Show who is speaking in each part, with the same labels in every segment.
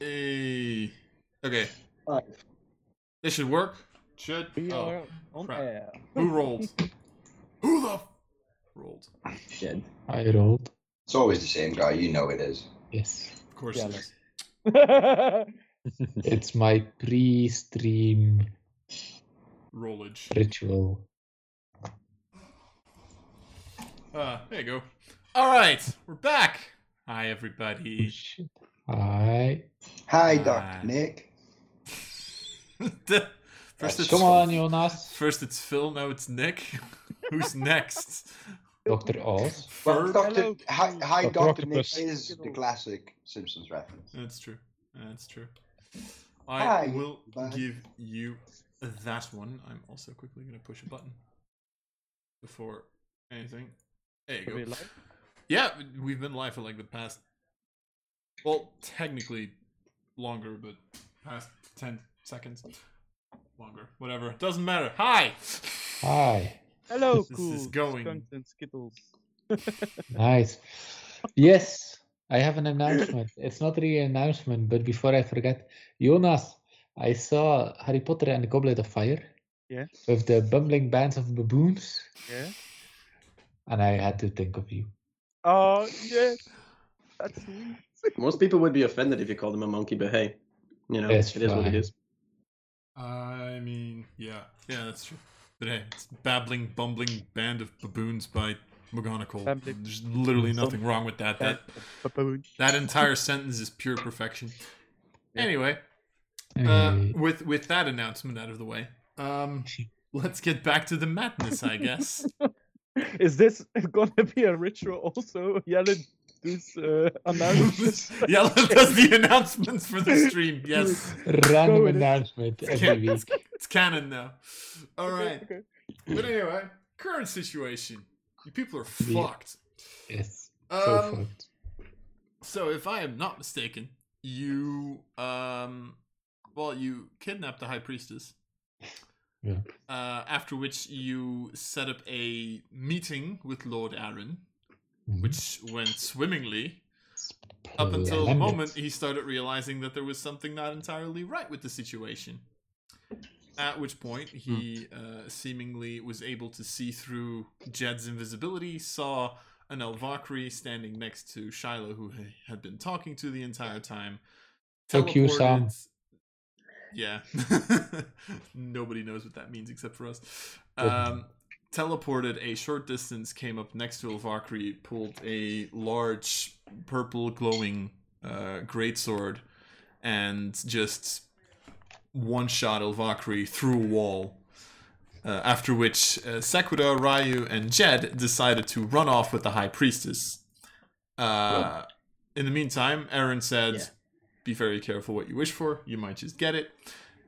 Speaker 1: Hey. Okay.
Speaker 2: Five.
Speaker 1: This should work. Should.
Speaker 2: We are
Speaker 1: Oh.
Speaker 2: on
Speaker 1: crap.
Speaker 2: air.
Speaker 1: Who rolled? Who the f- rolled?
Speaker 3: Shit.
Speaker 4: I rolled.
Speaker 3: It's always the same guy. You know it is.
Speaker 4: Yes.
Speaker 1: Of course.
Speaker 2: Yeah,
Speaker 1: it
Speaker 2: no.
Speaker 1: is.
Speaker 4: It's my pre stream
Speaker 1: Rollage.
Speaker 4: ritual.
Speaker 1: Uh, there you go. All right, we're back. Hi, everybody.
Speaker 4: Oh, Hi.
Speaker 3: Hi,
Speaker 1: Ah.
Speaker 3: Dr. Nick.
Speaker 1: first, it's,
Speaker 4: Come on, Jonas.
Speaker 1: first it's Phil. Now it's Nick. Who's next?
Speaker 4: Dr. Oz.
Speaker 3: Well,
Speaker 1: Ferb.
Speaker 3: Dr.
Speaker 2: Hello.
Speaker 3: Hi, hi
Speaker 5: Dr.
Speaker 3: Dr. Nick
Speaker 5: Octopus.
Speaker 3: is the classic Simpsons reference.
Speaker 1: That's true. That's true. I
Speaker 3: Hi,
Speaker 1: will
Speaker 3: everybody.
Speaker 1: give you that one. I'm also quickly going to push a button before anything. There you
Speaker 2: Are
Speaker 1: go.
Speaker 2: we live?
Speaker 1: Yeah, we've been live for like the past, well, technically longer, but past 10 seconds. Longer. Whatever. Doesn't matter. Hi!
Speaker 4: Hi.
Speaker 2: Hello,
Speaker 1: This is
Speaker 2: cool.
Speaker 1: going.
Speaker 2: skunks and Skittles.
Speaker 4: Nice. Yes, I have an announcement. It's not really an announcement, but before I forget, Jonas, I saw Harry Potter and the Goblet of Fire.
Speaker 2: Yeah.
Speaker 4: With the bumbling bands of baboons,
Speaker 2: Yeah.
Speaker 4: and I had to think of you.
Speaker 2: Oh yes. That's sweet.
Speaker 6: Most people would be offended if you called him a monkey, but hey, you know,
Speaker 4: It's
Speaker 6: it is what
Speaker 4: fine.
Speaker 6: it is.
Speaker 1: I mean, yeah. Yeah, that's true. But hey, it's Babbling Bumbling Band of Baboons by McGonagall.
Speaker 2: Babbling-
Speaker 1: There's literally nothing wrong with that. That
Speaker 2: Baboon.
Speaker 1: that entire sentence is pure perfection. Anyway, uh,
Speaker 4: Hey.
Speaker 1: with with that announcement out of the way, um, let's get back to the madness, I guess.
Speaker 2: Is this gonna be a ritual also? Yellen this uh announcements.
Speaker 1: yeah, let us the announcements for the stream. Yes,
Speaker 4: Random
Speaker 2: with it.
Speaker 4: announcement every
Speaker 1: Yeah.
Speaker 4: week.
Speaker 1: it's canon now. All
Speaker 2: Okay,
Speaker 1: right,
Speaker 2: okay.
Speaker 1: but anyway, current situation. You people are
Speaker 4: Yeah.
Speaker 1: fucked.
Speaker 4: Yes. So
Speaker 1: Um,
Speaker 4: fucked.
Speaker 1: so if I am not mistaken, you um, well, you kidnapped the high priestess.
Speaker 4: Yeah.
Speaker 1: Uh, after which you set up a meeting with Lord Aaron,
Speaker 4: Mhm.
Speaker 1: which went swimmingly. up
Speaker 4: Mm-hmm.
Speaker 1: until the
Speaker 4: Splendid.
Speaker 1: moment he started realizing that there was something not entirely right with the situation. At which point he uh, seemingly was able to see through Jed's invisibility, saw an Elvakri standing next to Shiloh, who he had been talking to the entire time.
Speaker 4: Fuck you, Sam.
Speaker 1: teleported- Yeah. Nobody knows what that means except for us. Um, teleported a short distance, came up next to Elvakri, pulled a large purple glowing uh, greatsword, and just one shot Elvakri through a wall. Uh, after which uh, Sekura, Ryu, and Jed decided to run off with the High Priestess. Uh, in the meantime, Aaron said,
Speaker 6: Yeah.
Speaker 1: Be very careful what you wish for, you might just get it,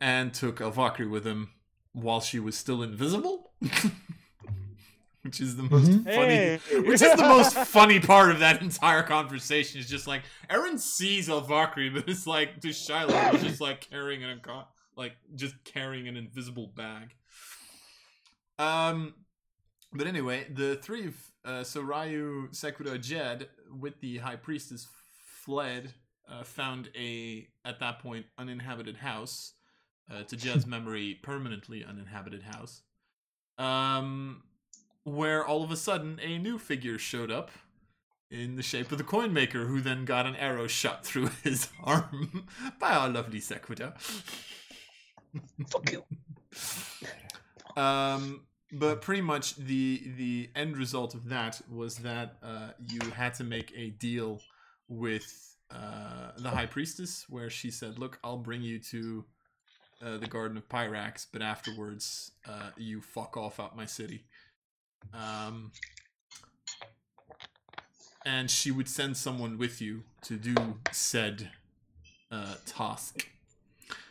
Speaker 1: and took Elvakri with him while she was still invisible. Which is the most
Speaker 7: Mm-hmm.
Speaker 4: Mhm.
Speaker 1: funny
Speaker 2: Hey.
Speaker 1: which is the most funny part of that entire conversation is just like Aaron sees Elvakri, but it's like to Shiloh is just like carrying an inco- like just carrying an invisible bag. Um, but anyway, the three of uh, so Ryu, Sekiro, Jed with the High Priestess fled, uh, found a at that point uninhabited house. Uh, to Jed's memory, permanently uninhabited house. Um, where all of a sudden a new figure showed up in the shape of the coin maker, who then got an arrow shot through his arm by our lovely Sequita.
Speaker 4: Fuck you.
Speaker 1: Um, but pretty much the the end result of that was that uh, you had to make a deal with uh, the high priestess, where she said, "Look, I'll bring you to uh, the Garden of Pyrax, but afterwards, uh, you fuck off out my city." Um, and she would send someone with you to do said uh, task.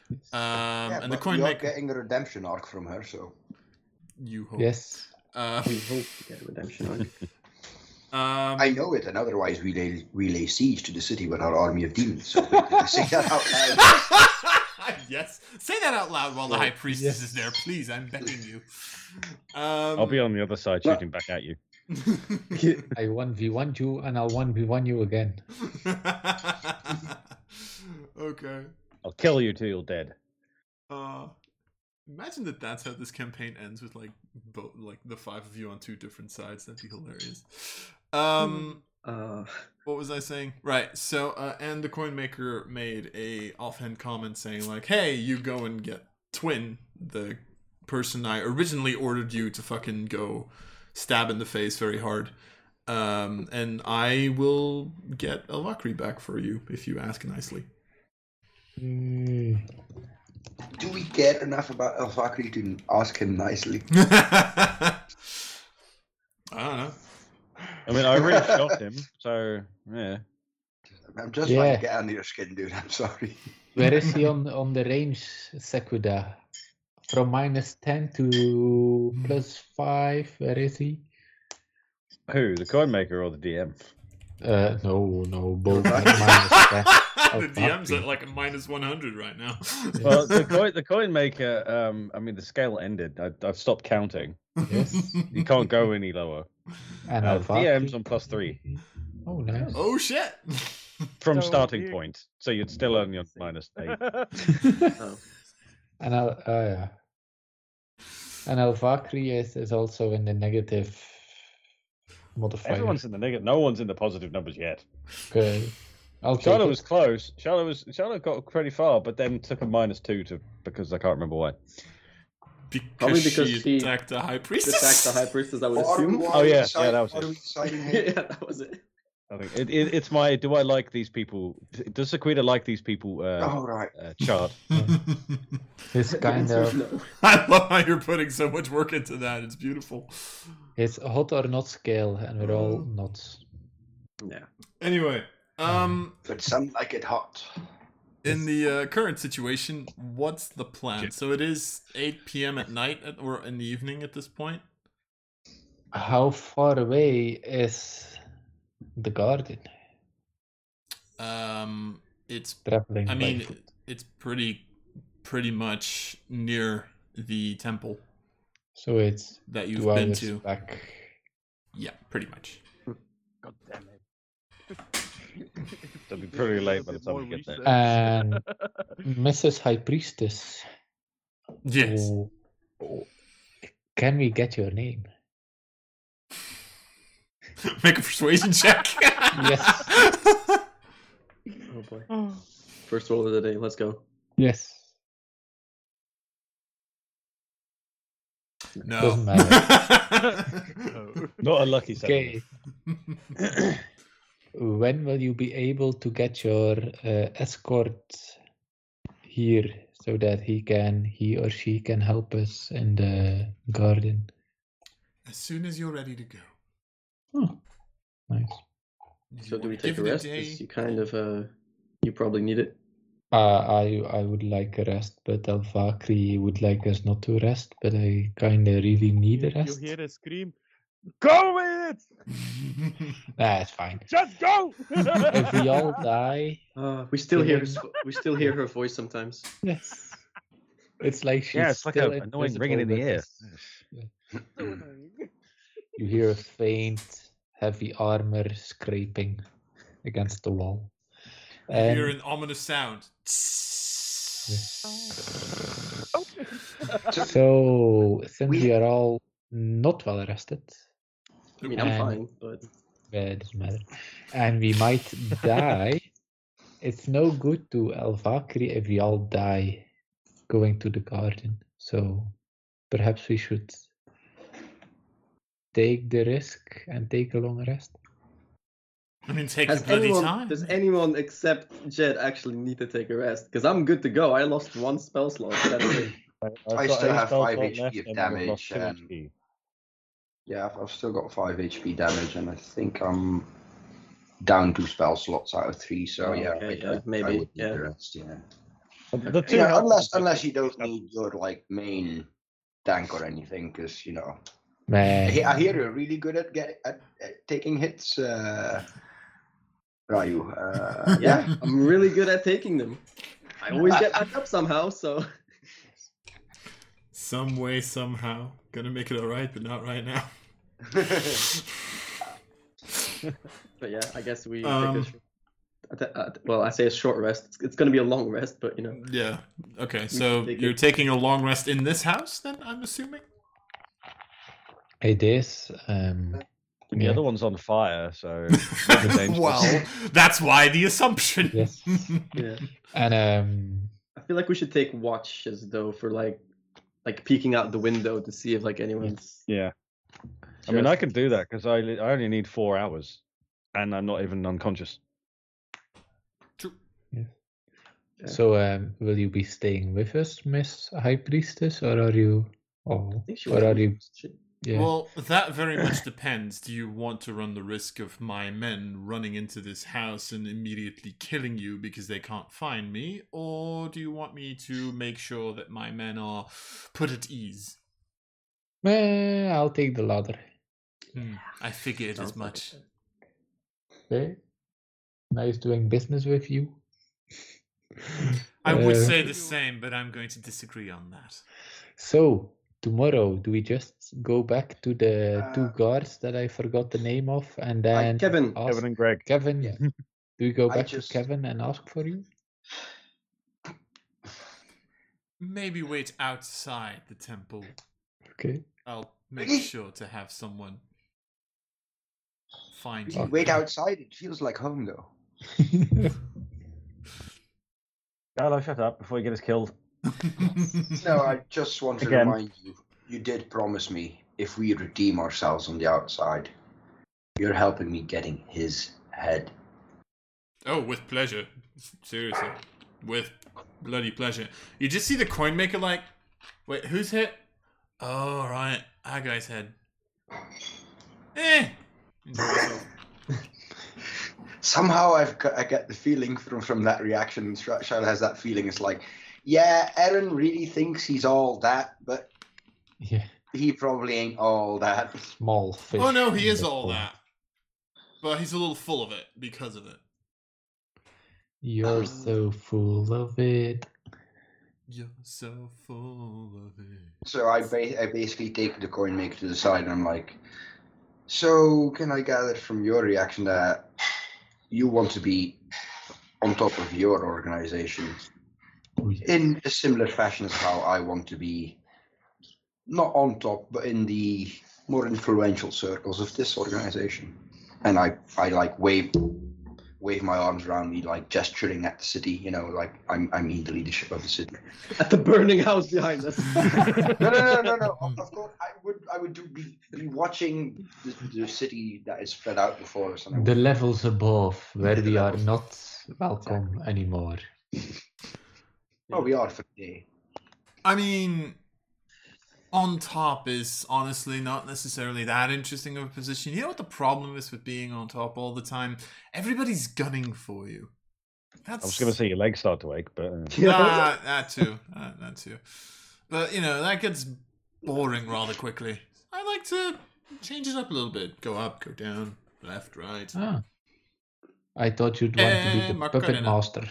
Speaker 1: Um,
Speaker 3: Yeah,
Speaker 1: and the
Speaker 3: but
Speaker 1: coin
Speaker 3: you're
Speaker 1: maker,
Speaker 3: getting a redemption arc from her, so.
Speaker 1: you hope.
Speaker 4: Yes.
Speaker 1: Uh,
Speaker 6: We hope to get a redemption arc.
Speaker 1: Um,
Speaker 3: I know it, and otherwise we lay, we lay siege to the city with our army of demons. So wait, did I say that out loud?
Speaker 1: yes. Say that out loud while the high priestess
Speaker 4: Yes.
Speaker 1: is there, please. I'm begging you. Um,
Speaker 5: I'll be on the other side shooting back at you.
Speaker 4: I 1v1 you and I'll 1v1 you again.
Speaker 1: oh Okay.
Speaker 5: I'll kill you till you're dead.
Speaker 1: Uh, imagine that that's how this campaign ends with like both like the five of you on two different sides. That'd be hilarious. Um,
Speaker 6: Uh,
Speaker 1: what was I saying? Right. So, uh, and the coin maker made a offhand comment saying like, "Hey, you go and get Twin, the person I originally ordered you to fucking go stab in the face very hard." Um, and I will get a Luckery back for you if you ask nicely.
Speaker 4: Mm.
Speaker 3: Do we care enough about El Fakri to ask him nicely?
Speaker 1: I don't know.
Speaker 5: I mean, I already shot him, so yeah.
Speaker 3: I'm just trying
Speaker 4: Yeah.
Speaker 3: to get under your skin, dude. I'm sorry.
Speaker 4: Where is he on, on the range, Sekuda? From minus 10 to plus 5, where is he?
Speaker 5: Who, the coin maker or the DM?
Speaker 4: Uh, no, no, both are minus 10.
Speaker 1: the DM's
Speaker 4: fuck.
Speaker 1: at like a minus 100 right now.
Speaker 5: Well, the coin, the coin maker. Um, I mean, the scale ended. I, I've stopped counting.
Speaker 4: Yes.
Speaker 5: You can't go any lower.
Speaker 4: And
Speaker 5: Uh,
Speaker 4: Alpha.
Speaker 5: DM's on plus three
Speaker 4: Oh, nice.
Speaker 1: Oh shit.
Speaker 5: from
Speaker 2: So
Speaker 5: starting
Speaker 2: you-
Speaker 5: point, so you'd still only on minus eight.
Speaker 6: oh.
Speaker 4: And Al, uh, yeah. And Alvacri is, is also in the negative modifier.
Speaker 5: Everyone's in the negative. No one's in the positive numbers yet.
Speaker 4: Okay. I'll take
Speaker 5: Charlotte
Speaker 4: it.
Speaker 5: was close. Charlotte was Charlotte got pretty far, but then took a minus two to because I can't remember why.
Speaker 1: Because,
Speaker 6: Probably because
Speaker 1: she
Speaker 6: he
Speaker 1: attacked the high priestess.
Speaker 6: Attack the high priestess, I would
Speaker 3: Or are we-
Speaker 6: assume.
Speaker 3: are
Speaker 5: Oh,
Speaker 3: we
Speaker 5: yeah, yeah,
Speaker 3: decide-
Speaker 5: that was
Speaker 3: are
Speaker 5: it.
Speaker 3: we deciding
Speaker 6: yeah,
Speaker 3: here?
Speaker 6: that was it.
Speaker 5: I think it, it, it's my. Do I like these people? Does Sequita like these people? Uh,
Speaker 3: Oh, right.
Speaker 5: uh, chart.
Speaker 4: His kind
Speaker 6: The answer is
Speaker 4: of
Speaker 6: no.
Speaker 1: I love how you're putting so much work into that. It's beautiful.
Speaker 4: his hot or not scale, and we're all
Speaker 1: Mm.
Speaker 4: nuts.
Speaker 6: Yeah.
Speaker 1: Anyway, um
Speaker 3: But some like it hot.
Speaker 1: in the uh, current situation, what's the plan? So it is 8 p.m. at night at, or in the evening at this point.
Speaker 4: How far away is the garden
Speaker 1: Um it's
Speaker 4: traveling?
Speaker 1: I
Speaker 4: by
Speaker 1: mean
Speaker 4: foot?
Speaker 1: it's pretty pretty much near the temple
Speaker 4: so it's
Speaker 1: that you've
Speaker 4: two
Speaker 1: been
Speaker 4: hours
Speaker 1: to.
Speaker 4: back.
Speaker 1: Yeah, pretty much.
Speaker 5: God damn it. It'll be pretty late by the time we get there.
Speaker 4: And Mrs. High Priestess,
Speaker 1: Yes.
Speaker 4: oh- oh, can we get your name?
Speaker 1: Make a persuasion check.
Speaker 4: Yes.
Speaker 6: Oh boy. First roll of the day. Let's go.
Speaker 4: Yes.
Speaker 1: No.
Speaker 4: Doesn't
Speaker 5: Not a lucky
Speaker 4: Okay.
Speaker 5: seven.
Speaker 4: when will you be able to get your uh, escort here so that he can he or she can help us in the garden
Speaker 1: As soon as you're ready to go.
Speaker 4: nice
Speaker 6: So do we take
Speaker 1: Give
Speaker 6: a
Speaker 1: it
Speaker 6: rest?
Speaker 1: day.
Speaker 6: 'Cause You kind of, uh, you probably need it.
Speaker 4: uh, i i would like a rest but alvakri would like us not to rest but i kind of really need
Speaker 2: you,
Speaker 4: a rest
Speaker 2: hear a scream. Go with it!
Speaker 4: nah it's fine
Speaker 2: Just go!
Speaker 4: if we all die
Speaker 6: Uh, we still hear her. s- We still hear her voice sometimes.
Speaker 4: yes it's like she's
Speaker 5: Yeah, it's like
Speaker 4: still
Speaker 5: an annoying ringing in the
Speaker 4: invisible,
Speaker 5: ear.
Speaker 4: but You hear a faint, heavy armor scraping against the wall. Um,
Speaker 1: You hear
Speaker 4: And
Speaker 1: an ominous sound.
Speaker 4: so, since
Speaker 3: We-
Speaker 4: we are all not well rested,
Speaker 6: I mean, I'm
Speaker 4: And-
Speaker 6: fine, but
Speaker 4: uh, it doesn't matter, and we might die, it's no good to El Vakri if we all die going to the garden. So, perhaps we should take the risk and take a long rest.
Speaker 1: I mean, take the
Speaker 6: has
Speaker 1: bloody
Speaker 6: anyone,
Speaker 1: time.
Speaker 6: does anyone except Jed actually need to take a rest? Because I'm good to go. I lost one spell slot. That's it.
Speaker 5: I've
Speaker 3: I
Speaker 5: got
Speaker 3: still
Speaker 5: eight
Speaker 3: have
Speaker 5: spell
Speaker 3: five
Speaker 5: slot
Speaker 3: HP
Speaker 5: left
Speaker 3: of
Speaker 5: and I've got lost
Speaker 3: damage,
Speaker 5: two
Speaker 3: um,
Speaker 5: HP.
Speaker 3: Yeah, I've, I've still got five HP damage, and I think I'm down two spell slots out of three. So
Speaker 6: Oh,
Speaker 3: yeah,
Speaker 6: okay,
Speaker 3: I-
Speaker 6: yeah,
Speaker 3: I- I
Speaker 6: maybe,
Speaker 3: would need
Speaker 6: yeah.
Speaker 3: the rest, yeah.
Speaker 5: But the two
Speaker 3: yeah
Speaker 5: health
Speaker 3: unless
Speaker 5: ones-
Speaker 3: unless you don't need your like main tank or anything, because you know I,
Speaker 4: Man,
Speaker 3: he- I hear you're really good at get at, at taking hits. Uh, Ryu, uh, yeah.
Speaker 6: Yeah, I'm really good at taking them. I always get back up somehow. So
Speaker 1: Some way, somehow. Gonna make it alright, but not right now.
Speaker 6: But yeah, I guess we
Speaker 1: Um,
Speaker 6: take this. I th- I th- well, I say a short rest. It's, it's going to be a long rest, but you know.
Speaker 1: Yeah. Okay, so
Speaker 6: take
Speaker 1: you're
Speaker 6: it.
Speaker 1: taking a long rest in this house, then I'm assuming.
Speaker 4: It is. Um,
Speaker 5: The
Speaker 4: yeah,
Speaker 5: other one's on fire, so Never dangerous.
Speaker 1: well, that's why the assumption.
Speaker 4: Yes.
Speaker 6: Yeah.
Speaker 4: and um,
Speaker 6: I feel like we should take watches though for like, like peeking out the window to see if like anyone's.
Speaker 5: Yeah. I mean,
Speaker 6: just-
Speaker 5: I could do that because I, li- I only need four hours, and I'm not even unconscious.
Speaker 6: Yeah.
Speaker 4: so um, will you be staying with us, Miss High Priestess, or are you? Oh,
Speaker 6: I think she was
Speaker 4: or are
Speaker 6: on-
Speaker 4: you?
Speaker 6: she-
Speaker 4: Yeah.
Speaker 1: Well, that very much depends. Do you want to run the risk of my men running into this house and immediately killing you because they can't find me? Or do you want me to make sure that my men are put at ease?
Speaker 4: Eh, I'll take the ladder.
Speaker 1: Hmm, I figured
Speaker 6: Sounds
Speaker 1: as
Speaker 6: like
Speaker 1: much.
Speaker 6: it.
Speaker 4: Okay. Nice doing business with you.
Speaker 1: I would
Speaker 4: Uh,
Speaker 1: say the same, but I'm going to disagree on that.
Speaker 4: So tomorrow, do we just go back to the two
Speaker 3: Uh,
Speaker 4: guards that I forgot the name of, and
Speaker 6: Like,
Speaker 4: then
Speaker 6: Kevin,
Speaker 4: ask-
Speaker 5: Kevin and Greg.
Speaker 4: Kevin,
Speaker 6: Yeah.
Speaker 4: do we go
Speaker 3: I
Speaker 4: back
Speaker 3: just-
Speaker 4: to Kevin and ask for you?
Speaker 1: Maybe wait outside the temple.
Speaker 4: Okay.
Speaker 1: I'll make sure to have someone find you.
Speaker 3: Wait outside. It feels like home though.
Speaker 5: Hello, shut up before you get us killed.
Speaker 3: No, I just want to
Speaker 5: Again.
Speaker 3: remind you. You did promise me if we redeem ourselves on the outside, you're helping me getting his head.
Speaker 1: Oh, with pleasure. Seriously. With bloody pleasure. You just see the coin maker like, wait, who's hit? Oh, right. Our guy's head. Eh. Oh, Enjoy yourself.
Speaker 3: Somehow I've got, I get the feeling from from that reaction. Sh- Shiloh has that feeling. It's like, yeah, Aaron really thinks he's all that, but
Speaker 4: yeah.
Speaker 3: he probably ain't all that.
Speaker 4: Small fish.
Speaker 1: Oh, no, he
Speaker 4: in
Speaker 1: is
Speaker 4: the
Speaker 1: all
Speaker 4: pond.
Speaker 1: that. But he's a little full of it because of it.
Speaker 6: Um,
Speaker 4: You're so full of it.
Speaker 1: You're so full of it.
Speaker 3: So I, ba- I basically take the coin maker to the side and I'm like, so can I gather from your reaction that you want to be on top of your organization
Speaker 4: Oh, yeah.
Speaker 3: in a similar fashion as how I want to be, not on top, but in the more influential circles of this organization? And I, I like wave wave my arms around me, like gesturing at the city, you know, like I'm, I'm in the leadership of the city.
Speaker 6: at the burning house behind us.
Speaker 3: no, no, no, no, no. Of, of course, I would, I would do, be, be watching the, the city that is spread out before us, and I would-
Speaker 4: The levels above where we are not welcome anymore.
Speaker 3: oh, we are for today.
Speaker 1: I mean, on top is honestly not necessarily that interesting of a position. You know what the problem is with being on top all the time? Everybody's gunning for you. That's
Speaker 5: I was going to say your legs start to ache, but uh,
Speaker 1: Ah, that too, Ah, that too. But you know that gets boring rather quickly. I like to change it up a little bit. Go up, go down, left, right.
Speaker 4: Ah. I thought you'd want to
Speaker 1: Eh,
Speaker 4: be the puppet
Speaker 1: Macarena.
Speaker 4: master.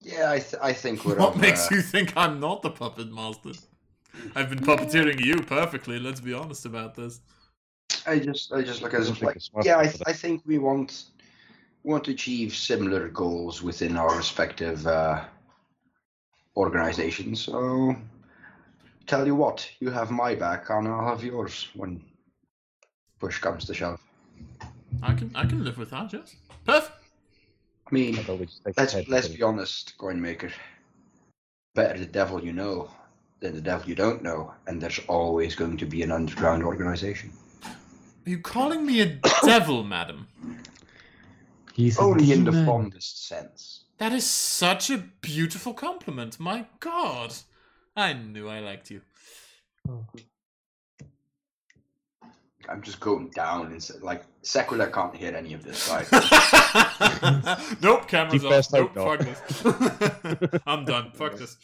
Speaker 3: Yeah, I, th- I think we're.
Speaker 1: What
Speaker 3: on,
Speaker 1: makes
Speaker 3: uh,
Speaker 1: you think I'm not the puppet master? I've been puppeteering you perfectly. Let's be honest about this.
Speaker 3: I just, I just look at
Speaker 5: I don't
Speaker 3: it
Speaker 5: think
Speaker 3: like,
Speaker 5: it's smart
Speaker 3: yeah, I,
Speaker 5: for
Speaker 3: th-
Speaker 5: that.
Speaker 3: I think we want, we want to achieve similar goals within our respective uh, organizations. So, tell you what, you have my back, and I'll have yours when push comes to shove.
Speaker 1: I can I can live with that. Yes. Perfect.
Speaker 3: I mean,
Speaker 5: I thought we'd just take
Speaker 3: Let's
Speaker 5: the head
Speaker 3: let's
Speaker 5: instead
Speaker 3: be honest, Coinmaker. Better the devil you know than the devil you don't know, and there's always going to be an underground organization.
Speaker 1: Are you calling me a devil, madam?
Speaker 4: He's a
Speaker 3: Only in the
Speaker 4: demon.
Speaker 3: fondest sense.
Speaker 1: That is such a beautiful compliment. My God, I knew I liked you.
Speaker 4: Oh.
Speaker 3: I'm just going down and s- like Secular can't hear any of this. Like,
Speaker 1: nope, cameras
Speaker 5: Deep
Speaker 1: off.
Speaker 5: best
Speaker 1: Nope,
Speaker 5: hope
Speaker 1: fuck this. I'm done. Fuck this.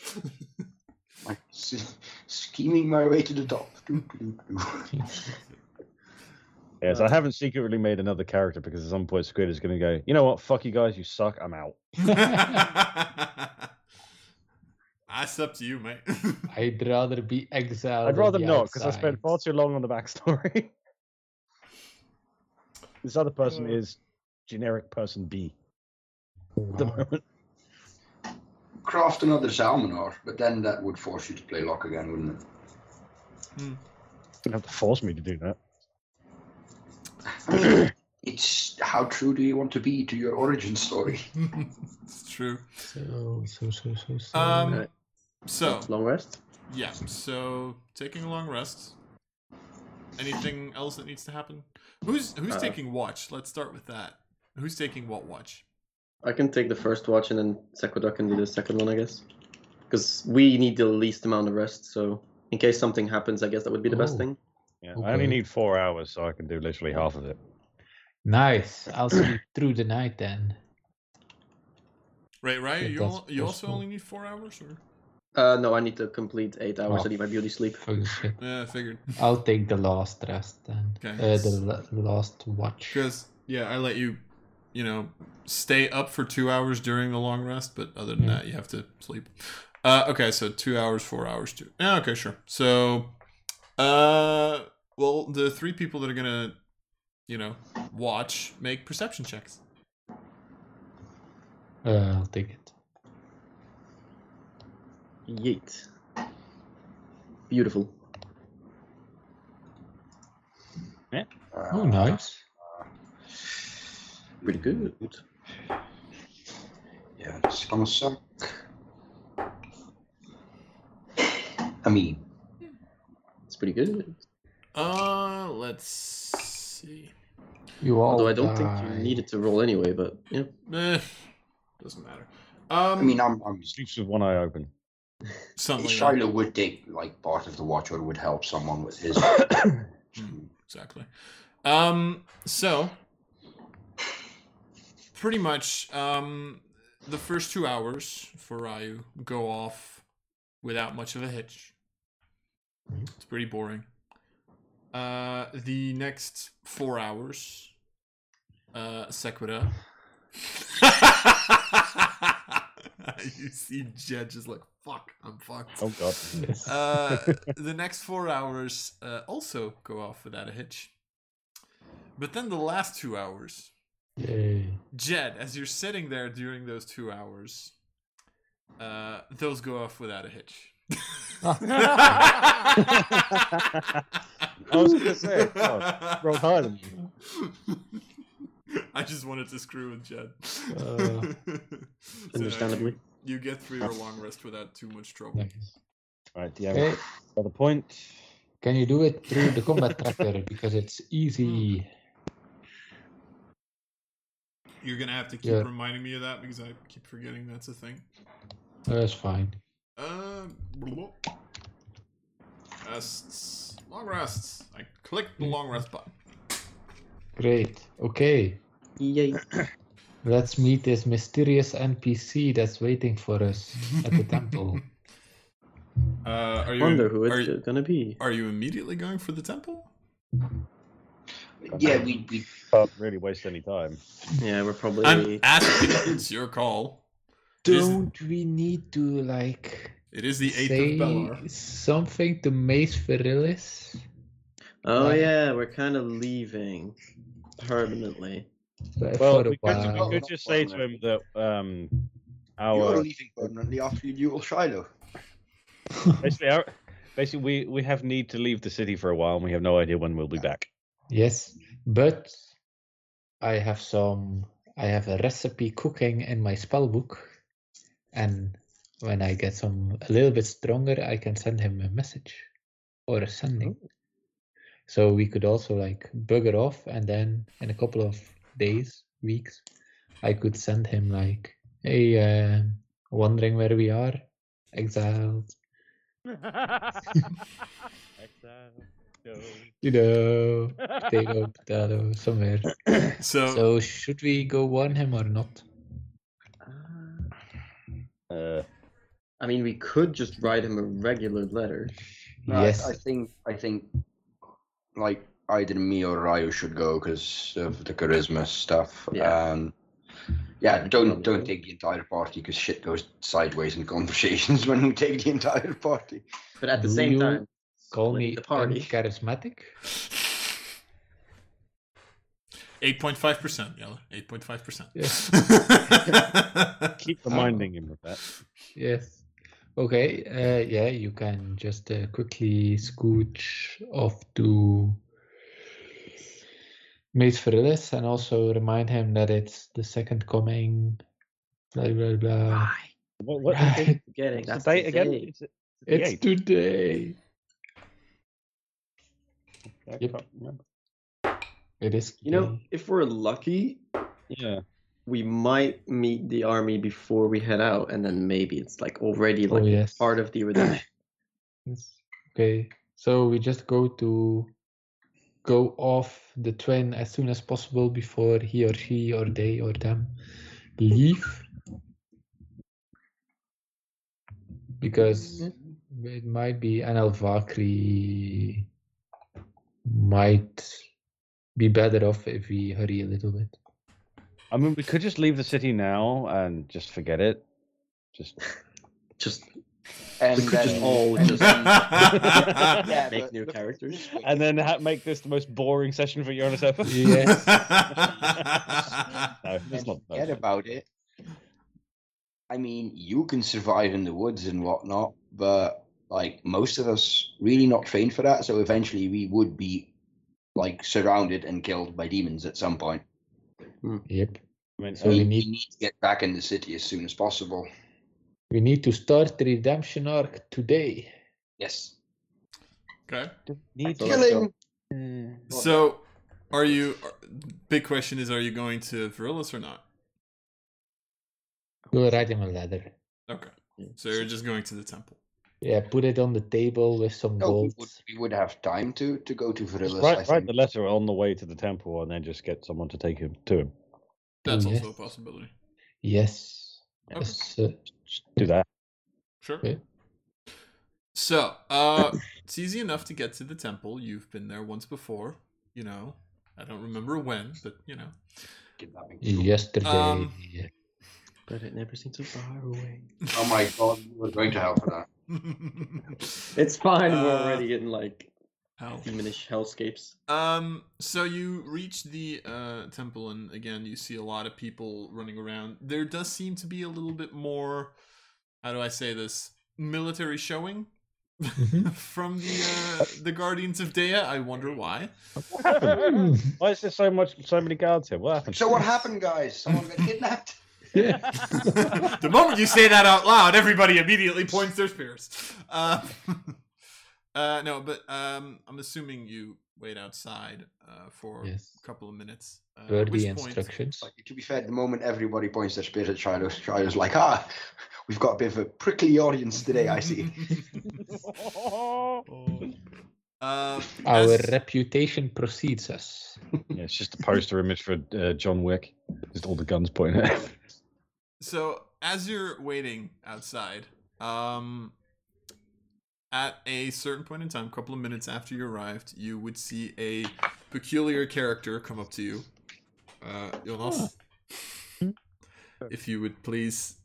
Speaker 3: like s- scheming my way to the top. Doo, doo, doo.
Speaker 5: of it. Yes, I haven't secretly made another character because at some point Squid is going to go, you know what, fuck you guys, you suck, I'm out.
Speaker 1: That's up to you, mate.
Speaker 4: I'd rather be exiled.
Speaker 5: I'd
Speaker 4: on
Speaker 5: rather
Speaker 4: the
Speaker 5: not because I spent
Speaker 4: outside.
Speaker 5: far too long on the backstory. this other person
Speaker 4: Mm.
Speaker 1: Yeah.
Speaker 5: is generic person B. at the moment.
Speaker 3: Craft another Zalmanar, but then that would force you to play lock again, wouldn't it?
Speaker 5: You don't have to force me to do that.
Speaker 3: I mean, it's how true do you want to be to your origin story?
Speaker 1: it's true.
Speaker 4: So, so, so, so, so.
Speaker 1: Um,
Speaker 6: Alright.
Speaker 1: so
Speaker 6: Long rest.
Speaker 1: yeah, so taking a long rest. Anything else that needs to happen? Who's who's
Speaker 6: Uh,
Speaker 1: taking watch? Let's start with that. Who's taking what watch?
Speaker 6: I can take the first watch and then Sekodok can do the second one, I guess. Because we need the least amount of rest, so in case something happens, I guess that would be the best
Speaker 4: Oh.
Speaker 6: thing.
Speaker 5: Yeah, I only
Speaker 4: Okay.
Speaker 5: need four hours, so I can do literally half of it.
Speaker 4: nice. I'll sleep through the night then.
Speaker 1: Right, right.
Speaker 4: Yeah,
Speaker 1: You
Speaker 4: that's
Speaker 1: al- you also
Speaker 4: possible.
Speaker 1: only need four hours, or
Speaker 6: Uh, no, I need to complete eight hours.
Speaker 4: Oh.
Speaker 6: I need my beauty sleep.
Speaker 4: Fuck this shit.
Speaker 1: yeah, I figured.
Speaker 4: I'll take the last rest then.
Speaker 1: Okay.
Speaker 4: Uh, the la- the last watch.
Speaker 1: Because yeah, I let you, you know, stay up for two hours during the long rest, but other than
Speaker 4: Yeah.
Speaker 1: that, you have to sleep. Uh, okay, so two hours, four hours, two. Yeah, okay, sure. So, uh, well, the three people that are gonna, you know, watch make perception checks.
Speaker 4: Uh, I'll take it.
Speaker 6: Yeet. Beautiful.
Speaker 3: Uh,
Speaker 4: Oh, nice.
Speaker 6: Pretty good.
Speaker 3: Yeah, it's gonna suck. I mean,
Speaker 6: It's pretty good.
Speaker 1: Uh, let's see.
Speaker 4: You all.
Speaker 6: Although I don't think
Speaker 4: die.
Speaker 6: you needed to roll anyway, but yeah.
Speaker 1: Eh, doesn't matter.
Speaker 3: I
Speaker 1: Um,
Speaker 3: mean, I'm, I'm
Speaker 5: Sleeps with one eye open.
Speaker 1: something like that.
Speaker 3: Shiloh would take like part of the watch or would help someone with his. Hmm.
Speaker 1: exactly. Um, so pretty much, um, the first two hours for Ryu go off without much of a hitch.
Speaker 5: Mm-hmm.
Speaker 1: It's pretty boring. Uh, the next four hours, uh, Sequita. you see Jed just like, fuck, I'm fucked.
Speaker 5: Oh god.
Speaker 4: Yes.
Speaker 1: Uh, the next four hours uh, also go off without a hitch. But then the last two hours,
Speaker 4: Yay.
Speaker 1: Jed, as you're sitting there during those two hours, uh, those go off without a hitch.
Speaker 4: Ah,
Speaker 5: I was gonna say, oh, God, Rhode Island.
Speaker 1: I just wanted to screw with Jed.
Speaker 4: Uh,
Speaker 1: So you-
Speaker 6: Understandably.
Speaker 1: you get through your long rest without too much trouble.
Speaker 4: Nice.
Speaker 5: Right, do you have
Speaker 4: Okay.
Speaker 5: another point?
Speaker 4: Can you do it through the combat tracker because it's easy?
Speaker 1: You're gonna have to keep
Speaker 4: Yeah.
Speaker 1: reminding me of that because I keep forgetting that's a thing.
Speaker 4: Oh, That's fine.
Speaker 1: Um, rests, long rests. I clicked the long rest button.
Speaker 4: Great. Okay.
Speaker 6: Yay.
Speaker 4: Let's meet this mysterious NPC that's waiting for us at the temple.
Speaker 1: Uh, are you?
Speaker 6: Wonder who
Speaker 1: are,
Speaker 6: it's
Speaker 1: you-
Speaker 6: gonna be.
Speaker 1: are you immediately going for the temple?
Speaker 3: yeah, we we
Speaker 5: Can't really waste any time.
Speaker 6: Yeah, we're probably.
Speaker 1: I'm asking. it's your call. It is-
Speaker 4: Don't we need to like
Speaker 1: It is the eighth
Speaker 4: say
Speaker 1: of Belar.
Speaker 4: something to Mace Virilis?
Speaker 6: Oh yeah, we're kind of leaving permanently.
Speaker 4: Uh,
Speaker 5: Well,
Speaker 4: for a
Speaker 5: we could, we
Speaker 4: while.
Speaker 5: could just say to him that
Speaker 3: you
Speaker 5: um,
Speaker 3: are
Speaker 5: our
Speaker 3: leaving permanently after you duel Shiloh.
Speaker 5: basically, our, basically we, we have need to leave the city for a while, and we have no idea when we'll be back.
Speaker 4: Yes, but I have some. I have a recipe cooking in my spell book, and when I get some a little bit stronger, I can send him a message or a sending. So we could also like bugger off, and then in a couple of days, weeks, I could send him like, "Hey, uh, wondering where we are, exiled." You know, potato, potato, uh, somewhere.
Speaker 1: So,
Speaker 4: So should we go warn him or not?
Speaker 5: Uh,
Speaker 6: I mean, we could just write him a regular letter.
Speaker 3: No, I-
Speaker 4: yes.
Speaker 3: I, think I think like either me or Ryu should go because of the charisma stuff.
Speaker 6: Yeah.
Speaker 3: And yeah, don't don't take the entire party because shit goes sideways in conversations when we take the entire party.
Speaker 6: But at the
Speaker 4: Do
Speaker 6: same
Speaker 4: you
Speaker 6: time,
Speaker 4: Call
Speaker 6: split
Speaker 4: me
Speaker 6: the party.
Speaker 4: charismatic.
Speaker 1: 8.5%, Yeller. 8.5%.
Speaker 5: Keep reminding him of that.
Speaker 4: Yes. Okay. Uh, yeah, you can just uh, quickly scooch off to Mace Frillis and also remind him that it's the second coming. Blah blah
Speaker 6: Ah,
Speaker 4: blah.
Speaker 5: What, what
Speaker 4: Right.
Speaker 5: date
Speaker 6: Getting that's
Speaker 5: today again?
Speaker 6: today.
Speaker 5: It's, the
Speaker 4: It's
Speaker 5: eighth.
Speaker 4: today.
Speaker 5: I
Speaker 4: Yep.
Speaker 5: can't remember.
Speaker 4: It is.
Speaker 6: You know,
Speaker 4: today.
Speaker 6: if we're lucky,
Speaker 5: Yeah.
Speaker 6: we might meet the army before we head out, and then maybe it's like already
Speaker 4: Oh
Speaker 6: like
Speaker 4: yes.
Speaker 6: part of the redemption.
Speaker 4: Yes. Okay. So we just go to go off the train as soon as possible before he or she or they or them leave. Because
Speaker 5: Mm-hmm.
Speaker 4: it might be an Alvakri might be better off if we hurry a little bit.
Speaker 5: I mean, we could just leave the city now and just forget it. Just
Speaker 6: Just
Speaker 3: And
Speaker 6: we could just
Speaker 3: then-
Speaker 6: all
Speaker 3: and
Speaker 6: just
Speaker 3: then-
Speaker 5: Yeah,
Speaker 6: make
Speaker 3: but
Speaker 6: new
Speaker 3: the-
Speaker 6: characters.
Speaker 5: and then ha- make this the most boring session for Jonas ever.
Speaker 4: Yeah.
Speaker 5: no, it's
Speaker 3: and
Speaker 5: not.
Speaker 3: forget about it. I mean, you can survive in the woods and whatnot, but like most of us, really not trained for that. So eventually, we would be like surrounded and killed by demons at some point.
Speaker 4: Yep.
Speaker 5: I mean,
Speaker 4: So
Speaker 5: uh,
Speaker 4: we
Speaker 3: we
Speaker 4: need-
Speaker 3: need... to get back in the city as soon as possible.
Speaker 4: We need to start the redemption arc today.
Speaker 3: Yes.
Speaker 1: okay.
Speaker 5: need
Speaker 6: So
Speaker 5: to-
Speaker 6: let's
Speaker 3: Killing.
Speaker 6: go.
Speaker 1: So, are you. Big question is are you going to Virilis or not?
Speaker 4: We'll write him a letter.
Speaker 1: Okay. So, you're just going to the temple.
Speaker 4: Yeah, put it on the table with some
Speaker 3: No, Oh, we
Speaker 4: gold.
Speaker 3: would, we would have time to to go to
Speaker 5: Just
Speaker 3: Virilis. I
Speaker 5: write, write
Speaker 3: think.
Speaker 5: the letter on the way to the temple, and then just get someone to take him to him.
Speaker 1: That's
Speaker 4: Yes.
Speaker 1: also a possibility.
Speaker 4: Yes.
Speaker 1: Okay.
Speaker 4: Yes, uh,
Speaker 5: Just do that.
Speaker 1: Sure.
Speaker 4: Yeah.
Speaker 1: So, uh, it's easy enough to get to the temple. You've been there once before, you know. I don't remember when, but you know.
Speaker 3: Kidnapping.
Speaker 4: yesterday.
Speaker 1: Um,
Speaker 4: yeah.
Speaker 6: But it never seems so far away.
Speaker 3: Oh my god, we are going to hell for that.
Speaker 6: It's fine. we're
Speaker 1: Uh,
Speaker 6: already in like
Speaker 1: Hell.
Speaker 6: demonish hellscapes.
Speaker 1: Um, so you reach the uh, temple, and again, you see a lot of people running around. There does seem to be a little bit more, how do I say this, military showing
Speaker 4: Mhm.
Speaker 1: from the uh, the Guardians of Dea. I wonder why.
Speaker 5: Why is there so much, so many guards here? What happened?
Speaker 3: So what happened, guys? Someone got kidnapped.
Speaker 1: the moment you say that out loud, everybody immediately points their spears. Uh, uh, no, but um, I'm assuming you wait outside uh, for
Speaker 4: yes.
Speaker 1: a couple of minutes. Uh,
Speaker 4: Were
Speaker 1: at which
Speaker 4: the
Speaker 1: point-
Speaker 4: instructions?
Speaker 3: Like, to be fair, at the moment everybody points their spears at Shiloh. Shiloh's like, ah, we've got a bit of a prickly audience today. I see.
Speaker 1: Oh. Uh,
Speaker 4: Our
Speaker 1: as-
Speaker 4: reputation precedes us.
Speaker 5: yeah, it's just a poster image for uh, John Wick. Just all the guns pointing at him.
Speaker 1: so as you're waiting outside, um, at a certain point in time, a couple of minutes after you arrived, you would see a peculiar character come up to you. Uh, Jonas, if you would please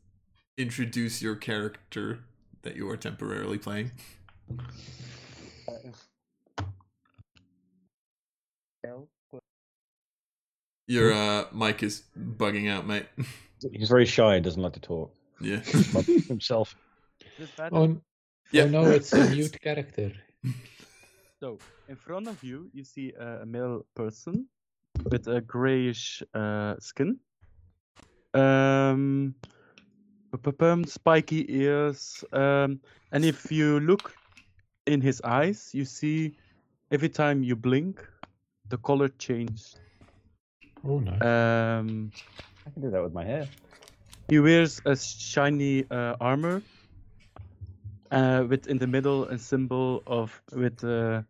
Speaker 1: introduce your character that you are temporarily playing. Uh, Your uh, mic is bugging out, mate.
Speaker 5: He's very shy and doesn't like to talk.
Speaker 1: yeah.
Speaker 5: Like himself.
Speaker 7: This bad
Speaker 4: Oh, n-
Speaker 1: Yeah.
Speaker 4: oh no, it's a mute character.
Speaker 7: So, in front of you, you see uh, a male person with a grayish uh, skin, um, pa-pa-pum, spiky ears, um, and if you look in his eyes, you see every time you blink, the color changes.
Speaker 4: Oh no.
Speaker 1: Uh,
Speaker 7: Um,
Speaker 5: I can do that with my hair.
Speaker 7: he wears a shiny uh, armor, uh, with in the middle a symbol of with uh,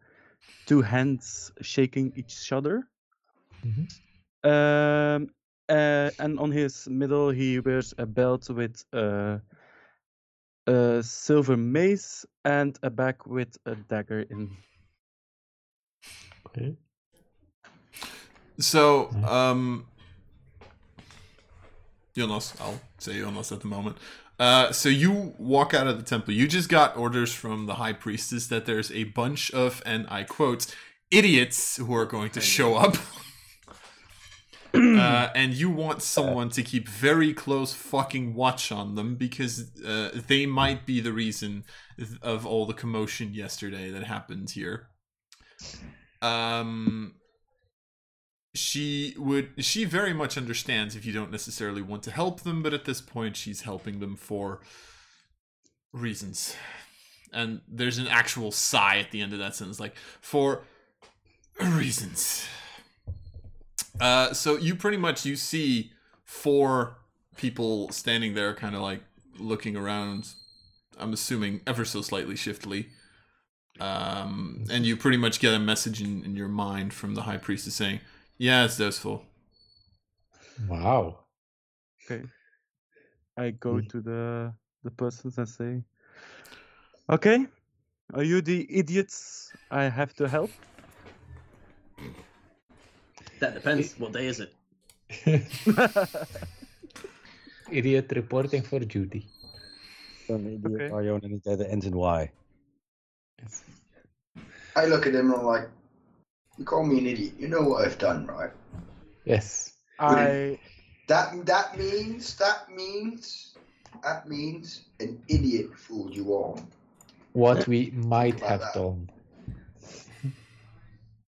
Speaker 7: two hands shaking each other.
Speaker 4: Mhm.
Speaker 7: Um, uh, and on his middle, he wears a belt with uh, a silver mace and a back with a dagger in.
Speaker 4: Okay.
Speaker 1: So, um, Jonas, I'll say Jonas at the moment. Uh, so you walk out of the temple. You just got orders from the high priestess that there's a bunch of, and I quote, idiots who are going to show up. uh, and you want someone to keep very close fucking watch on them because uh, they might be the reason th- of all the commotion yesterday that happened here. Um, she would she very much understands if you don't necessarily want to help them, but at this point she's helping them for reasons. And there's an actual sigh at the end of that sentence, like for reasons. Uh, so you pretty much you see four people standing there, kind of like looking around. I'm assuming ever so slightly shiftily. Um, and you pretty much get a message in, in your mind from the high priestess saying, "Yeah, it's those four."
Speaker 4: Wow.
Speaker 7: I go to the the persons and say, "Okay, are you the idiots I have to help?"
Speaker 6: That depends. What day is it?
Speaker 4: Idiot reporting for duty.
Speaker 5: Some idiot
Speaker 7: Okay.
Speaker 5: Are you on any day that ends in Y?
Speaker 3: I look at him and I'm like, you call me an idiot. You know what I've done, right?
Speaker 4: Yes.
Speaker 7: I
Speaker 3: That that means that means that means an idiot fooled you all.
Speaker 4: What we
Speaker 1: Uh,
Speaker 4: might
Speaker 3: about
Speaker 4: have
Speaker 3: that.
Speaker 4: done.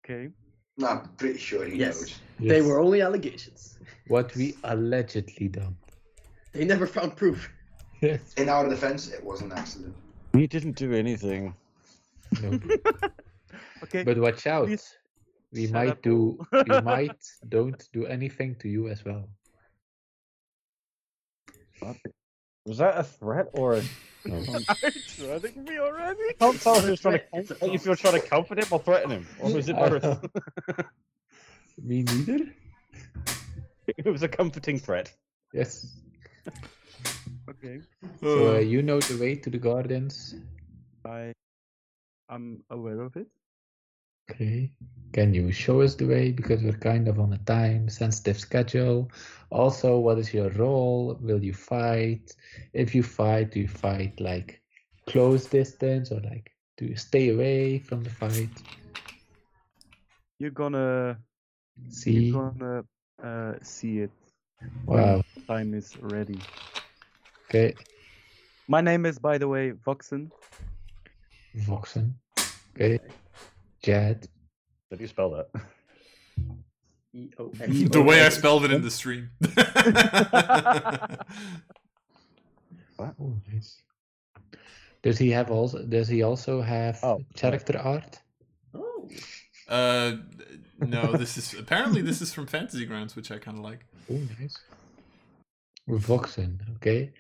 Speaker 7: okay.
Speaker 3: No, I'm pretty sure he
Speaker 6: Yes.
Speaker 3: knows.
Speaker 6: They
Speaker 4: Yes.
Speaker 6: were only allegations.
Speaker 4: What we allegedly done.
Speaker 6: They never found proof.
Speaker 4: Yes.
Speaker 3: In our defense, it was an accident.
Speaker 5: We didn't do anything.
Speaker 4: No.
Speaker 7: Okay,
Speaker 4: But watch out.
Speaker 7: Please
Speaker 4: We
Speaker 7: shut
Speaker 4: might
Speaker 7: up.
Speaker 4: do. We might don't do anything to you as well.
Speaker 5: Was that a threat or a?
Speaker 7: are you threatening me already?
Speaker 5: Can't tell if you're trying
Speaker 6: threat,
Speaker 5: to
Speaker 6: it's a
Speaker 5: comfort, if you're trying to comfort him or threaten him, or was it both?
Speaker 4: me neither.
Speaker 5: it was a comforting threat.
Speaker 4: Yes.
Speaker 7: Okay, Oh.
Speaker 4: So uh, you know the way to the gardens.
Speaker 7: I I'm aware of it.
Speaker 4: Okay. Can you show us the way? Because we're kind of on a time sensitive schedule. Also, what is your role? Will you fight? If you fight, do you fight like close distance or like do you stay away from the fight?
Speaker 7: You're gonna
Speaker 4: See?
Speaker 7: you're gonna uh, see it.
Speaker 4: Wow.
Speaker 7: Time is ready.
Speaker 4: Okay.
Speaker 7: My name is, by the way, Voxen.
Speaker 4: Voxen. Okay. Jad.
Speaker 5: Did you spell that?
Speaker 6: E O X.
Speaker 1: The way I spelled it in the stream.
Speaker 4: Oh, nice. Does he have also? Does he also have
Speaker 5: Oh, yeah.
Speaker 4: character art?
Speaker 6: Oh,
Speaker 1: uh, no, this is apparently this is from Fantasy Grounds, which I kind of like.
Speaker 4: Oh, nice. Voxen, okay.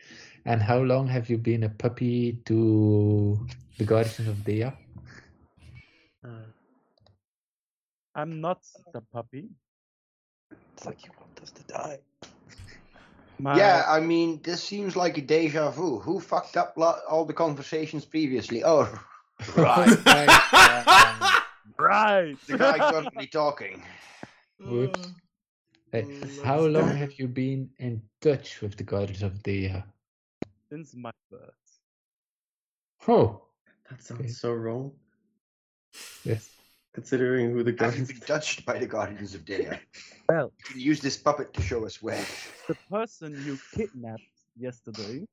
Speaker 4: And how long have you been a puppy to the Guardian of Dea?
Speaker 6: uh,
Speaker 7: I'm not the puppy.
Speaker 5: It's like you want us to die.
Speaker 7: My,
Speaker 3: yeah, I mean, this seems like a deja vu. Who fucked up lo- all the conversations previously? Oh, right.
Speaker 7: right.
Speaker 3: the guy currently talking.
Speaker 4: Whoops. Hey, how long have you been in touch with the Guardians of Dea?
Speaker 7: Since my birth.
Speaker 4: Oh,
Speaker 6: that sounds so wrong.
Speaker 4: yes.
Speaker 6: Considering who the
Speaker 3: Have you
Speaker 6: guardians.
Speaker 3: been touched by the Guardians of Dea?
Speaker 7: Well.
Speaker 3: you can use this puppet to show us where.
Speaker 7: The person you kidnapped yesterday.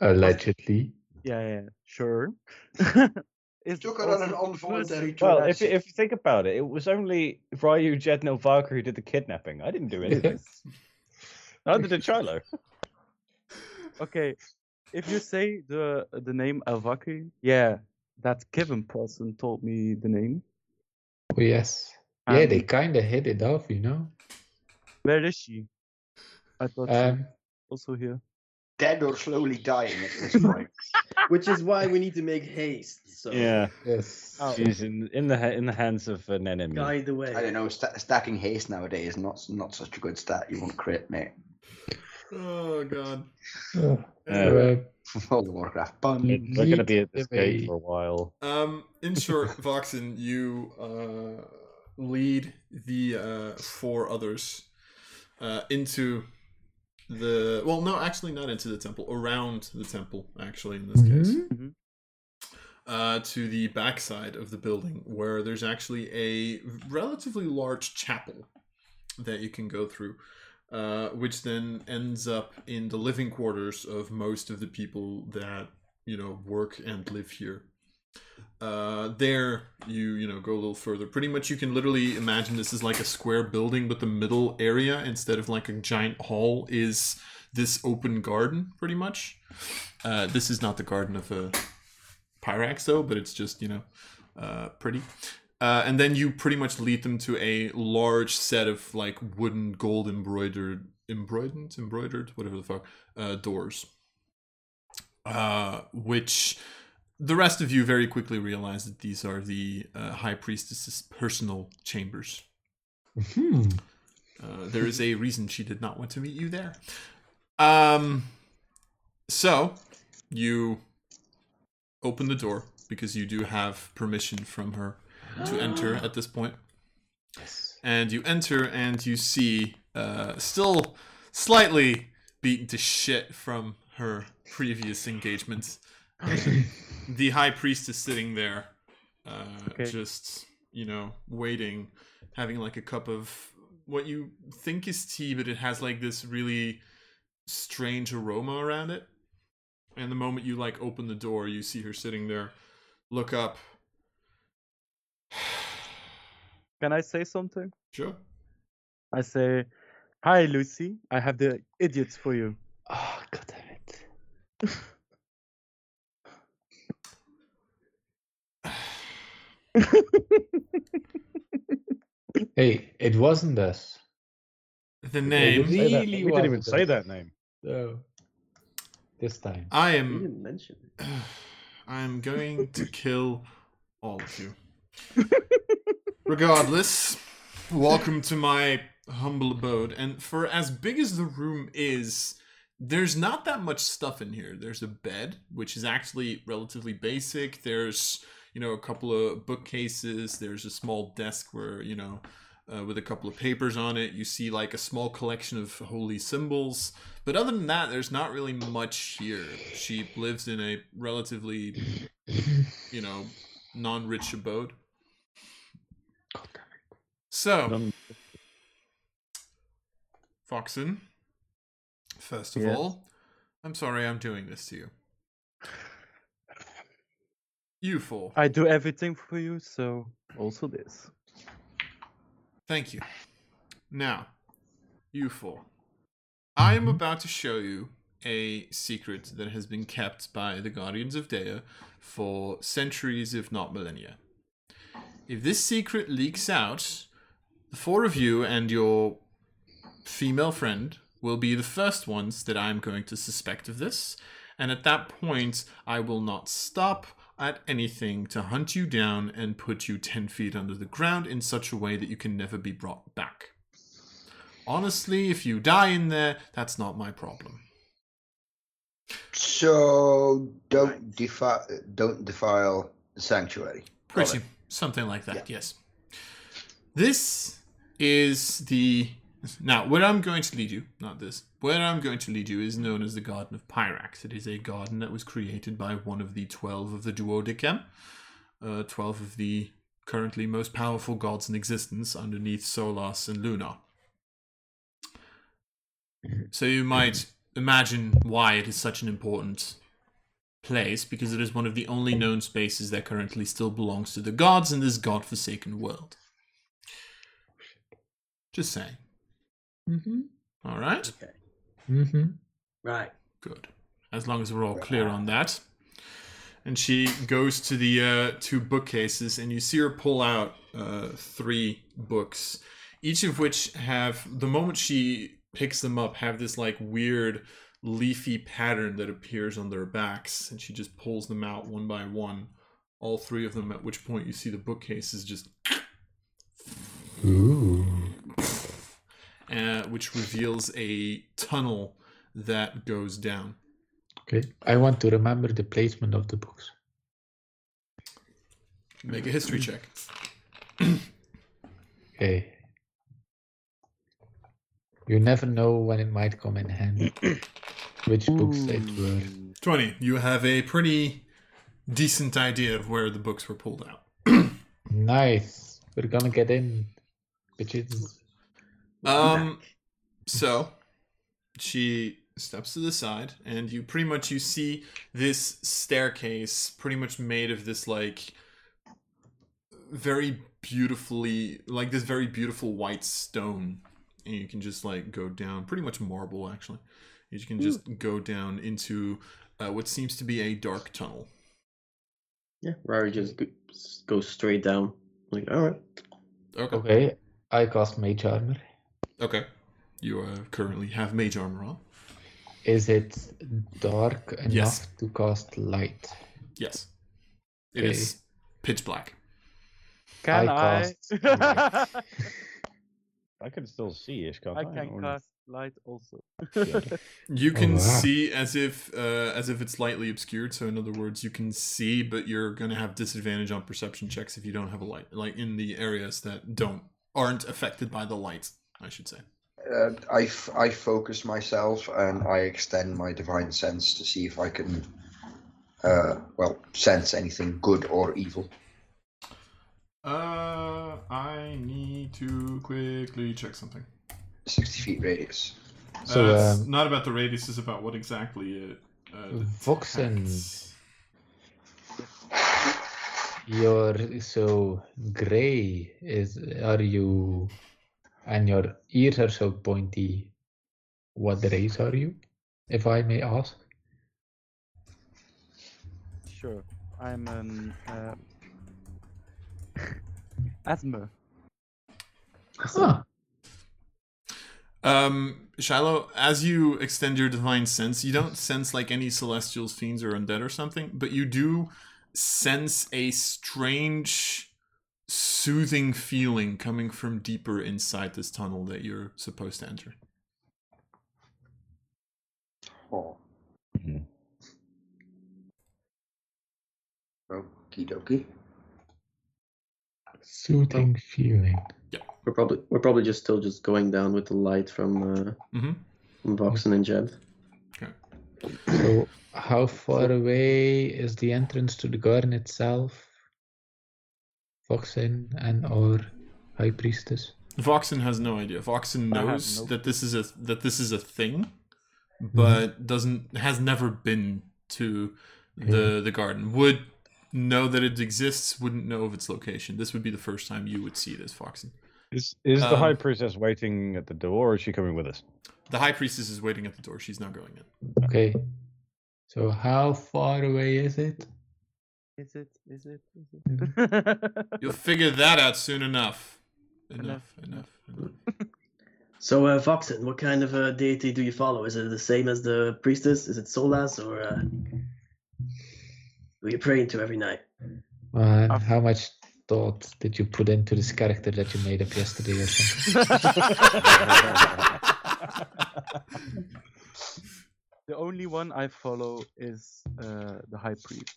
Speaker 4: Allegedly.
Speaker 7: Yeah, yeah, sure. is
Speaker 3: Took her on an
Speaker 7: also
Speaker 3: involuntary
Speaker 7: person-
Speaker 5: Well,
Speaker 3: Well,
Speaker 5: if you, if you think about it, it was only Ryu, Jedno, Valkyrie who did the kidnapping. I didn't do anything.
Speaker 4: Yes.
Speaker 5: Neither did Shiloh.
Speaker 7: Okay, if you say the the name Avaki, yeah, that Kevin person told me the name.
Speaker 4: Oh, yes. Yeah, they
Speaker 7: Um,
Speaker 4: kind of hit it off, you know?
Speaker 7: Where is she? I thought she was
Speaker 4: Um,
Speaker 7: also here.
Speaker 3: Dead or slowly dying at this point.
Speaker 6: Which is why we need to make haste. So
Speaker 5: Yeah,
Speaker 4: yes.
Speaker 5: she's in in the ha- in the hands of an enemy.
Speaker 6: guide the way.
Speaker 3: I don't know. Sta stacking haste nowadays is not not such a good stat. You want crit, mate.
Speaker 1: Oh god.
Speaker 4: Oh,
Speaker 5: Yeah.
Speaker 4: uh,
Speaker 3: World of Warcraft pun.
Speaker 5: We're going to be at
Speaker 4: Lead
Speaker 5: this
Speaker 4: the way.
Speaker 5: gate for a while.
Speaker 1: Um, in short, Voxen, you uh, lead the uh, four others uh, into the. Well, no, actually, not into the temple. Around the temple, actually, in this case,
Speaker 4: mhm.
Speaker 1: uh, to the backside of the building, where there's actually a relatively large chapel. that you can go through, uh, which then ends up in the living quarters of most of the people that you know work and live here. Uh, there you you know go a little further. Pretty much you can literally imagine this is like a square building, but the middle area instead of like a giant hall is this open garden. Pretty much, uh, this is not the garden of a Pyrax though, but it's just you know uh, pretty. Uh, and then you pretty much lead them to a large set of like wooden gold embroidered embroidered embroidered whatever the fuck uh, doors uh, which the rest of you very quickly realize that these are the uh, high priestess's personal chambers
Speaker 4: Hmm.
Speaker 1: uh, there is a reason she did not want to meet you there. Um, so you open the door because you do have permission from her to enter at this point. And you enter and you see, uh, still slightly beaten to shit from her previous engagements, the high priestess sitting there, uh,
Speaker 7: Okay.
Speaker 1: just you know waiting, having like a cup of what you think is tea, but it has like this really strange aroma around it. And the moment you like open the door, you see her sitting there, look up.
Speaker 7: Can I say something?
Speaker 1: Sure.
Speaker 7: I say, "Hi, Lucy. I have the idiots for you."
Speaker 5: Ah,
Speaker 4: Oh, god damn it. Hey, it wasn't us.
Speaker 1: The
Speaker 4: It
Speaker 1: name
Speaker 5: Say that-
Speaker 4: really
Speaker 5: we didn't even
Speaker 4: wasn't
Speaker 5: say
Speaker 4: us.
Speaker 5: that name.
Speaker 4: No. This time.
Speaker 1: I
Speaker 6: You
Speaker 1: am
Speaker 6: didn't mention it.
Speaker 1: I'm going to kill all of you. Regardless, welcome to my humble abode. And for as big as the room is, there's not that much stuff in here. There's a bed, which is actually relatively basic. There's, you know, a couple of bookcases. There's a small desk where, you know, uh, with a couple of papers on it. You see like a small collection of holy symbols. But other than that, there's not really much here. She lives in a relatively, you know, non-rich abode. So,
Speaker 5: Um,
Speaker 1: Foxen, first of
Speaker 7: Yes.
Speaker 1: all, I'm sorry I'm doing this to you. You four,
Speaker 7: I do everything for you, so also this.
Speaker 1: thank you. Now, you four, I am about to show you a secret that has been kept by the Guardians of Dea for centuries, if not millennia. If this secret leaks out, the four of you and your female friend will be the first ones that I'm going to suspect of this. And at that point, I will not stop at anything to hunt you down and put you 10 feet under the ground in such a way that you can never be brought back. Honestly, if you die in there, that's not my problem.
Speaker 3: So don't defile, don't defile the sanctuary. Got
Speaker 1: Pretty,
Speaker 3: it.
Speaker 1: something like that.
Speaker 3: Yeah.
Speaker 1: Yes. This is the now where I'm going to lead you. Not this. Where I'm going to lead you is known as the Garden of Pyrax. It is a garden that was created by one of the twelve of the Duodecem, uh, twelve of the currently most powerful gods in existence underneath Solas and Lunar. So you might imagine why it is such an important place because it is one of the only known spaces that currently still belongs to the gods in this god-forsaken world. Just saying.
Speaker 4: Mm-hmm.
Speaker 1: All right?
Speaker 6: Okay.
Speaker 4: Mm-hmm.
Speaker 6: Right.
Speaker 1: Good. As long as we're all clear on that. And she goes to the uh, two bookcases, and you see her pull out uh, three books, each of which have, the moment she picks them up, have this like weird leafy pattern that appears on their backs. And she just pulls them out one by one, all three of them, at which point you see the bookcases just
Speaker 4: Ooh.
Speaker 1: uh, which reveals a tunnel that goes down.
Speaker 4: Okay. I want to remember the placement of the books.
Speaker 1: Make a history check.
Speaker 4: Okay. You never know when it might come in handy. Which books it were.
Speaker 1: 20. You have a pretty decent idea of where the books were pulled out.
Speaker 4: Nice. We're gonna get in. Bitches.
Speaker 1: Um, so she steps to the side, and you pretty much you see this staircase, pretty much made of this like very beautifully, like this very beautiful white stone, and you can just like go down, pretty much marble actually. You can just go down into uh, what seems to be a dark tunnel.
Speaker 6: Yeah, Rari just go- s- goes straight down. Like, all right.
Speaker 1: Okay. Okay.
Speaker 4: Okay, I cast Mage Armor.
Speaker 1: You uh, currently have mage armor on.
Speaker 4: Is it dark enough
Speaker 1: Yes.
Speaker 4: to cast light?
Speaker 1: Yes. It is pitch black.
Speaker 2: Can
Speaker 4: I
Speaker 2: I?
Speaker 4: cast light.
Speaker 5: I can still see ish, can't I?
Speaker 7: I can
Speaker 5: Or-
Speaker 7: cast light also.
Speaker 1: You
Speaker 4: Oh,
Speaker 1: can
Speaker 4: wow.
Speaker 1: see as if uh, as if it's lightly obscured. So in other words, you can see, but you're gonna have disadvantage on perception checks if you don't have a light, like in the areas that don't aren't affected by the light. I should say.
Speaker 3: Uh, I, f- I focus myself and I extend my divine sense to see if I can, uh, well, sense anything good or evil.
Speaker 1: Uh, I need to quickly check something.
Speaker 3: 60 feet radius.
Speaker 4: So,
Speaker 1: uh, it's
Speaker 4: um,
Speaker 1: not about the radius; it's about what exactly it. Uh,
Speaker 4: Voxen,
Speaker 1: detects.
Speaker 4: your so gray is are you, and your ears are so pointy. What race are you, if I may ask?
Speaker 7: Sure. I'm an uh, asthma.
Speaker 4: Huh.
Speaker 1: Um, Shiloh, as you extend your divine sense, you don't sense like any celestials, fiends, or undead or something, but you do sense a strange, soothing feeling coming from deeper inside this tunnel that you're supposed to enter.
Speaker 3: Oh.
Speaker 5: Mhm.
Speaker 3: Oh, Okie dokie.
Speaker 4: Soothing feeling.
Speaker 6: We're probably we're probably just still just going down with the light from uh,
Speaker 1: Mm-hmm.
Speaker 6: from Voxen and Jed.
Speaker 4: So, how far away is the entrance to the garden itself? Voxen and or High Priestess?
Speaker 1: Voxen has no idea. Voxen
Speaker 7: I have
Speaker 1: knows
Speaker 7: no- Mhm.
Speaker 1: that this is a that this is a thing, but doesn't has never been to the the garden. Would know that it exists, wouldn't know of its location. This would be the first time you would see this, Voxen.
Speaker 5: Is is the
Speaker 1: Um,
Speaker 5: high priestess waiting at the door, or is she coming with us?
Speaker 1: The high priestess is waiting at the door. She's not going in.
Speaker 4: Okay. So, how far away is it?
Speaker 7: Is it? Is it? Is
Speaker 4: Mhm.
Speaker 7: it?
Speaker 1: You'll figure that out soon enough. Enough, enough,
Speaker 7: Enough,
Speaker 1: enough.
Speaker 6: So, uh, Voxen, what kind of uh, deity do you follow? Is it the same as the priestess? Is it Solas, or uh, who you praying to every night?
Speaker 4: Man,
Speaker 7: I've-
Speaker 4: how much thought did you put into this character that you made up yesterday or something?
Speaker 7: the only one I follow is uh, the high priest.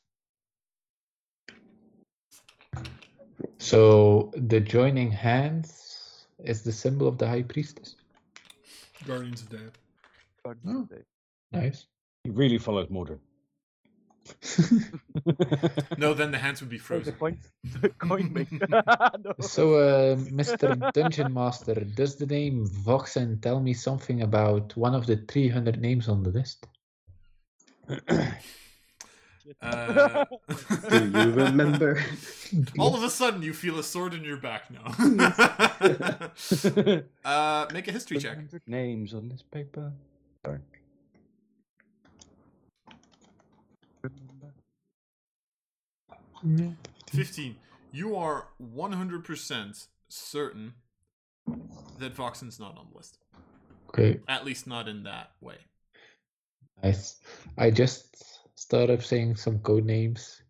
Speaker 4: So, the joining hands is the symbol of the High Priestess.
Speaker 1: Guardians of Death.
Speaker 7: God
Speaker 4: Oh.
Speaker 7: save.
Speaker 4: Nice.
Speaker 5: He really follows Mordred.
Speaker 1: No, then the hands would be
Speaker 7: Oh, the
Speaker 1: frozen.
Speaker 7: coin, the coin maker. No.
Speaker 4: So, uh, Mr. Dungeon Master, does the name Voxen tell me something about one of the 300 names on the list?
Speaker 1: Uh,
Speaker 6: Do you remember?
Speaker 1: All of a sudden, you feel a sword in your back now. uh, make a history check.
Speaker 5: 300 Names on this paper. Sorry.
Speaker 1: Fifteen. You are one hundred percent certain that Voxen's not on the list.
Speaker 4: Okay,
Speaker 1: At least not in that way.
Speaker 4: nice. I just started saying some code names.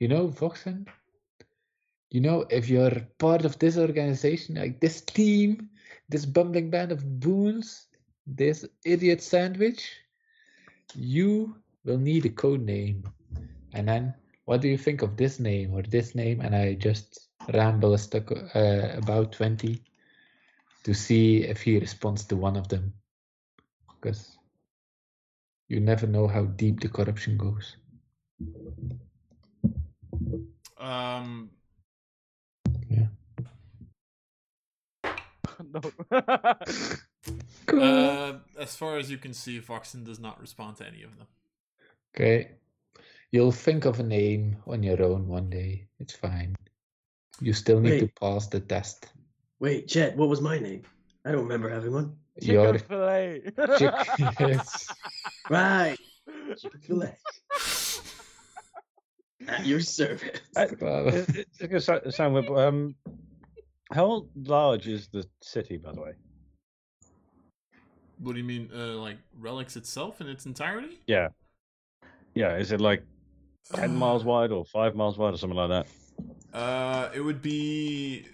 Speaker 4: You know, Voxen, you know, if you're part of this organization, like this team, this bumbling band of boons, this idiot sandwich, you will need a code name. And then, what do you think of this name or this name? And I just ramble a stuck uh, about 20 to see if he responds to one of them. Because you never know how deep the corruption goes.
Speaker 1: Um,
Speaker 4: Yeah.
Speaker 2: no.
Speaker 1: Uh, as far as you can see, Voxen does not respond to any of them.
Speaker 4: Okay. You'll think of a name on your own one day. It's fine. You still need to
Speaker 6: Wait.
Speaker 4: pass the test.
Speaker 6: Wait, Chet, what was my name? I don't remember having one.
Speaker 4: your
Speaker 2: Chicken fillet.
Speaker 4: chick- yes.
Speaker 6: Right. Chick-fil-A. At your service.
Speaker 4: Well,
Speaker 5: Uh, It- It's going to sound weird, but um, how large is the city, by the way?
Speaker 1: What do you mean, uh, like relics itself in its entirety?
Speaker 5: Yeah, is it like 10 miles wide or 5 miles wide or something like that?
Speaker 1: Uh, it would be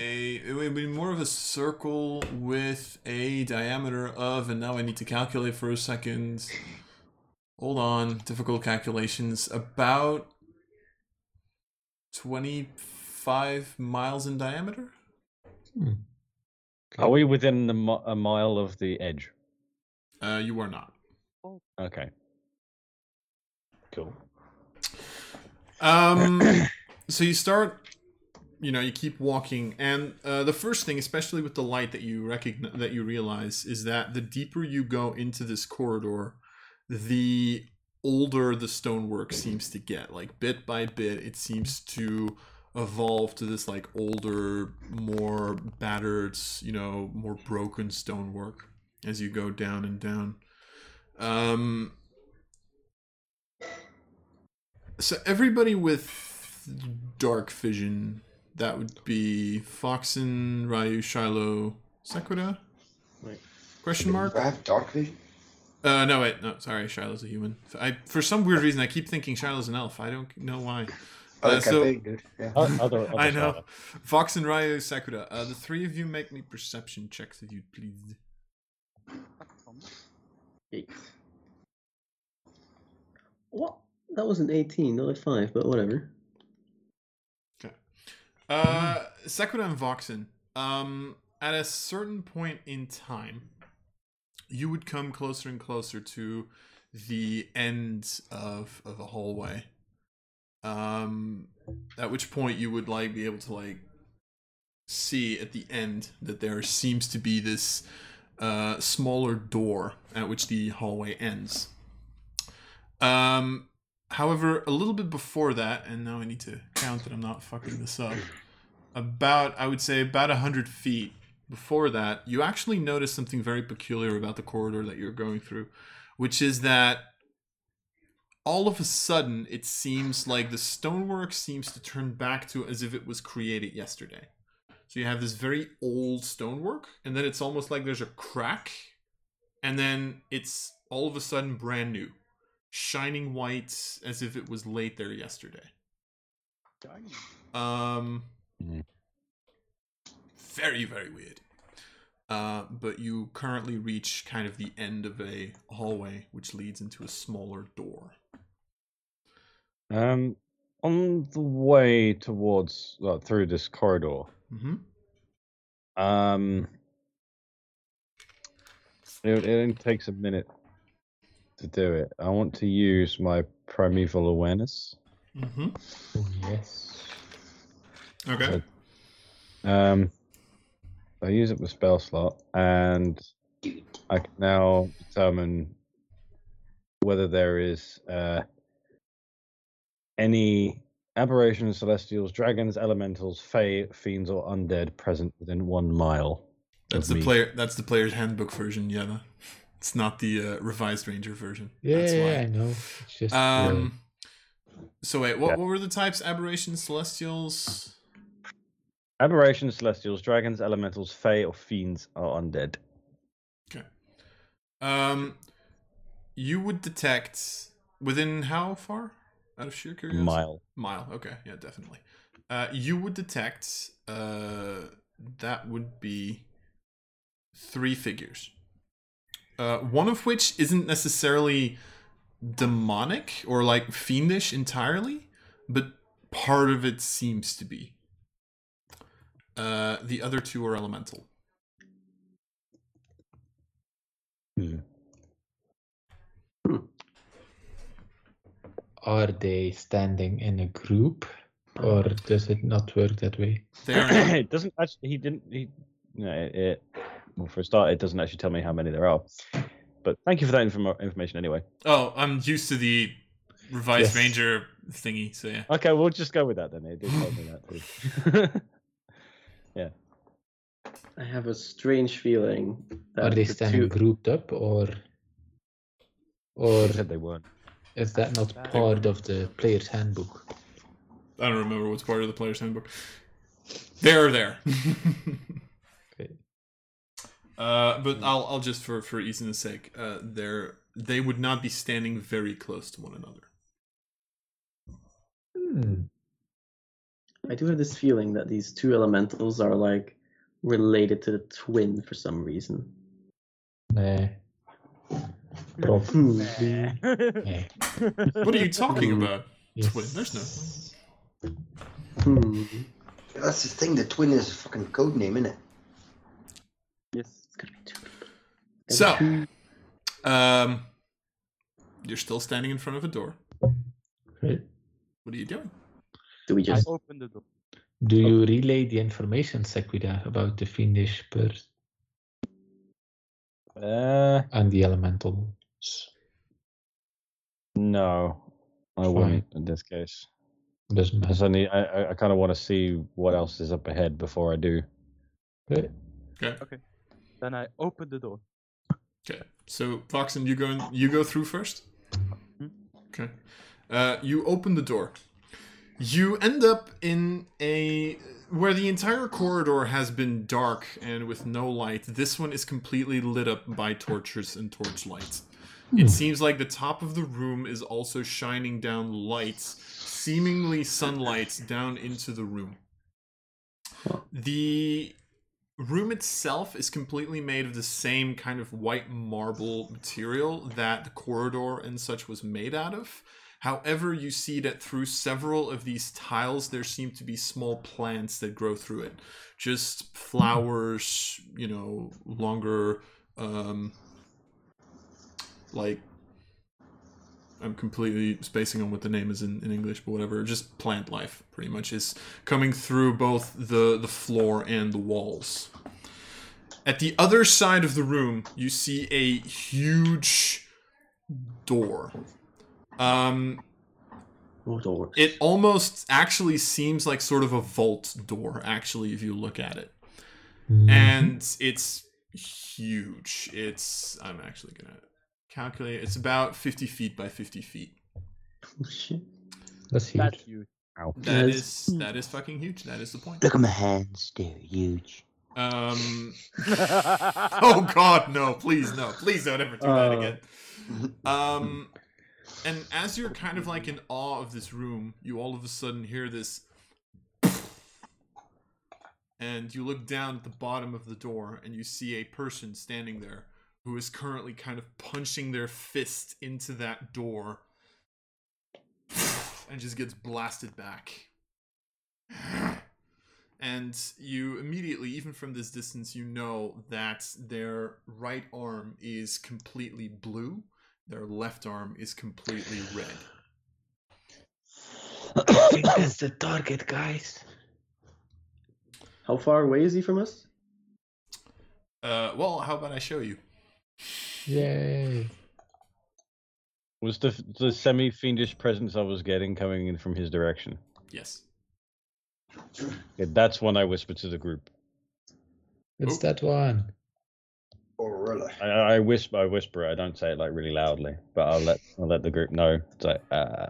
Speaker 1: a. It would be more of a circle with a diameter of, and now I need to calculate for a second. Hold on, difficult calculations. About twenty-five miles in diameter.
Speaker 5: Are we within the, mi- a mile of the edge?
Speaker 1: Uh, you are not.
Speaker 5: Okay. Cool.
Speaker 1: Um, so you start, you know, you keep walking, and uh, the first thing, especially with the light that you recognize, that you realize, is that the deeper you go into this corridor, the older the stonework seems to get. Like bit by bit, it seems to evolve to this like older, more battered, you know, more broken stonework as you go down and down. Um, so everybody with dark vision, that would be Foxen, Ryu, Shiloh, Sakura?
Speaker 6: Wait.
Speaker 1: Question mark?
Speaker 3: I have dark vision.
Speaker 1: Uh, no, wait, no, sorry, Shiloh's a human. I for some weird reason I keep thinking Shiloh's an elf. I don't know why.
Speaker 3: Oh,
Speaker 1: Uh,
Speaker 3: okay,
Speaker 1: so-
Speaker 3: very good. Yeah.
Speaker 5: O- Other, other
Speaker 1: I know.
Speaker 5: side.
Speaker 1: Fox and Ryu, Sakura. Uh, the three of you make me perception checks if you please.
Speaker 6: Eight. What? That was an 18, not a 5, but whatever.
Speaker 1: Uh, Sakura and Voxen. Um, at a certain point in time, you would come closer and closer to the end of of a hallway. Um, at which point you would like be able to like see at the end that there seems to be this uh smaller door at which the hallway ends. Um, However, a little bit before that, and now I need to count that I'm not fucking this up. About, I would say, about 100 feet before that, you actually notice something very peculiar about the corridor that you're going through, which is that all of a sudden it seems like the stonework seems to turn back to as if it was created yesterday. So you have this very old stonework, and then it's almost like there's a crack, and then it's all of a sudden brand new shining white as if it was late there yesterday. Um,
Speaker 5: Mhm.
Speaker 1: very very weird. Uh, but you currently reach kind of the end of a hallway, which leads into a smaller door.
Speaker 5: Um, on the way towards, well, through this corridor,
Speaker 1: Mm-hmm.
Speaker 5: Um, it, it only takes a minute to do it. I want to use my primeval awareness.
Speaker 1: Mm-hmm.
Speaker 4: oh, yes.
Speaker 1: Okay.
Speaker 5: Um, I use up the spell slot, and I can now determine whether there is uh, any aberrations, celestials, dragons, elementals, fae, fiends, or undead present within one mile. of
Speaker 1: That's the
Speaker 5: me.
Speaker 1: player. That's the player's handbook version. Yeah, that- it's not the uh, revised ranger version.
Speaker 4: Yeah,
Speaker 1: that's
Speaker 4: yeah,
Speaker 1: why.
Speaker 4: I know. It's just uh,
Speaker 1: Um. So wait, what,
Speaker 5: Yeah.
Speaker 1: what were the types? Aberrations, celestials.
Speaker 5: Aberrations, celestials, dragons, elementals, fae, or fiends are undead.
Speaker 1: Um, you would detect within how far? Out of sheer curiosity.
Speaker 5: Mile.
Speaker 1: Mile. Okay. Yeah, definitely. Uh, you would detect. Uh, that would be three figures. Uh, one of which isn't necessarily demonic or like fiendish entirely, but part of it seems to be. Uh, the other two are elemental.
Speaker 4: are they standing in a group, or does it not work that way?
Speaker 1: They are
Speaker 5: it doesn't actually. He didn't. He No, it, it well, for a start, it doesn't actually tell me how many there are. But thank you for that inform- information anyway.
Speaker 1: Oh, I'm used to the revised
Speaker 5: Yes.
Speaker 1: ranger thingy. So yeah.
Speaker 5: Okay, we'll just go with that then. It did tell me that too.
Speaker 6: I have a strange feeling
Speaker 4: Are
Speaker 6: that
Speaker 4: they
Speaker 6: the
Speaker 4: standing
Speaker 6: two-
Speaker 4: grouped up or or
Speaker 5: They said they weren't.
Speaker 4: is that not part of the player's handbook?
Speaker 1: I don't remember what's part of the player's handbook. They're there.
Speaker 4: Okay.
Speaker 1: Uh, but I'll I'll just for for easiness sake, uh, they're they would not be standing very close to one another.
Speaker 4: Hmm.
Speaker 6: I do have this feeling that these two elementals are like related to the twin for some reason.
Speaker 4: Nah. Prob-
Speaker 6: Probably.
Speaker 4: nah.
Speaker 1: What are you talking
Speaker 6: Hmm.
Speaker 1: about?
Speaker 4: Yes.
Speaker 1: Twin. There's no twin.
Speaker 6: Hmm.
Speaker 3: That's the thing. The twin is a fucking code name, innit?
Speaker 7: Yes.
Speaker 6: It's gonna be two people.
Speaker 1: So, um, you're still standing in front of a door.
Speaker 4: Right.
Speaker 1: What are you doing?
Speaker 6: Do we
Speaker 7: I
Speaker 6: just
Speaker 7: open the door.
Speaker 4: Do you
Speaker 1: Oh.
Speaker 4: relay the information, Sequida, about the fiendish bird
Speaker 5: Uh,
Speaker 4: and the elemental?
Speaker 5: no, I wouldn't in this case.
Speaker 4: Doesn't
Speaker 5: I
Speaker 4: matter.
Speaker 5: suddenly, I, I, I kind of want to see what else is up ahead before I do.
Speaker 4: Right.
Speaker 7: Then I open the door.
Speaker 1: Okay. So, Voxen, you go in, you go through first. Okay. Uh, you open the door. You end up in a where the entire corridor has been dark and with no light. This one is completely lit up by torches and torchlights. It seems like the top of the room is also shining down lights, seemingly sunlight, down into the room. The room itself is completely made of the same kind of white marble material that the corridor and such was made out of. However, you see that through several of these tiles, there seem to be small plants that grow through it. Just flowers, you know, longer, um, like, I'm completely spacing on what the name is in, in English, but whatever. Just plant life, pretty much, is coming through both the, the floor and the walls. At the other side of the room, you see a huge door. Um,
Speaker 6: oh, doors?
Speaker 1: it almost actually seems like sort of a vault door, actually, if you look at it.
Speaker 4: Mm, Mm-hmm.
Speaker 1: And it's huge. It's, I'm actually going to calculate, it's about 50 feet by 50 feet.
Speaker 6: Oh, shit.
Speaker 4: That's huge.
Speaker 7: That's you.
Speaker 1: That
Speaker 6: Yes.
Speaker 1: is that is fucking huge. That is the point.
Speaker 3: Look at my hands. They're huge.
Speaker 1: Um, oh God, no! Please, no! Please don't ever do that
Speaker 6: Uh.
Speaker 1: again. Um, and as you're kind of like in awe of this room, you all of a sudden hear this, and you look down at the bottom of the door, and you see a person standing there who is currently kind of punching their fist into that door, and just gets blasted back. and you immediately even from this distance you know that their right arm is completely blue their left arm is completely red
Speaker 4: I think that's the target, guys.
Speaker 6: How far away is he from us?
Speaker 1: uh, well how about i show you
Speaker 4: Yay.
Speaker 5: Was the the semi fiendish presence I was getting coming in from his direction?
Speaker 1: yes
Speaker 5: Yeah, that's when I whispered to the group.
Speaker 4: It's
Speaker 1: Oop.
Speaker 4: that one.
Speaker 3: Or really?
Speaker 5: I, I whisper, I whisper. I don't say it like really loudly, but I'll let I'll let the group know. It's like, uh,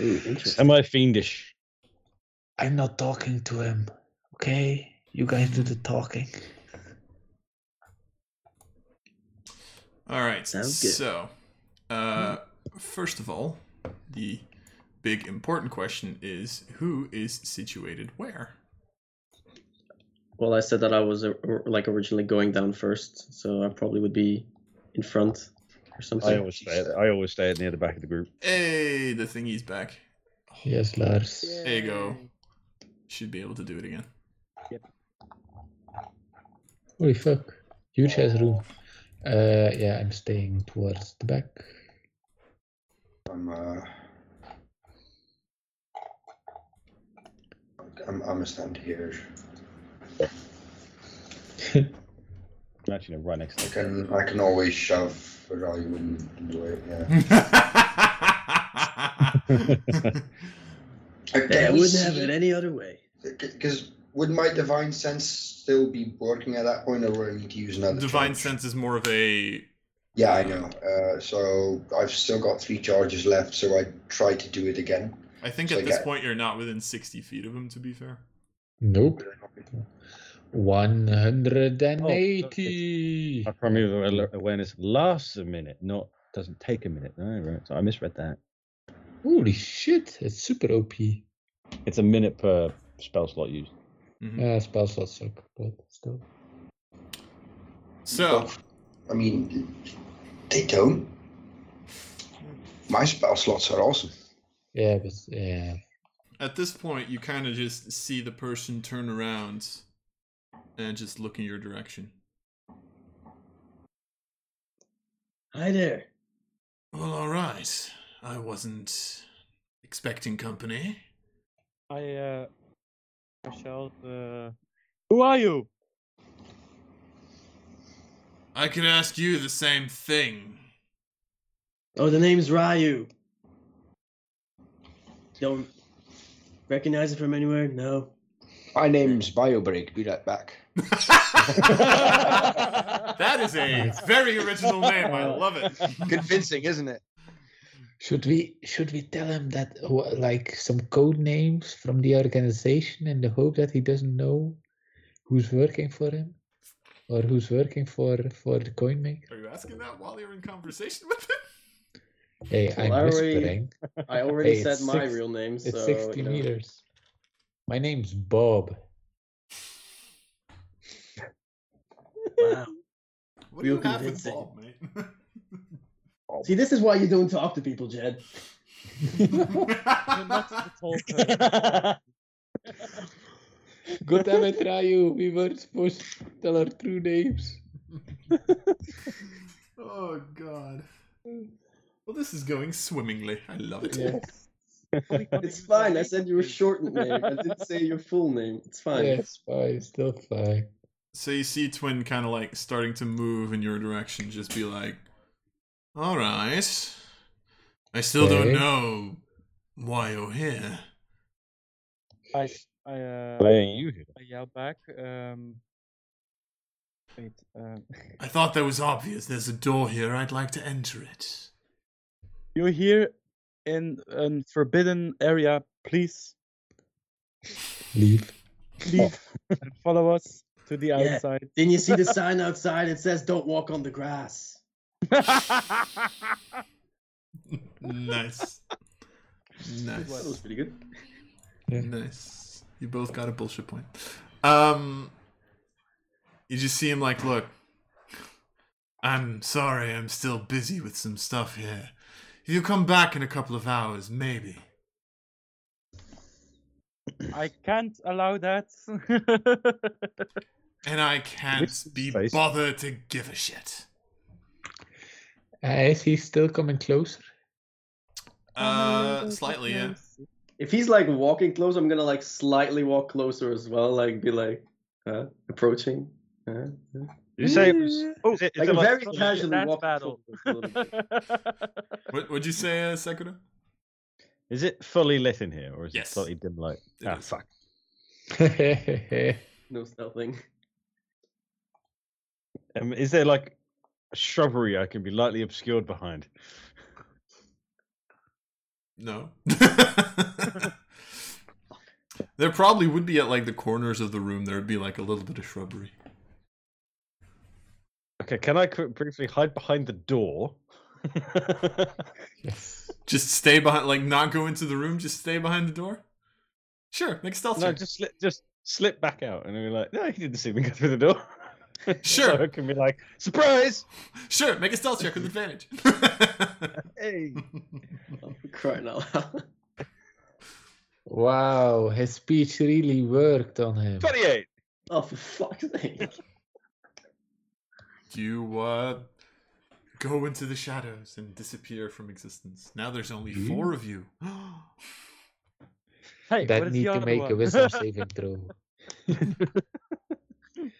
Speaker 6: Ooh, interesting.
Speaker 5: am I fiendish?
Speaker 4: I'm not talking to him. Okay? You guys do the talking.
Speaker 1: all right
Speaker 6: Sounds good.
Speaker 1: so uh, first of all the big important question is who is situated where
Speaker 6: Well, I said that I was uh, or- like originally going down first, so I probably would be in front or
Speaker 5: I
Speaker 6: something.
Speaker 5: always stay. I always stay near the back of the group.
Speaker 1: hey the thingy's back
Speaker 4: Yes, Lars.
Speaker 1: there you go should be able to do it again
Speaker 4: Holy fuck. Huge ass room. Uh, yeah, I'm staying towards the back.
Speaker 3: I'm, uh... I'm, I'm a stand here.
Speaker 5: Actually, no, right next
Speaker 3: I
Speaker 5: to it.
Speaker 3: can I can always shove a value in, in the way. Yeah.
Speaker 6: Yeah, I wouldn't have it any other way.
Speaker 3: Because would my divine sense still be working at that point, or would I need to use another?
Speaker 1: Divine
Speaker 3: charge?
Speaker 1: sense is more of a
Speaker 3: Yeah, I know. Uh, so I've still got three charges left, so I try to do it again.
Speaker 1: I think
Speaker 3: So
Speaker 1: at
Speaker 3: I
Speaker 1: this
Speaker 3: got-
Speaker 1: point you're not within 60 feet of him, to be fair.
Speaker 4: Nope. 180.
Speaker 6: Oh,
Speaker 5: I probably the alert awareness lasts a minute, not doesn't take a minute. No, right. So I misread that.
Speaker 4: Holy shit, it's super OP.
Speaker 5: It's a minute per spell slot used.
Speaker 6: Hmm.
Speaker 4: Yeah, spell slots suck, but still.
Speaker 1: So,
Speaker 3: I mean, they don't. My spell slots are awesome.
Speaker 4: Yeah, but yeah.
Speaker 1: at this point, you kind of just see the person turn around and just look in your direction.
Speaker 6: Hi there.
Speaker 1: Well, alright. I wasn't expecting company.
Speaker 7: I uh, I shout, uh, who are you?
Speaker 1: I could ask you the same thing.
Speaker 6: Oh, the name's Ryu. Don't recognize it from anywhere? No.
Speaker 3: My name's BioBreak. Do that back.
Speaker 1: that is a very original name. I love it.
Speaker 3: Convincing, isn't it?
Speaker 4: Should we should we tell him that wh- like some code names from the organization in the hope that he doesn't know who's working for him or who's working for for the coin maker?
Speaker 1: Are you asking that while you're in conversation with him?
Speaker 4: Hey,
Speaker 6: Well, I
Speaker 4: I'm
Speaker 6: already-
Speaker 4: whispering.
Speaker 6: I already
Speaker 4: Hey,
Speaker 6: said
Speaker 4: it's
Speaker 6: my
Speaker 4: six-
Speaker 6: real name, so
Speaker 4: It's 60
Speaker 6: you know.
Speaker 4: meters. My name's Bob.
Speaker 6: Wow.
Speaker 1: What do you
Speaker 6: Real
Speaker 1: have with
Speaker 6: convincing.
Speaker 1: Bob, mate?
Speaker 6: See, this is why you don't talk to people, Jed.
Speaker 7: You're not the tall person.
Speaker 5: That's
Speaker 4: Good damn it, Ryu. We weren't supposed to tell our true names.
Speaker 1: oh god. Well, this is going swimmingly. I love it.
Speaker 4: Yes.
Speaker 6: It's fine. I said your short name. I didn't say your full name. It's fine.
Speaker 4: Yes, fine. Still fine.
Speaker 1: So you see Twin kind of like starting to move in your direction. Just be like, "All right, I still don't
Speaker 4: Okay.
Speaker 1: know why you're here."
Speaker 7: I, sh- I, uh,
Speaker 5: Playing you here.
Speaker 7: I yell back. Um, wait, um,
Speaker 1: I thought that was obvious. There's a door here. I'd like to enter it.
Speaker 7: you're here in a forbidden area. Please
Speaker 4: Leave.
Speaker 7: leave and follow us to the
Speaker 6: Yeah.
Speaker 7: outside.
Speaker 6: Didn't you see the sign outside? It says "Don't walk on the grass."
Speaker 1: nice,
Speaker 6: That
Speaker 1: nice,
Speaker 6: was pretty good.
Speaker 1: nice. You both got a bullshit point. Um, you just see him like, "Look, I'm sorry. I'm still busy with some stuff here. If you come back in a couple of hours, maybe."
Speaker 7: I can't allow that.
Speaker 1: And I can't
Speaker 5: This is
Speaker 1: be
Speaker 5: space.
Speaker 1: bothered to give a shit.
Speaker 4: Uh, is he still coming closer?
Speaker 7: Oh,
Speaker 1: Uh, slightly, yeah.
Speaker 6: If he's like walking close, I'm gonna like slightly walk closer as well. Like be like uh, approaching. Uh,
Speaker 5: You say it was.
Speaker 7: Oh,
Speaker 5: is it, is
Speaker 6: like
Speaker 5: it like
Speaker 6: very
Speaker 5: from-
Speaker 6: casually
Speaker 7: That's
Speaker 6: walking
Speaker 7: battle.
Speaker 6: close a little bit.
Speaker 1: What would you say, uh, Sekiro?
Speaker 5: Is it fully lit in here, or is
Speaker 1: Yes.
Speaker 5: it slightly dim light?
Speaker 1: It
Speaker 5: Ah,
Speaker 1: is.
Speaker 5: fuck.
Speaker 6: No stealthing.
Speaker 5: Um, is there like a shrubbery I can be lightly obscured behind?
Speaker 1: No. there probably would be at like the corners of the room. There would be like a little bit of shrubbery.
Speaker 5: Okay, can I qu- briefly hide behind the door?
Speaker 4: yes.
Speaker 1: Just stay behind, like not go into the room. Just stay behind the door. Sure, make a stealth.
Speaker 5: no,
Speaker 1: check.
Speaker 5: just slip, just slip back out, and then be like, no, he didn't see me go through the door.
Speaker 1: Sure.
Speaker 5: so I can be like, surprise!
Speaker 1: Sure, make a stealth check with advantage.
Speaker 5: Hey,
Speaker 6: I'm crying out loud.
Speaker 4: Wow, his speech really worked on him.
Speaker 5: twenty-eight.
Speaker 6: Oh, for fuck's sake!
Speaker 1: you uh, go into the shadows and disappear from existence. Now there's only four of you.
Speaker 7: hey, what
Speaker 4: That
Speaker 7: is
Speaker 4: need
Speaker 7: the
Speaker 4: to
Speaker 7: other
Speaker 4: make
Speaker 7: one?
Speaker 4: a wisdom saving throw.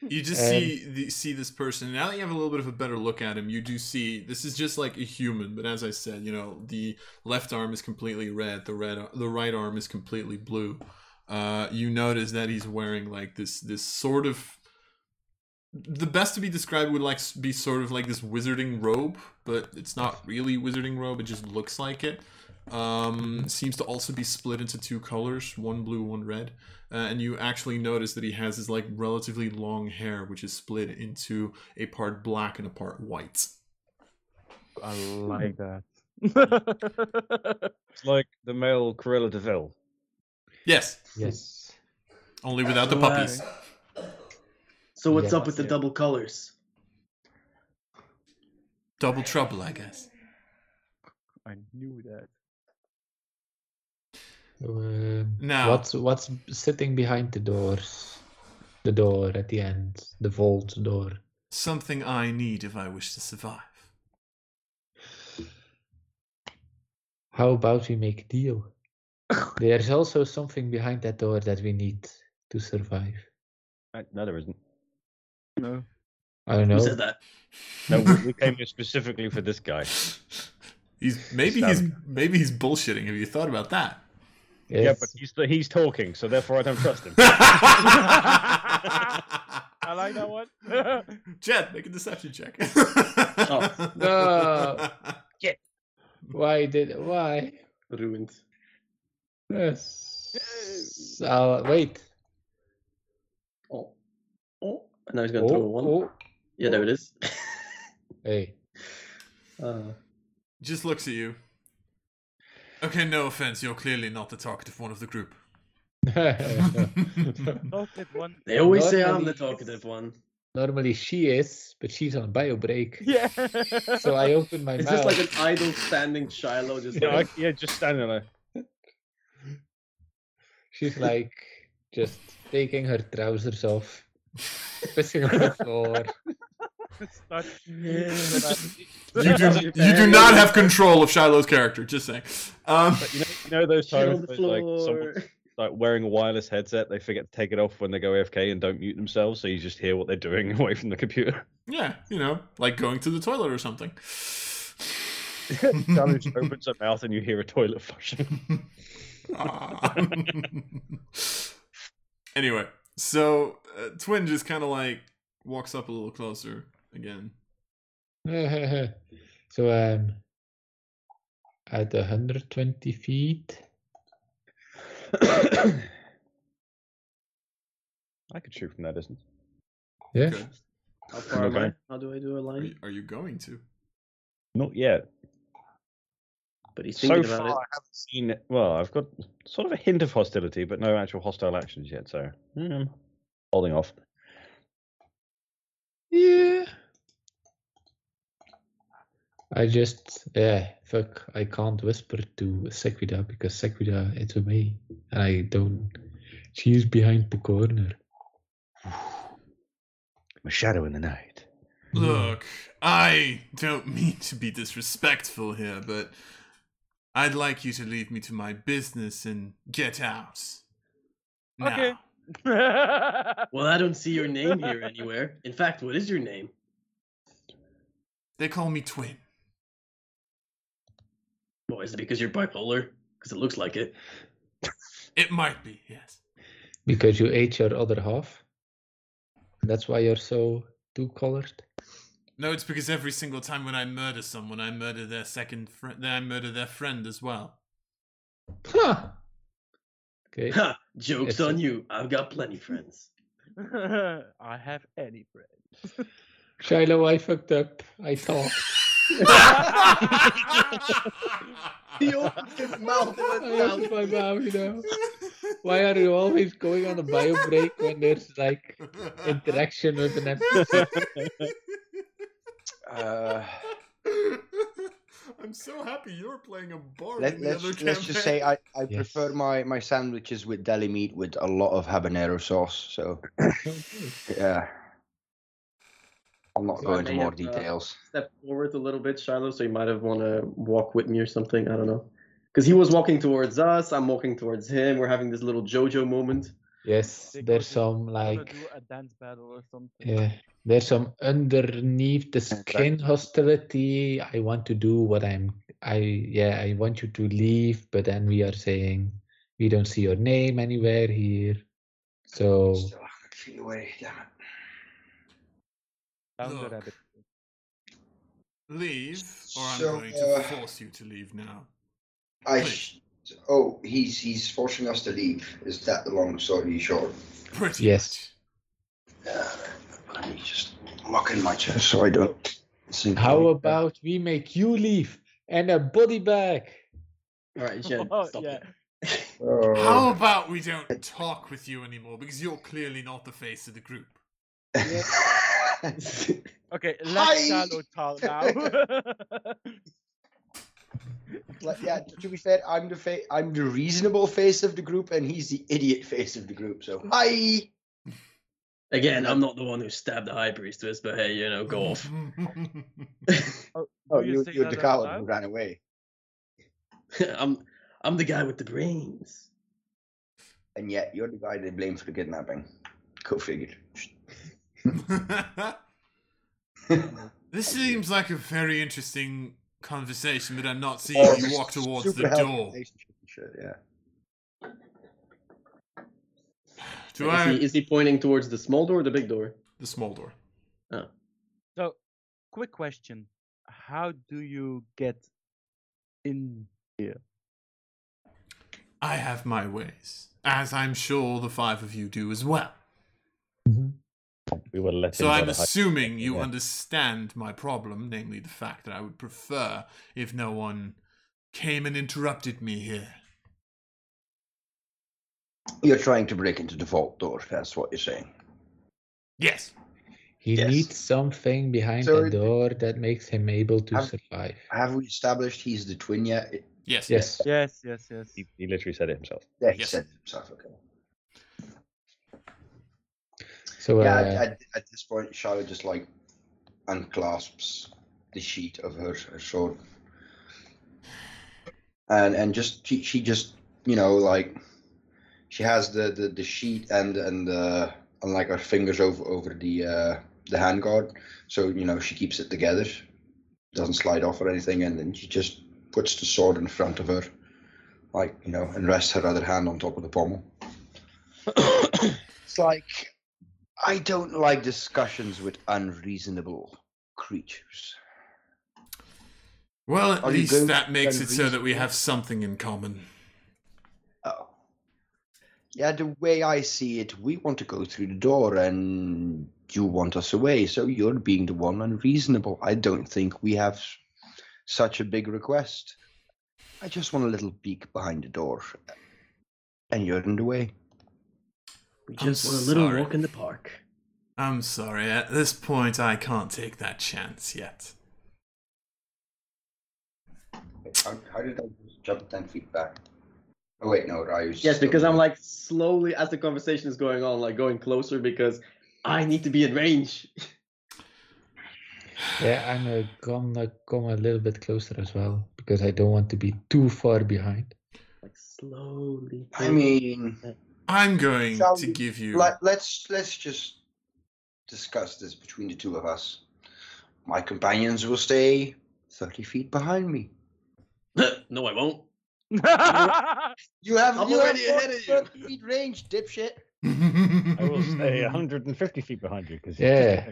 Speaker 1: You just
Speaker 4: Um,
Speaker 1: see the, see this person. Now that you have a little bit of a better look at him, you do see this is just like a human. But as I said, you know the left arm is completely red. The red the right arm is completely blue. Uh, you notice that he's wearing like this this sort of the best to be described would like s- be sort of like this wizarding robe, but it's not really wizarding robe. It just looks like it. Um, seems to also be split into two colors, one blue, one red uh, and you actually notice that he has his like relatively long hair, which is split into a part black and a part white.
Speaker 7: I like that.
Speaker 5: It's like the male Cruella de Vil.
Speaker 1: Yes,
Speaker 4: Yes.
Speaker 1: only without the
Speaker 6: Wow.
Speaker 1: puppies.
Speaker 6: So what's
Speaker 4: Yeah.
Speaker 6: up with the double colors?
Speaker 1: Double trouble, I guess.
Speaker 7: I knew that.
Speaker 4: Um,
Speaker 1: Now-
Speaker 4: What's what's b- sitting behind the doors? The door at the end, the vault door.
Speaker 1: Something I need if I wish to survive.
Speaker 4: How about we make a deal? There's also something behind that door that we need to survive.
Speaker 5: Uh, No, there isn't.
Speaker 7: No.
Speaker 4: I don't know.
Speaker 6: Who said that?
Speaker 5: No, we we came here specifically for this guy.
Speaker 1: He's maybe he's maybe he's bullshitting. Have you thought about that?
Speaker 5: Yeah,
Speaker 4: Yes.
Speaker 5: but he's, he's talking, so therefore I don't trust him.
Speaker 7: I like that one.
Speaker 1: Jed, make a deception check.
Speaker 6: Oh.
Speaker 4: No. Why did why?
Speaker 6: Ruined.
Speaker 4: Yes. I'll wait.
Speaker 6: Oh. Oh. And now he's gonna
Speaker 4: Oh,
Speaker 6: throw a one.
Speaker 4: oh.
Speaker 6: Yeah, there it is.
Speaker 4: Hey.
Speaker 6: uh,
Speaker 1: Just looks at you. Okay, no offense. You're clearly not the target of one of the group.
Speaker 7: Not that one.
Speaker 6: they always
Speaker 4: Not
Speaker 6: say I'm
Speaker 4: many-
Speaker 6: the talkative one.
Speaker 4: Normally she is, but she's on bio break.
Speaker 7: Yeah.
Speaker 4: So I open my
Speaker 6: It's
Speaker 4: mouth.
Speaker 6: just like an idle standing Shiloh, just
Speaker 5: yeah,
Speaker 6: like,
Speaker 5: I- yeah, just standing there.
Speaker 4: She's like just taking her trousers off, pissing on the floor.
Speaker 7: It's not
Speaker 1: You do, you do not have control of Shiloh's character. Just saying. Um,
Speaker 5: But you know, you know those
Speaker 6: shit on
Speaker 5: times
Speaker 6: the
Speaker 5: when, like
Speaker 6: floor.
Speaker 5: someone's like wearing a wireless headset, they forget to take it off when they go AFK and don't mute themselves, so you just hear what they're doing away from the computer.
Speaker 1: yeah, you know, like going to the toilet or something.
Speaker 5: Challenge opens her mouth and you hear a toilet flushing.
Speaker 1: Ah. anyway, so uh, Twin just kind of like walks up a little closer again.
Speaker 4: so um, at 120 feet,
Speaker 5: I could shoot from that distance.
Speaker 4: yeah,
Speaker 1: Okay.
Speaker 6: How far am I?
Speaker 5: Okay.
Speaker 6: How do I do a
Speaker 1: Are
Speaker 6: line?
Speaker 1: you, are you going to?
Speaker 5: Not yet.
Speaker 6: But he's
Speaker 5: So
Speaker 6: thinking
Speaker 5: far, I
Speaker 6: about it.
Speaker 5: haven't seen. Well, I've got sort of a hint of hostility, but no actual hostile actions yet. So mm, holding off.
Speaker 4: yeah. I just yeah fuck. I can't whisper to Sequida because Sequida it's away, and I don't. She's behind the corner.
Speaker 5: A shadow in the night.
Speaker 1: Look, I don't mean to be disrespectful here, but I'd like you to leave me to my business and get out. Now.
Speaker 7: Okay.
Speaker 6: Well, I don't see your name here anywhere. In fact, what is your name?
Speaker 1: They call me Twin.
Speaker 6: Well, Oh, is it because you're bipolar? Because it looks like it.
Speaker 1: It might be, yes.
Speaker 4: Because you ate your other half. That's why you're so two colored.
Speaker 1: No, it's because every single time when I murder someone, I murder their second friend. Then I murder their friend as well.
Speaker 4: Huh. Okay.
Speaker 6: Ha! Joke's
Speaker 4: It's-
Speaker 6: on you. I've got plenty friends.
Speaker 7: I have any friend.
Speaker 4: Shiloh, I fucked up. I talked.
Speaker 6: He opened his mouth
Speaker 4: I
Speaker 6: and went down.
Speaker 4: opened my mouth, you know. Why are you always going on a bio break when there's like
Speaker 1: Uh-huh.
Speaker 4: interaction with an episode?
Speaker 3: Uh,
Speaker 1: I'm so happy you're playing a bar.
Speaker 3: let, let's let's just say I, I
Speaker 4: Yes.
Speaker 3: prefer my, my sandwiches with deli meat with a lot of habanero sauce. So yeah, I'm not
Speaker 6: So I
Speaker 3: going to
Speaker 6: may
Speaker 3: more
Speaker 6: have, uh,
Speaker 3: details.
Speaker 6: Step forward a little bit, Shiloh, so you might have want to walk with me or something. I don't know. Because he was walking towards us. I'm walking towards him. We're having this little JoJo moment.
Speaker 4: Yes,
Speaker 7: They go
Speaker 4: there's
Speaker 7: to-
Speaker 4: some
Speaker 7: Gonna
Speaker 4: like
Speaker 7: do a dance battle or something.
Speaker 4: yeah, there's some underneath the
Speaker 5: Exactly.
Speaker 4: skin hostility. I want to do what I'm. I yeah, I want you to leave, but then we are saying we don't see your name anywhere here. So
Speaker 3: Still a hundred feet away, damn it.
Speaker 7: Down the
Speaker 1: Look.
Speaker 7: rabbit.
Speaker 1: Leave, or I'm
Speaker 3: uh, So,
Speaker 1: going to
Speaker 3: uh,
Speaker 1: force you to leave now.
Speaker 3: I
Speaker 1: Wait.
Speaker 3: sh- oh, he's he's forcing us to leave. Is that the long story short?
Speaker 1: Pretty
Speaker 4: Yes.
Speaker 3: Yeah. Let me just lock in my chest so I don't sink.
Speaker 4: how about we make you leave and a body bag?
Speaker 6: All right, Jen,
Speaker 7: Oh,
Speaker 6: stop
Speaker 7: yeah.
Speaker 6: it.
Speaker 3: Oh.
Speaker 1: much. How about we don't talk with you anymore because you're clearly not the face of the group.
Speaker 7: Okay,
Speaker 3: Hi.
Speaker 7: let's shallow tal now.
Speaker 3: Like, yeah. To be fair, I'm the fa- I'm the reasonable face of the group, and he's the idiot face of the group. So hi.
Speaker 6: Again, I'm not the one who stabbed the high priestess, but hey, you know, go off.
Speaker 3: Oh,
Speaker 7: you
Speaker 3: you,
Speaker 7: say
Speaker 3: you're
Speaker 7: that
Speaker 3: the
Speaker 7: out
Speaker 3: coward who
Speaker 7: loud?
Speaker 3: ran away.
Speaker 6: I'm I'm the guy with the brains.
Speaker 3: And yet, you're the guy they blame for the kidnapping. Go figure.
Speaker 1: this seems like a very interesting conversation, but I'm not seeing you walk towards the
Speaker 3: Oh, Super healthy
Speaker 1: door.
Speaker 3: relationship and shit, yeah.
Speaker 1: Do
Speaker 6: Like,
Speaker 1: I?
Speaker 6: Is, he, is he pointing towards the small door or the big door?
Speaker 1: The small door.
Speaker 7: so, quick question: How do you get in?
Speaker 1: I have my ways, as I'm sure the five of you do as well.
Speaker 5: We were let
Speaker 1: So
Speaker 5: in by
Speaker 1: I'm
Speaker 5: the high-
Speaker 1: assuming you
Speaker 5: yeah.
Speaker 1: understand my problem, namely the fact that I would prefer if no one came and interrupted me here.
Speaker 3: You're trying to break into the vault door. That's what you're saying.
Speaker 1: Yes.
Speaker 4: He
Speaker 3: Yes.
Speaker 4: needs something behind
Speaker 3: So
Speaker 4: the
Speaker 3: it-
Speaker 4: door that makes him able to
Speaker 3: Have-
Speaker 4: survive.
Speaker 3: Have we established he's the twin yet? It-
Speaker 1: Yes.
Speaker 4: Yes.
Speaker 7: Yes, yes, yes.
Speaker 5: He, he literally said it himself.
Speaker 3: yeah, he
Speaker 1: Yes.
Speaker 3: said it himself. Okay.
Speaker 4: So
Speaker 3: yeah.
Speaker 4: uh,
Speaker 3: At, at, at this point, Charlotte just like unclasps the sheet of her, her sword, and and just she, she just you know like she has the the, the sheet and and uh, and like her fingers over over the uh, the hand guard, so you know she keeps it together, doesn't slide off or anything, and then she just puts the sword in front of her, like you know, and rests her other hand on top of the pommel. it's like I don't like discussions with unreasonable creatures.
Speaker 1: Well, at
Speaker 3: Are you
Speaker 1: least
Speaker 3: going
Speaker 1: that makes
Speaker 3: then
Speaker 1: it so that we
Speaker 3: reasonable?
Speaker 1: have something in common.
Speaker 3: Oh. Yeah, the way I see it, we want to go through the door and you want us away, so you're being the one unreasonable. I don't think we have such a big request. I just want a little peek behind the door. And you're in the way.
Speaker 6: We
Speaker 1: I'm
Speaker 6: just want a little
Speaker 1: sorry.
Speaker 6: walk in the park.
Speaker 1: I'm sorry, at this point I can't take that chance yet.
Speaker 3: How, how did I just jump 10 feet back? Oh, wait, no, I was.
Speaker 6: Yes, because I'm like slowly as the conversation is going on, like going closer because I need to be in range.
Speaker 4: yeah, I'm uh, gonna come a little bit closer as well because I don't want to be too far behind.
Speaker 6: Like slowly.
Speaker 3: I mean.
Speaker 1: I'm going
Speaker 3: Shall
Speaker 1: to
Speaker 3: we-
Speaker 1: give you
Speaker 3: Let, let's let's just discuss this between the two of us. My companions will stay thirty feet behind me.
Speaker 6: no, I won't.
Speaker 3: You have
Speaker 6: I'm
Speaker 3: you
Speaker 6: already
Speaker 3: have
Speaker 6: ahead of you.
Speaker 3: 30 feet range, dipshit.
Speaker 5: I will stay uh, 150 feet behind you because
Speaker 4: Yeah.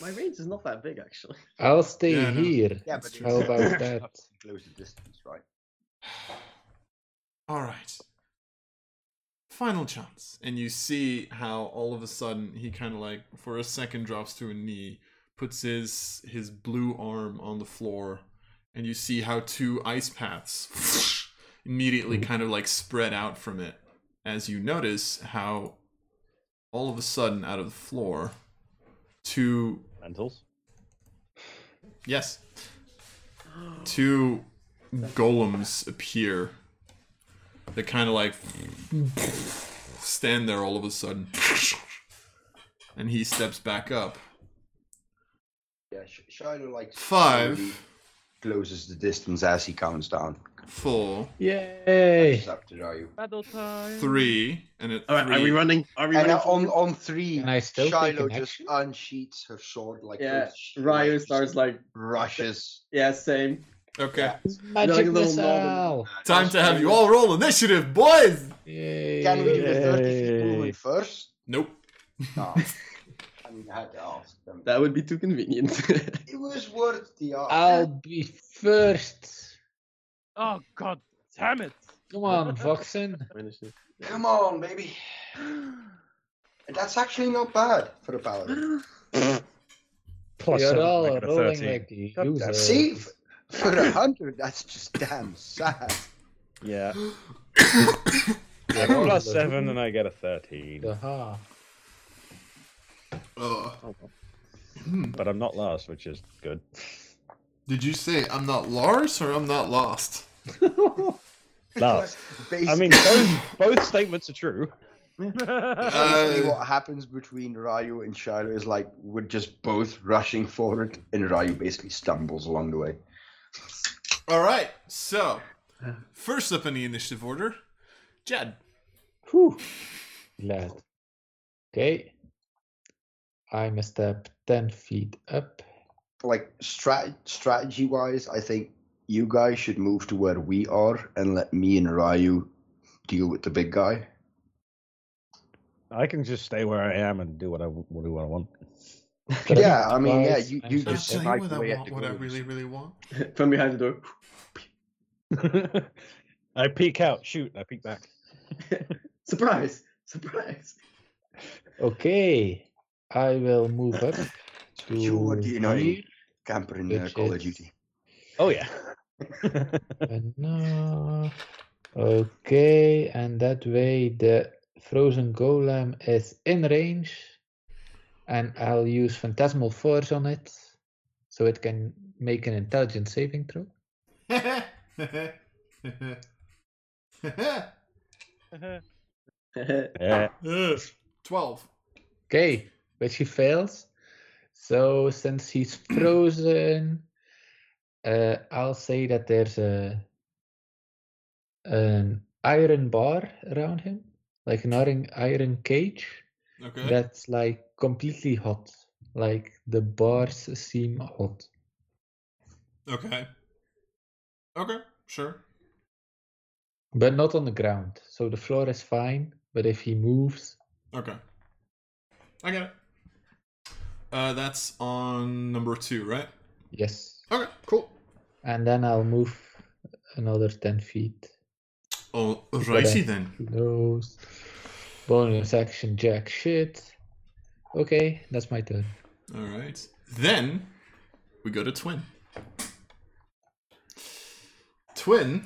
Speaker 6: My range is not that big actually.
Speaker 4: I'll stay
Speaker 1: Yeah, I know.
Speaker 4: here.
Speaker 3: Yeah,
Speaker 1: That's
Speaker 3: but
Speaker 1: true.
Speaker 4: How about that?
Speaker 3: Close the distance, right?
Speaker 1: All right. Final chance. And you see how all of a sudden he kind of like for a second drops to a knee, puts his his blue arm on the floor, and you see how two ice paths immediately kind of like spread out from it. As you notice how all of a sudden out of the floor two
Speaker 5: Mantles.
Speaker 1: yes, two golems appear. They kind of like stand there all of a sudden. And he steps back up.
Speaker 3: Yeah, Sh- Shiloh like
Speaker 1: Five.
Speaker 3: slowly closes the distance as he counts down.
Speaker 1: four,
Speaker 4: Yay!
Speaker 3: Accepted, are you?
Speaker 2: Battle time.
Speaker 1: three, and at
Speaker 6: All right,
Speaker 1: three,
Speaker 6: are we running? Are we
Speaker 3: And
Speaker 6: running?
Speaker 3: uh, on on three,
Speaker 4: Can I still take
Speaker 3: Shiloh
Speaker 4: an
Speaker 3: just
Speaker 4: action?
Speaker 3: unsheaths her sword like
Speaker 8: Yeah,
Speaker 3: sh-
Speaker 8: Ryu
Speaker 3: like, just
Speaker 8: starts like,
Speaker 3: rushes.
Speaker 8: yeah, same.
Speaker 1: Okay,
Speaker 3: Yeah.
Speaker 4: Magic
Speaker 8: little
Speaker 4: missile!
Speaker 1: time to have you all roll initiative, boys.
Speaker 4: Yay!
Speaker 3: Can we do the thirty feet
Speaker 7: Yay.
Speaker 3: movement first?
Speaker 1: Nope.
Speaker 3: No. I mean, I had to ask them.
Speaker 8: That would be too convenient.
Speaker 3: It was worth the ask.
Speaker 4: I'll be first.
Speaker 7: Oh god damn it!
Speaker 4: Come on, Voxen.
Speaker 3: Come on, baby. That's actually not bad for a paladin.
Speaker 2: Plus
Speaker 4: You're
Speaker 2: seven,
Speaker 4: all
Speaker 2: I got a
Speaker 4: rolling
Speaker 2: 13.
Speaker 4: like a
Speaker 2: God damn.
Speaker 4: user.
Speaker 3: See, f- for a hunter, that's just damn sad.
Speaker 2: Yeah.
Speaker 4: Yeah,
Speaker 5: I roll a
Speaker 4: roll
Speaker 5: seven and I get a thirteen,
Speaker 4: Aha.
Speaker 1: Ugh.
Speaker 5: but I'm not last, which is good.
Speaker 1: Did you say I'm not Lars or I'm not lost?
Speaker 5: Last.
Speaker 3: Basically,
Speaker 5: Oh. I mean, both, both statements are true.
Speaker 3: basically
Speaker 1: Uh,
Speaker 3: what happens between Ryu and Shiloh is like we're just both rushing forward, and Ryu basically stumbles along the way.
Speaker 1: all right. So, first up in the initiative order, Jed.
Speaker 4: Whew. Glad. Okay. I'm a step 10 feet up.
Speaker 3: Like strat- strategy wise, I think you guys should move to where we are and let me and Ryu deal with the big guy.
Speaker 5: I can just stay where I am and do what I w- do what I want.
Speaker 3: Yeah, I mean, yeah,
Speaker 4: Twice,
Speaker 3: you-
Speaker 4: I'm
Speaker 3: you
Speaker 1: Can I
Speaker 4: just
Speaker 3: just-
Speaker 1: tell you
Speaker 3: like
Speaker 1: what
Speaker 3: the
Speaker 1: I
Speaker 3: way I
Speaker 1: want?
Speaker 3: think
Speaker 1: What
Speaker 3: it
Speaker 1: I
Speaker 3: is.
Speaker 1: really, really want?
Speaker 8: From behind the door.
Speaker 5: I peek out, shoot, and I peek back.
Speaker 8: Surprise! Surprise!
Speaker 4: Okay. I will move up to
Speaker 3: You were the annoying
Speaker 4: here.
Speaker 3: camper in uh,
Speaker 4: Which
Speaker 3: Call of
Speaker 4: is-
Speaker 3: Duty.
Speaker 5: Oh yeah.
Speaker 4: And no. Okay, and that way the frozen golem is in range, and I'll use phantasmal force on it, so it can make an intelligence saving throw.
Speaker 5: yeah.
Speaker 1: Twelve.
Speaker 4: Okay, but she fails. So since he's frozen, uh, I'll say that there's a an iron bar around him, like an iron iron cage
Speaker 1: Okay.
Speaker 4: that's like completely hot. Like the bars seem hot.
Speaker 1: Okay. Okay. Sure.
Speaker 4: But not on the ground. So the floor is fine. But if he moves,
Speaker 1: Okay. I get it. Uh, that's on number two, right?
Speaker 4: yes.
Speaker 1: Okay. Cool.
Speaker 4: And then I'll move another 10 feet.
Speaker 1: Alrighty
Speaker 4: Okay.
Speaker 1: then.
Speaker 4: Close. Bonus action, jack shit. Okay, that's my turn.
Speaker 1: All right. Then we go to Twin. Twin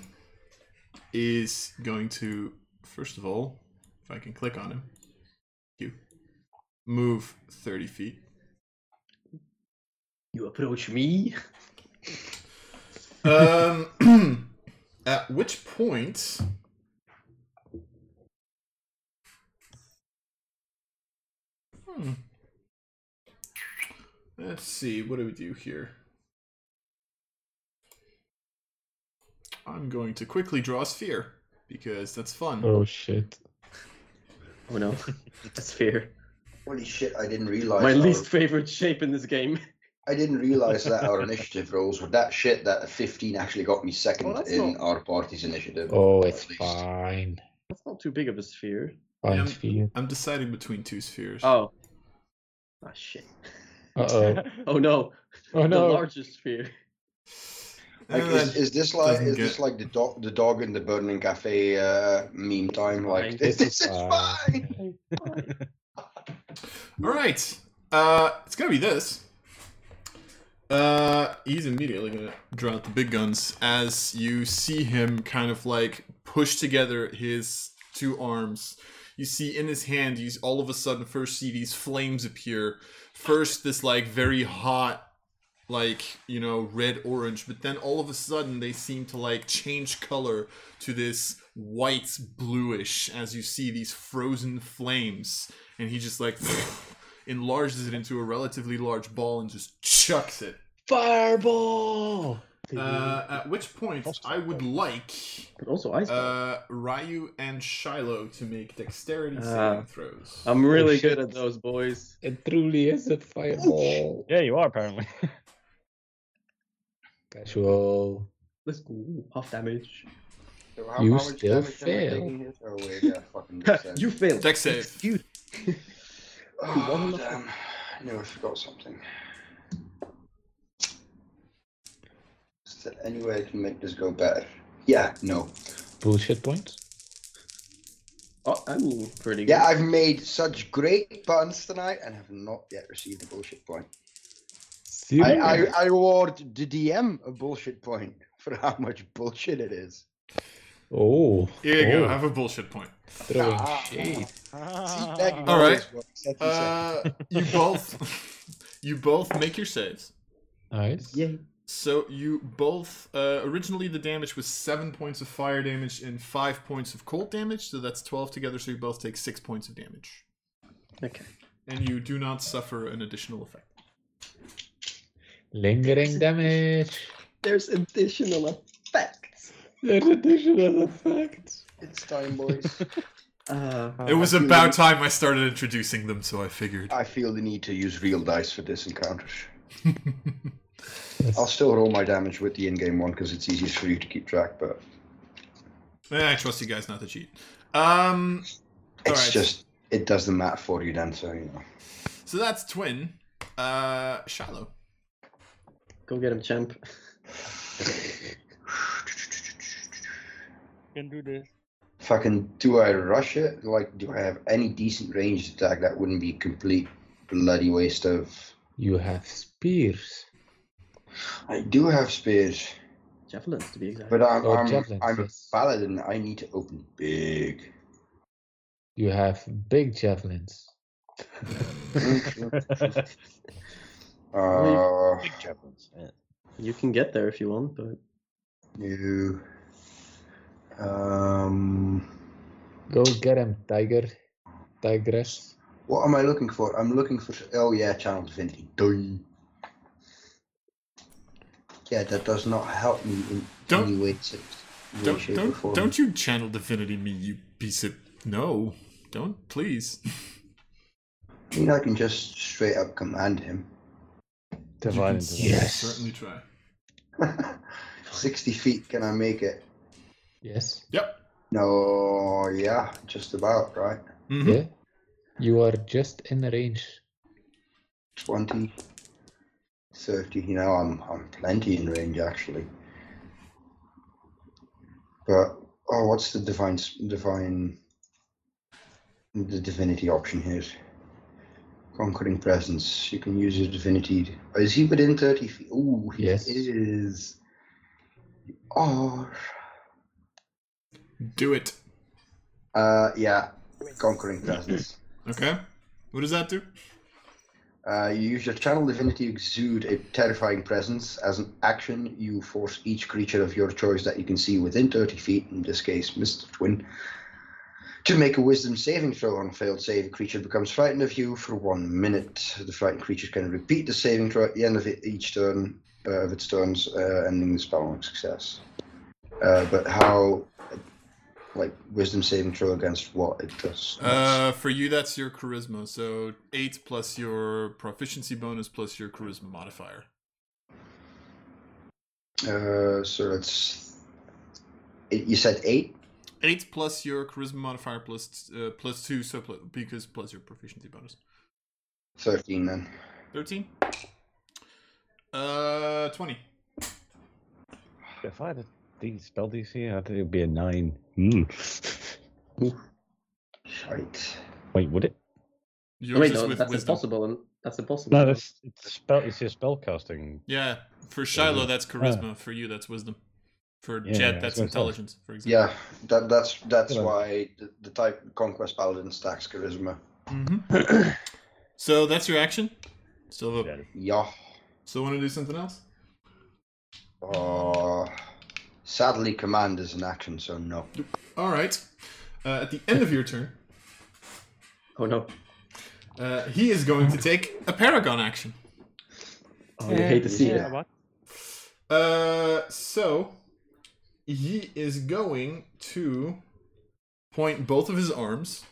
Speaker 1: is going to, first of all, if I can click on him, you move 30 feet.
Speaker 8: You approach me.
Speaker 1: Um, at which point. Hmm. Let's see, what do we do here? I'm going to quickly draw a sphere because that's fun.
Speaker 4: Oh shit.
Speaker 8: Oh no, that's fear.
Speaker 3: Holy shit! I didn't
Speaker 6: Oh,
Speaker 3: realize
Speaker 8: My
Speaker 3: our-
Speaker 8: least favorite shape in this game.
Speaker 3: I didn't realize that our initiative rolls were that shit. That a fifteen actually got me second
Speaker 8: Well, that's
Speaker 3: in
Speaker 8: not-
Speaker 3: our party's initiative.
Speaker 4: Oh, it's
Speaker 3: At least.
Speaker 4: fine.
Speaker 8: That's not too big of a sphere.
Speaker 4: Fine
Speaker 1: Yeah.
Speaker 4: sphere.
Speaker 1: I'm deciding between two spheres.
Speaker 8: Oh. Ah shit.
Speaker 4: Uh oh.
Speaker 8: Oh no.
Speaker 4: Oh
Speaker 8: The
Speaker 4: no.
Speaker 8: largest sphere.
Speaker 1: And
Speaker 3: Like, is,
Speaker 1: then-
Speaker 3: is this like
Speaker 1: doesn't
Speaker 3: is this
Speaker 1: get-
Speaker 3: like the dog the dog in the burning cafe uh, meme time? Like
Speaker 8: Fine.
Speaker 3: this, is fine.
Speaker 1: all right. Uh, it's gonna be this. Uh, he's immediately gonna draw out the big guns as you see him kind of like push together his two arms. You see in his hand, you all of a sudden first see these flames appear. First, this like very hot, like you know, red orange, but then all of a sudden they seem to like change color to this white bluish as you see these frozen flames, and he just like enlarges it into a relatively large ball and just chucks it.
Speaker 4: Fireball!
Speaker 1: Uh, at which point, I would like
Speaker 8: But also ice.
Speaker 1: uh, Ryu and Shiloh to make dexterity
Speaker 8: Ah.
Speaker 1: saving throws.
Speaker 8: I'm
Speaker 6: oh,
Speaker 8: really
Speaker 4: shit.
Speaker 8: good at those boys.
Speaker 4: It truly is a fireball.
Speaker 5: Yeah, you are apparently.
Speaker 4: Casual.
Speaker 8: Let's go half damage.
Speaker 3: So
Speaker 4: You
Speaker 3: much
Speaker 4: still
Speaker 3: damage am I
Speaker 4: fail.
Speaker 3: taking here? Oh wait, yeah, fucking dex
Speaker 8: You failed.
Speaker 1: Dex save.
Speaker 3: Oh, damn. I knew I forgot something. Is there any way I can make this go better? Yeah, no.
Speaker 4: Bullshit points.
Speaker 8: Oh, I'm pretty good.
Speaker 3: Yeah, I've made such great puns tonight and have not yet received a bullshit point. I, I, I award the DM a bullshit point for how much bullshit it is.
Speaker 4: Oh.
Speaker 1: Here you
Speaker 4: oh,
Speaker 1: go. Have a bullshit point.
Speaker 4: Throwing
Speaker 3: Ah.
Speaker 4: shade.
Speaker 3: See, that
Speaker 1: Oh, All right.
Speaker 3: always works. That's insane.
Speaker 1: Uh, you both, you both make your saves.
Speaker 4: Nice.
Speaker 1: So you both uh, originally the damage was seven points of fire damage and five points of cold damage, so that's twelve together. So you both take six points of damage,
Speaker 8: Okay.
Speaker 1: and you do not suffer an additional effect.
Speaker 4: Lingering damage.
Speaker 8: There's additional effects.
Speaker 4: There's additional effects.
Speaker 3: It's time, boys.
Speaker 8: Uh,
Speaker 1: it was about time I started introducing them, so I figured.
Speaker 3: I feel the need to use real dice for this encounter. I'll still roll my damage with the in-game one because it's easiest for you to keep track, but
Speaker 1: Eh, I trust you guys not to cheat. Um,
Speaker 3: it's
Speaker 1: Alright.
Speaker 3: just it does the math for you then, so you know.
Speaker 1: so that's twin, uh, Shiloh.
Speaker 8: go get him, champ.
Speaker 2: can do this.
Speaker 3: Fucking do I rush it? Like, do I have any decent ranged attack that wouldn't be complete bloody waste of?
Speaker 4: You have spears.
Speaker 3: I do have spears,
Speaker 8: Javelins, to be exact.
Speaker 3: but uh, I'm
Speaker 4: Or
Speaker 3: Um, I'm,
Speaker 4: javelins,
Speaker 3: I'm a
Speaker 4: yes.
Speaker 3: paladin. I need to open big.
Speaker 4: You have big javelins.
Speaker 3: Uh,
Speaker 5: Big javelins. Yeah.
Speaker 8: You can get there if you want, but
Speaker 3: you. Um,
Speaker 4: Go get him, tiger. Tigress.
Speaker 3: what am I looking for? I'm looking for. Oh yeah, channel divinity. Done. Yeah, that does not help me in
Speaker 1: Don't-
Speaker 3: any way, shape, way,
Speaker 1: Don't
Speaker 3: shape, or
Speaker 1: don't
Speaker 3: form.
Speaker 1: don't you channel divinity me, you piece of no. Don't please.
Speaker 3: I mean, I can just straight up command him.
Speaker 1: You can
Speaker 5: Divine and divine.
Speaker 4: Yes.
Speaker 1: certainly try.
Speaker 3: 60 feet, can I make it?
Speaker 4: Yes.
Speaker 1: Yep.
Speaker 3: No, yeah, just about, right?
Speaker 1: Mhm.
Speaker 4: Yeah. You are just in range.
Speaker 3: 20, 30, you know, I'm, I'm plenty in range actually. But, oh, what's the divine, s- divine, the divinity option here? Conquering presence. You can use your divinity. Is he within 30 feet? Oh, he
Speaker 4: Yes.
Speaker 3: is. Oh,
Speaker 1: Do it.
Speaker 3: Uh, yeah, conquering presence.
Speaker 1: Okay. What does that do?
Speaker 3: Uh, you use your channel divinity to exude a terrifying presence. As an action, you force each creature of your choice that you can see within 30 feet, in this case, Mr. Twin, to make a wisdom saving throw. On a failed save, the creature becomes frightened of you for one minute. The frightened creature can repeat the saving throw at the end of it, each turn uh, of its turns, uh, ending the spell on success. Uh, but how, like, wisdom saving throw against what? It does. not
Speaker 1: Uh, for you, that's your charisma. So eight plus your proficiency bonus plus your charisma modifier.
Speaker 3: Uh, so it's. It, you said eight?
Speaker 1: Eight plus your charisma modifier plus uh, plus two, so pl- because plus your proficiency bonus.
Speaker 3: 13 then.
Speaker 1: Thirteen. Uh, twenty.
Speaker 5: If I had a D spell DC, I think it'd be a nine. Hmm.
Speaker 3: Shite.
Speaker 5: Wait, would it?
Speaker 1: Yours
Speaker 8: wait,
Speaker 1: is
Speaker 8: no,
Speaker 1: with
Speaker 8: that's
Speaker 1: wisdom.
Speaker 8: impossible. And that's impossible.
Speaker 5: No, that's it's spell. It's your spell casting.
Speaker 1: Yeah, for Shiloh, that's charisma. For you, that's wisdom. For
Speaker 5: Yeah,
Speaker 1: Jet, that's
Speaker 5: yeah, that's what I thought.
Speaker 1: intelligence. For example.
Speaker 3: Yeah, that, that's that's
Speaker 5: Come on.
Speaker 3: why the, the type Conquest Paladin stacks charisma.
Speaker 1: hmm so that's your action. Still, have a-
Speaker 5: Yeah.
Speaker 3: Yeah.
Speaker 1: still want to do something else?
Speaker 3: Uh, sadly, command is an action, so no.
Speaker 1: All right. Uh, at the end of your turn,
Speaker 8: Oh no!
Speaker 1: uh, he is going to take a paragon action.
Speaker 8: Oh, you hate to see
Speaker 2: yeah,
Speaker 8: it.
Speaker 2: what?
Speaker 1: Uh, so he is going to point both of his arms,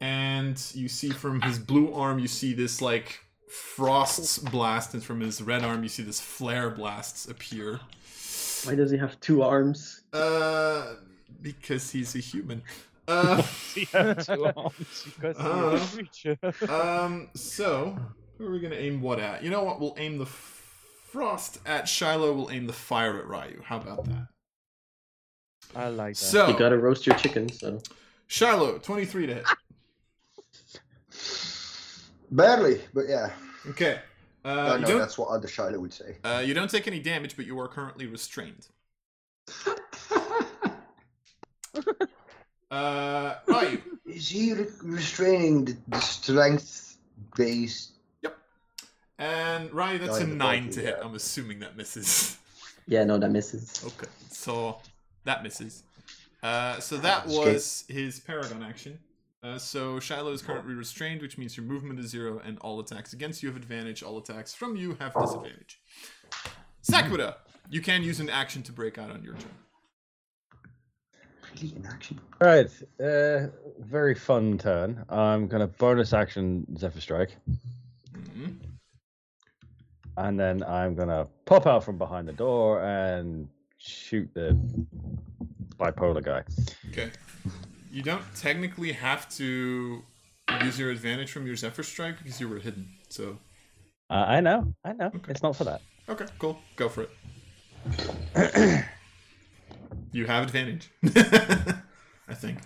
Speaker 1: and you see from his blue arm, you see this like frosts blast, and from his red arm, you see this flare blasts appear.
Speaker 8: Why does he have two arms?
Speaker 1: Uh, because he's a human. Uh,
Speaker 7: He had two arms because he was a creature.
Speaker 1: um, so who are we gonna aim what at? You know what? We'll aim the frost at Shiloh. We'll aim the fire at Ryu. How about that?
Speaker 9: I like that.
Speaker 1: So
Speaker 8: You gotta roast your chicken, so.
Speaker 1: Shiloh, 23 to hit.
Speaker 3: Barely, but yeah.
Speaker 1: Okay. Uh,
Speaker 3: I
Speaker 1: you,
Speaker 3: know
Speaker 1: don't,
Speaker 3: Oh, that's what other Shiloh would say.
Speaker 1: uh, you don't take any damage, but you are currently restrained. Uh, Ryu.
Speaker 3: Is he re- restraining the, the strength based?
Speaker 1: And Ryu, that's a
Speaker 3: Nine to
Speaker 1: 9
Speaker 3: forty,
Speaker 1: to hit.
Speaker 3: yeah.
Speaker 1: I'm assuming that misses.
Speaker 8: Yeah, no, that misses.
Speaker 1: Okay. So that misses. Uh, so that
Speaker 3: Escape.
Speaker 1: was his Paragon action. Uh, so Shiloh is currently restrained, which means your movement is zero, and all attacks against you have advantage. All attacks from you have disadvantage. Sakuda, you can use an action to break out on your turn.
Speaker 3: Really in action?
Speaker 5: Right, uh, very fun turn. I'm gonna bonus action Zephyr Strike,
Speaker 1: Mhm.
Speaker 5: and then I'm gonna pop out from behind the door and shoot the bipolar guy.
Speaker 1: Okay. You don't technically have to use your advantage from your Zephyr Strike because you were hidden. So
Speaker 5: Uh, I know, I know. It's not for that.
Speaker 1: okay, cool. Go for it. you have advantage. I think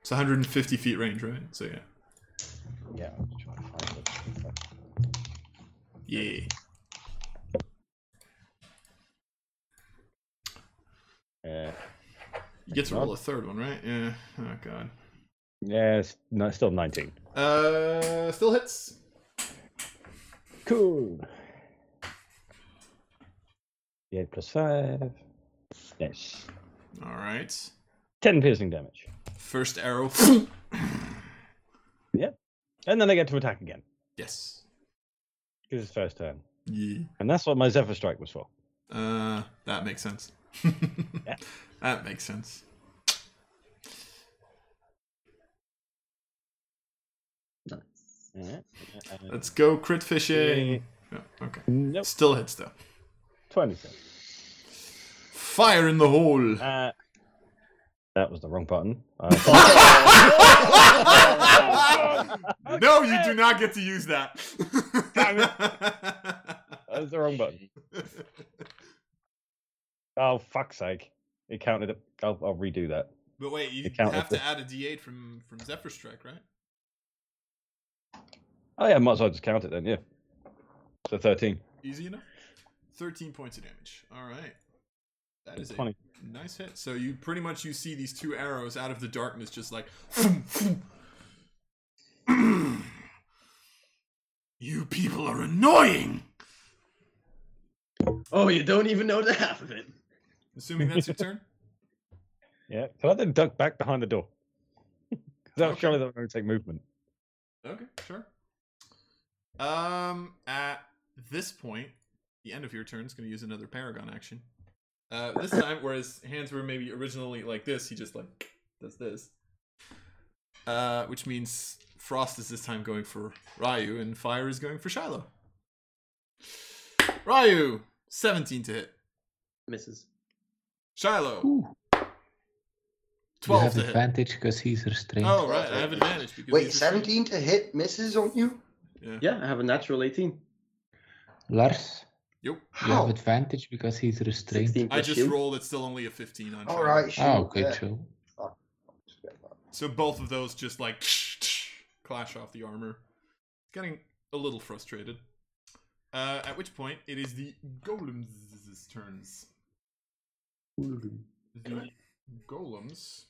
Speaker 1: it's 150 feet range, right? So yeah.
Speaker 5: Yeah. I'm just trying to find it.
Speaker 1: Yeah.
Speaker 5: Yeah.
Speaker 1: You get to roll a third one, right? Yeah. Oh god.
Speaker 5: Yeah. It's no, it's still 19.
Speaker 1: Uh, still hits.
Speaker 5: Cool. Eight plus five. Yes.
Speaker 1: All right.
Speaker 5: Ten piercing damage.
Speaker 1: First arrow.
Speaker 5: And then I get to attack again.
Speaker 1: yes.
Speaker 5: Because it's first turn.
Speaker 1: Yeah.
Speaker 5: And that's what my Zephyr Strike was for.
Speaker 1: Uh, that makes sense. That makes sense.
Speaker 5: Alright. Uh,
Speaker 1: Let's go crit fishing. Oh, okay.
Speaker 5: Nope.
Speaker 1: Still hits though.
Speaker 5: 20.
Speaker 1: Fire in the hole.
Speaker 5: Uh, that was the wrong button. Uh,
Speaker 7: Oh,
Speaker 1: no, you do not get to use that.
Speaker 5: Damn that was the wrong button. Oh, fuck's sake. It counted. up- I'll, I'll redo that.
Speaker 1: but wait, you
Speaker 5: It counted
Speaker 1: have to
Speaker 5: the-
Speaker 1: add a D8 from from Zephyr Strike, right?
Speaker 5: Oh, yeah, might as well just count it then, yeah. So 13.
Speaker 1: Easy enough. Thirteen points of damage. All right. That is a
Speaker 5: 20.
Speaker 1: nice hit. So you pretty much you see these two arrows out of the darkness, just like. you people are annoying.
Speaker 10: Oh, you don't even know the half of it.
Speaker 1: Assuming that's your turn.
Speaker 5: Yeah. Can I then duck back behind the door? Because that was
Speaker 1: Okay.
Speaker 5: surely that going to take movement.
Speaker 1: Okay, sure. Um, at this point, the end of your turn is going to use another Paragon action. Uh, this time, whereas hands were maybe originally like this, he just like does this. Uh, which means Frost is this time going for Ryu, and Fire is going for Shiloh. Ryu, seventeen to hit.
Speaker 8: Misses.
Speaker 1: Shiloh,
Speaker 4: Ooh. you
Speaker 1: twelve
Speaker 4: have
Speaker 1: to hit.
Speaker 4: advantage because he's restrained.
Speaker 1: Oh right, I have advantage because
Speaker 3: Wait,
Speaker 1: he's restrained.
Speaker 3: seventeen to hit misses on you?
Speaker 8: Yeah, I have a natural 18.
Speaker 4: Lars,
Speaker 1: Yep.
Speaker 4: you have
Speaker 3: How?
Speaker 4: advantage because he's restrained.
Speaker 8: 16
Speaker 1: I
Speaker 8: plus
Speaker 1: just
Speaker 8: shield.
Speaker 1: rolled. It's still only a fifteen on.
Speaker 3: All
Speaker 1: Shiloh.
Speaker 3: right. Sure.
Speaker 4: Oh, good
Speaker 3: yeah.
Speaker 4: show.
Speaker 1: So both of those just like clash off the armor. Getting a little frustrated. Uh, at which point it is the golem's turns. The golems.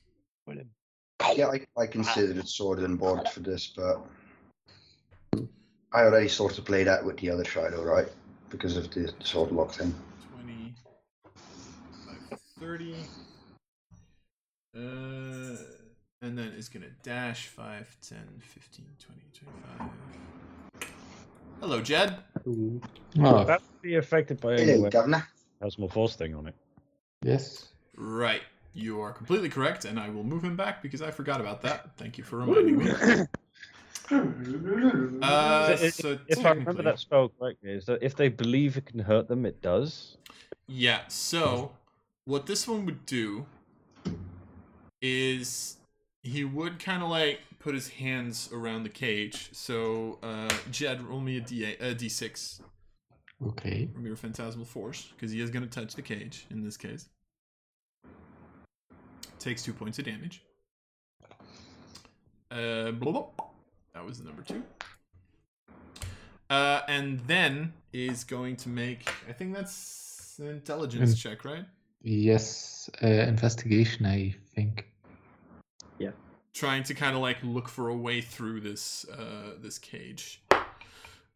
Speaker 3: Yeah, I, I considered it sword and board for this, but I already sort of played out with the other Shiloh, right? Because of the sword lock thing.
Speaker 1: 20, like 30. Uh, and then it's going to dash 5, 10, 15, 20, 25. Hello, Jed.
Speaker 4: Ah,
Speaker 5: Oh,
Speaker 11: That's be affected by.
Speaker 3: Hello, Governor.
Speaker 5: has more force thing on it.
Speaker 4: Yes.
Speaker 1: Right. You are completely correct, and I will move him back because I forgot about that. Thank you for reminding me. Uh,
Speaker 5: If-
Speaker 1: so
Speaker 5: If I remember
Speaker 1: technically-
Speaker 5: that spell correctly, is that if they believe it can hurt them, it does.
Speaker 1: Yeah, so what this one would do is he would kind of like put his hands around the cage. So, uh, Jed, roll me a, D8, a d6
Speaker 4: Okay.
Speaker 1: from your phantasmal force because he is going to touch the cage in this case. Takes two points of damage. Uh, blah, blah. That was the number two. Uh, and then is going to make. I think that's an intelligence
Speaker 4: And-
Speaker 1: check, right?
Speaker 4: Yes. Uh, investigation, I think.
Speaker 1: Trying to kind of like look for a way through this uh, this cage.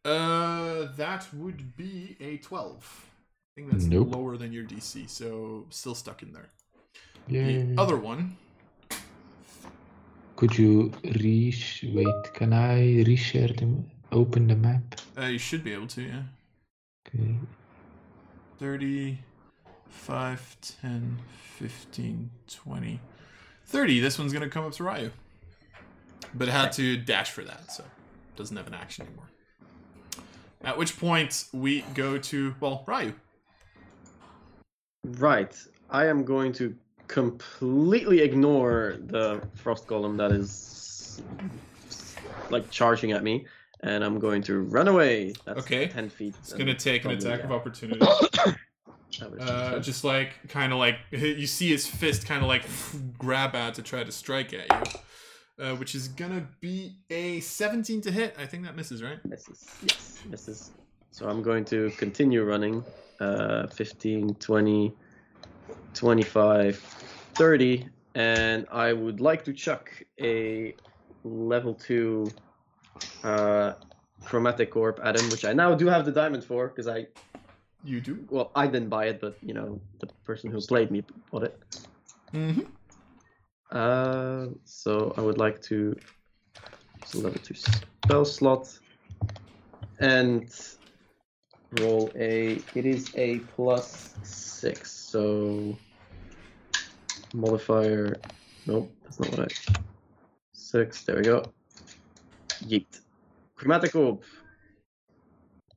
Speaker 1: Uh, that would be a twelve. I think that's
Speaker 4: Nope.
Speaker 1: lower than your DC, so still stuck in there.
Speaker 4: Yeah.
Speaker 1: The other one
Speaker 4: Could you reach? Wait, can I reshare the m- open the map?
Speaker 1: Uh, you should be able to, yeah.
Speaker 4: Okay.
Speaker 1: 30, 5, 10, 15, 20, 30. This one's going to come up to Ryu. But it had to dash for that, so doesn't have an action anymore. At which point, we go to, well, Ryu.
Speaker 8: Right. I am going to completely ignore the frost golem that is like charging at me, and I'm going to run away. That's
Speaker 1: Okay.
Speaker 8: Ten feet.
Speaker 1: It's going to take an attack of opportunity. Uh, just like, kind of like, you see his fist kind of like grab at to try to strike at you, uh, which is going to be a 17 to hit. I think that misses, right?
Speaker 8: Misses. Yes, misses. So I'm going to continue running. Uh, 15, 20, 25, 30. And I would like to chuck a level 2 uh, Chromatic Orb at him, which I now do have the diamond for, because I,
Speaker 1: You do.
Speaker 8: well, I didn't buy it, but, you know, the person who slayed me bought it.
Speaker 1: Mm-hmm.
Speaker 8: Uh, so I would like to use a level two spell slot and roll a. It is a plus six, so modifier. Nope, that's not what I. Six. There we go. Yeet. Chromatic orb.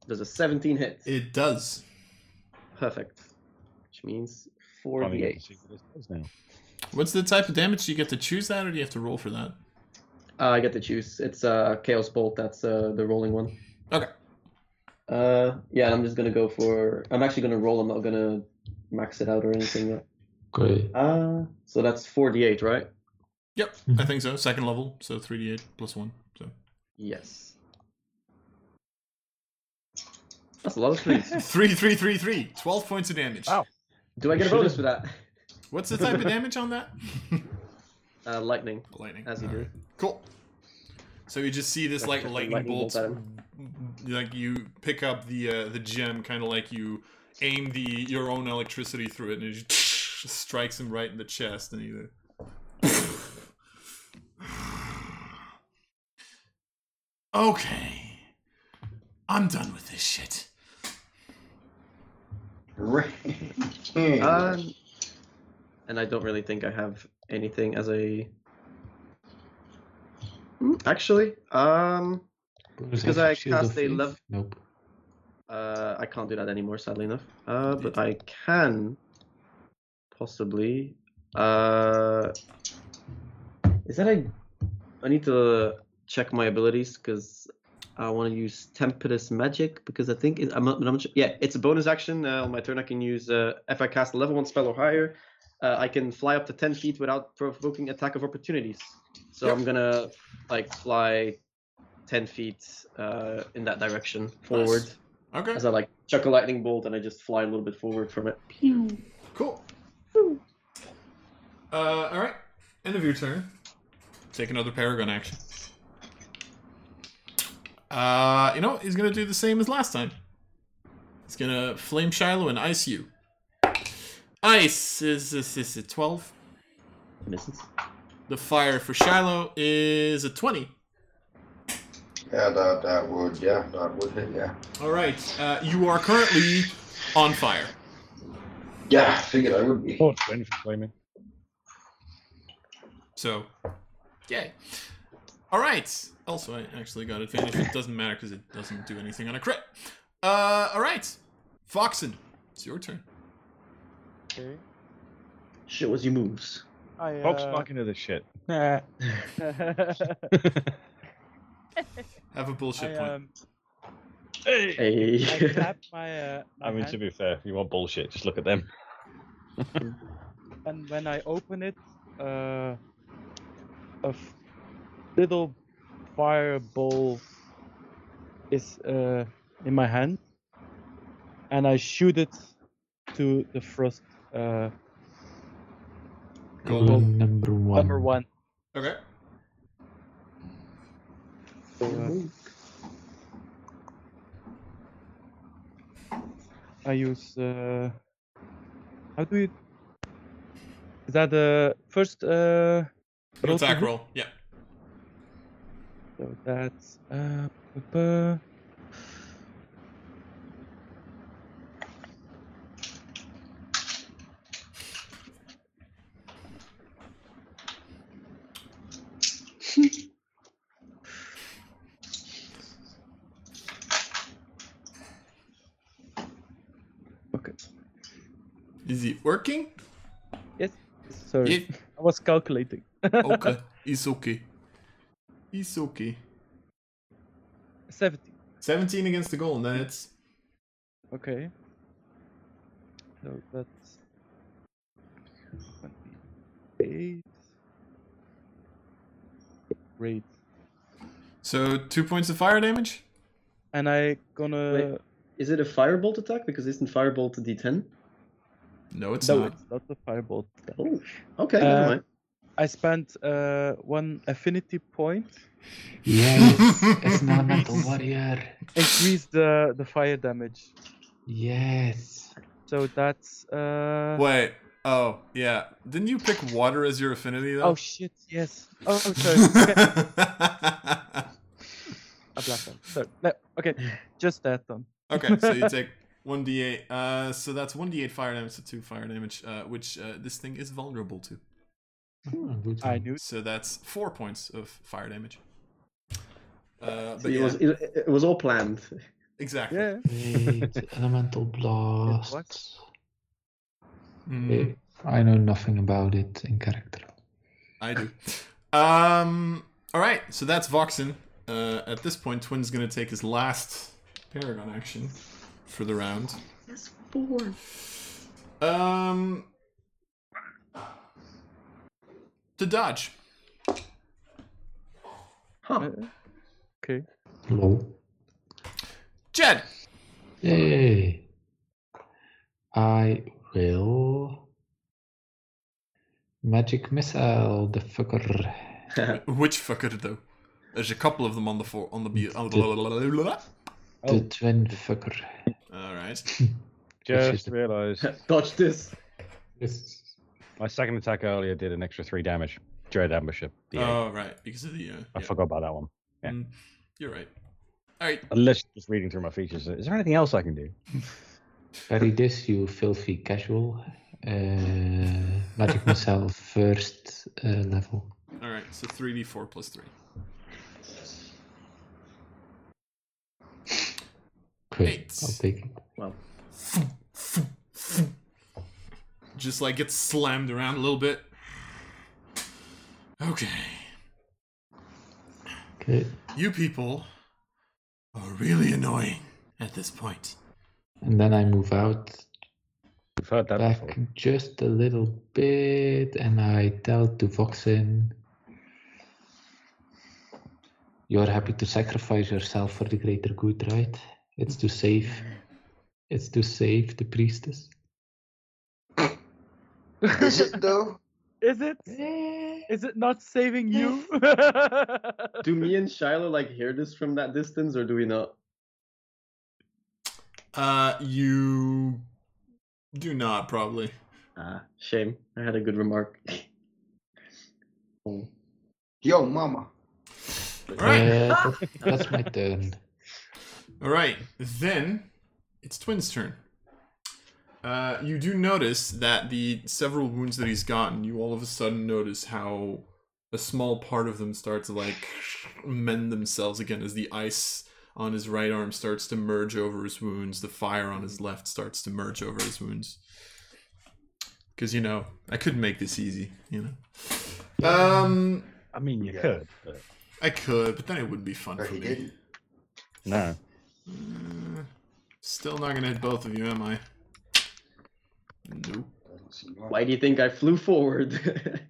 Speaker 8: Does a 17 hit?
Speaker 1: It does.
Speaker 8: Perfect. Which means
Speaker 5: Probably
Speaker 8: 48.
Speaker 5: get to see what this does now.
Speaker 1: What's the type of damage? Do you get to choose that, or do you have to roll for that?
Speaker 8: Uh, I get to choose. It's uh, Chaos Bolt. That's uh, the rolling one.
Speaker 1: Okay.
Speaker 8: Uh, yeah, I'm just gonna go for. I'm actually gonna roll. I'm not gonna max it out or anything yet.
Speaker 4: Okay.
Speaker 8: Uh, so that's 48, right?
Speaker 1: Yep, I think so. Second level, so three d eight plus one. So
Speaker 8: Yes. That's a lot of threes.
Speaker 1: three, three, three, three. Twelve points of damage.
Speaker 11: Wow.
Speaker 8: Do I get a bonus for that?
Speaker 1: What's the type of damage on that?
Speaker 8: Uh, lightning.
Speaker 1: lightning.
Speaker 8: As you
Speaker 1: All
Speaker 8: do.
Speaker 1: right. Cool. So you just see this
Speaker 8: That's
Speaker 1: like
Speaker 8: just a
Speaker 1: lightning,
Speaker 8: lightning bolt
Speaker 1: bolts,
Speaker 8: at
Speaker 1: like you pick up the uh, the gem, kind of like you aim the your own electricity through it, and it just strikes him right in the chest, and he. Okay, I'm done with this shit.
Speaker 3: Right.
Speaker 8: Um, and I don't really think I have anything as a. Hmm, Actually, um, Because I cast a lev-
Speaker 4: Nope.
Speaker 8: Uh, I can't do that anymore, sadly enough. Uh, but I can possibly. Uh, is that a? I need to check my abilities because I want to use Tempest Magic because I think it, I'm not. I'm not sure. Yeah, it's a bonus action uh, on my turn. I can use uh, if I cast a level one spell or higher. Uh, I can fly up to ten feet without provoking attack of opportunities. So I'm gonna like fly ten feet uh, in that direction forward
Speaker 1: Okay,
Speaker 8: as I like chuck a lightning bolt and I just fly a little bit forward from it.
Speaker 1: cool. Uh, all right, end of your turn. Take another Paragon action. Uh, you know what? he's gonna do the same as last time. He's gonna flame Shiloh and ice you. Ice is is, is a twelve.
Speaker 8: Misses.
Speaker 1: The fire for Shiloh is a twenty.
Speaker 3: Yeah, that that would yeah that would hit yeah.
Speaker 1: All right. Uh, you are currently on fire.
Speaker 3: Yeah, I figured I would be.
Speaker 5: Oh, it's anything flaming.
Speaker 1: So, yay. All right. Also, I actually got advantage. It doesn't matter because it doesn't do anything on a crit. Uh, all right. Foxen, it's your turn.
Speaker 7: Okay.
Speaker 8: Shit was your moves.
Speaker 7: I, uh,
Speaker 5: Bob's fucking into this shit.
Speaker 1: Have a bullshit
Speaker 7: I,
Speaker 1: point.
Speaker 7: um,
Speaker 8: Hey.
Speaker 7: I tapped my, uh, my
Speaker 5: I mean,
Speaker 7: hand,
Speaker 5: to be fair, if you want bullshit, just look at them.
Speaker 7: and when I open it, uh, a f- little fireball is uh, in my hand, and I shoot it to the frost uh,
Speaker 1: Go
Speaker 4: Rule
Speaker 1: on.
Speaker 4: number one.
Speaker 7: number one.
Speaker 1: Okay.
Speaker 7: So, uh, I use. Uh, how do you? Is that the first? Uh,
Speaker 1: Roll
Speaker 7: roll to
Speaker 1: attack
Speaker 7: hit?
Speaker 1: roll. Yeah.
Speaker 7: So that's uh, bu- bu-
Speaker 1: Is it working?
Speaker 7: sorry.
Speaker 1: Yeah.
Speaker 7: I was calculating.
Speaker 1: Okay. it's okay. It's okay.
Speaker 7: Seventy.
Speaker 12: 17 against the goal, and then it's
Speaker 7: Okay. So that's eight. Great.
Speaker 1: so two points of fire damage.
Speaker 7: And I gonna.
Speaker 8: Wait, Is it a firebolt attack? Because isn't firebolt a D10?
Speaker 1: No, it's
Speaker 7: no,
Speaker 1: not.
Speaker 7: it's not the fireball.
Speaker 8: Oh, okay,
Speaker 7: Uh,
Speaker 8: never mind.
Speaker 7: I spent uh, one affinity point,
Speaker 4: Yes, as an elemental warrior.
Speaker 7: increase the, the fire damage.
Speaker 4: Yes.
Speaker 7: So that's. Uh...
Speaker 1: Wait. Oh yeah. Didn't you pick water as your affinity though?
Speaker 7: Oh shit, yes. Oh, oh, sorry. Okay. I blacked out. Sorry. No, okay, just that then.
Speaker 1: okay. So you take one d8. Uh, so that's one d8 fire damage to two fire damage, uh, which uh, this thing is vulnerable to.
Speaker 4: Hmm, good
Speaker 7: I
Speaker 4: one.
Speaker 7: knew.
Speaker 1: So that's four points of fire damage. Uh,
Speaker 8: So
Speaker 1: but
Speaker 8: it,
Speaker 1: yeah,
Speaker 8: was, it, it was all planned.
Speaker 1: exactly.
Speaker 7: Yeah.
Speaker 4: Great, elemental blast.
Speaker 7: works.
Speaker 1: Mhm.
Speaker 4: Eh, I know nothing about it in character.
Speaker 1: I do. Um. All right. So that's Voxen. Uh, at this point, Twin's gonna take his last Paragon action for the round.
Speaker 8: Yes, four.
Speaker 1: Um. To dodge.
Speaker 8: Huh.
Speaker 7: Okay.
Speaker 4: Lol.
Speaker 1: Jed.
Speaker 4: Yay! I will. Magic missile, the fucker.
Speaker 1: Which fucker though? There's a couple of them on the floor. On the be- on the.
Speaker 4: The twin fucker.
Speaker 1: All right.
Speaker 5: Just realised
Speaker 8: Dodge this.
Speaker 4: Yes.
Speaker 5: my second attack earlier did an extra three damage. Dread ambusher. D8.
Speaker 1: Oh right, because of the. Uh,
Speaker 5: I
Speaker 1: yeah.
Speaker 5: forgot about that one. yeah.
Speaker 1: Mm, you're right. All right.
Speaker 5: Unless just reading through my features, is there anything else I can do?
Speaker 4: Carry this, you filthy casual. Uh, magic missile, first uh, level.
Speaker 1: All right. So three d four plus three.
Speaker 4: Great.
Speaker 1: Eight.
Speaker 4: I'll take it.
Speaker 1: just like gets slammed around a little bit. Okay,
Speaker 4: Okay.
Speaker 1: you people are really annoying at this point.
Speaker 4: And then I move out
Speaker 5: We've heard that
Speaker 4: back
Speaker 5: before.
Speaker 4: just a little bit and I tell to Voxin, You're happy to sacrifice yourself for the greater good, right? It's to save. It's to save the priestess.
Speaker 3: Is it though?
Speaker 7: Is it? Is it not saving you?
Speaker 8: Do me and Shiloh like hear this from that distance, or do we not?
Speaker 1: Uh, you do not probably.
Speaker 8: Ah, shame. I had a good remark.
Speaker 3: Yo, mama.
Speaker 13: All right.
Speaker 4: Uh, that- that's my turn.
Speaker 1: All right, then it's Twin's turn. Uh, you do notice that the several wounds that he's gotten, you all of a sudden notice how a small part of them starts to like mend themselves again as the ice on his right arm starts to merge over his wounds, the fire on his left starts to merge over his wounds. Because, you know, I couldn't make this easy, you know. Um,
Speaker 5: I mean, you
Speaker 3: Yeah.
Speaker 5: could, but
Speaker 1: I could, but then it wouldn't be fun
Speaker 3: But
Speaker 1: for
Speaker 3: he
Speaker 1: me.
Speaker 3: didn't.
Speaker 5: no.
Speaker 1: Uh, Still not gonna hit both of you, am I? Nope.
Speaker 3: Doesn't seem like-
Speaker 8: Why do you think I flew forward?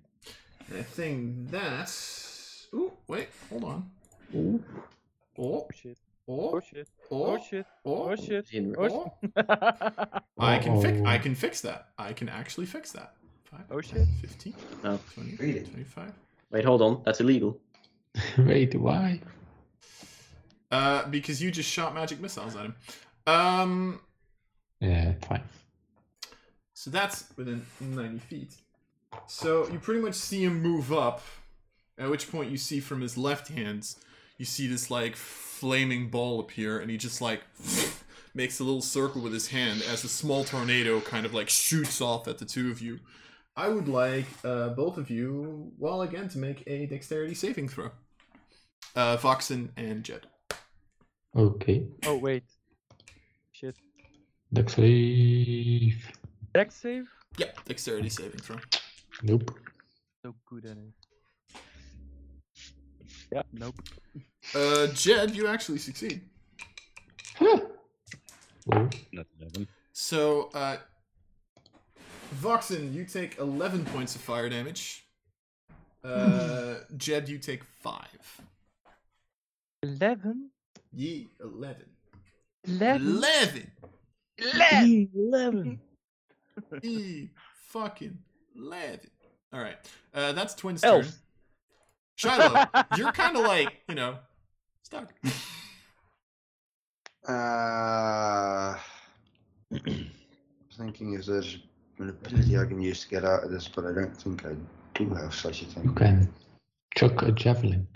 Speaker 1: I think that. Ooh, wait, hold on. Oh,
Speaker 7: shit.
Speaker 1: oh,
Speaker 7: Oh shit.
Speaker 1: oh,
Speaker 7: Oh shit.
Speaker 1: oh,
Speaker 7: Oh shit.
Speaker 8: In-
Speaker 7: Oh
Speaker 1: oh. I can fix. I can fix that. I can actually fix that. Five,
Speaker 7: Oh,
Speaker 1: 10,
Speaker 7: shit.
Speaker 1: 15,
Speaker 8: No.
Speaker 1: 20,
Speaker 3: Read it.
Speaker 1: 25.
Speaker 8: Wait, hold on. That's illegal.
Speaker 4: Wait, why?
Speaker 1: Uh, because you just shot magic missiles at him. Um,
Speaker 4: Yeah, fine.
Speaker 1: So that's within 90 feet. So you pretty much see him move up, at which point you see from his left hands, you see this like flaming ball appear, and he just like makes a little circle with his hand as a small tornado kind of like shoots off at the two of you. I would like uh, both of you, well, again, to make a dexterity saving throw. Uh, Voxen and Jed.
Speaker 4: Okay.
Speaker 7: Oh wait. Shit.
Speaker 4: Duck save.
Speaker 7: Deck save?
Speaker 1: Yeah, dexterity saving throw.
Speaker 4: Nope.
Speaker 7: So good at it. Yeah, nope.
Speaker 1: Uh, Jed, you actually succeed.
Speaker 4: Oh,
Speaker 5: Not eleven.
Speaker 1: So, uh, Voxen, you take 11 points of fire damage. Uh, Jed, you take 5.
Speaker 7: 11?
Speaker 1: Ye, 11.
Speaker 7: 11?
Speaker 1: 11!
Speaker 7: 11!
Speaker 1: E, fucking 11. Alright, uh, that's Twin's
Speaker 7: Elf.
Speaker 1: turn. Shiloh, you're kind of like, you know, stuck.
Speaker 3: Uh, thinking if there's an ability I can use to get out of this, but I don't think I do have such a
Speaker 4: you
Speaker 3: thing.
Speaker 4: can chuck a javelin.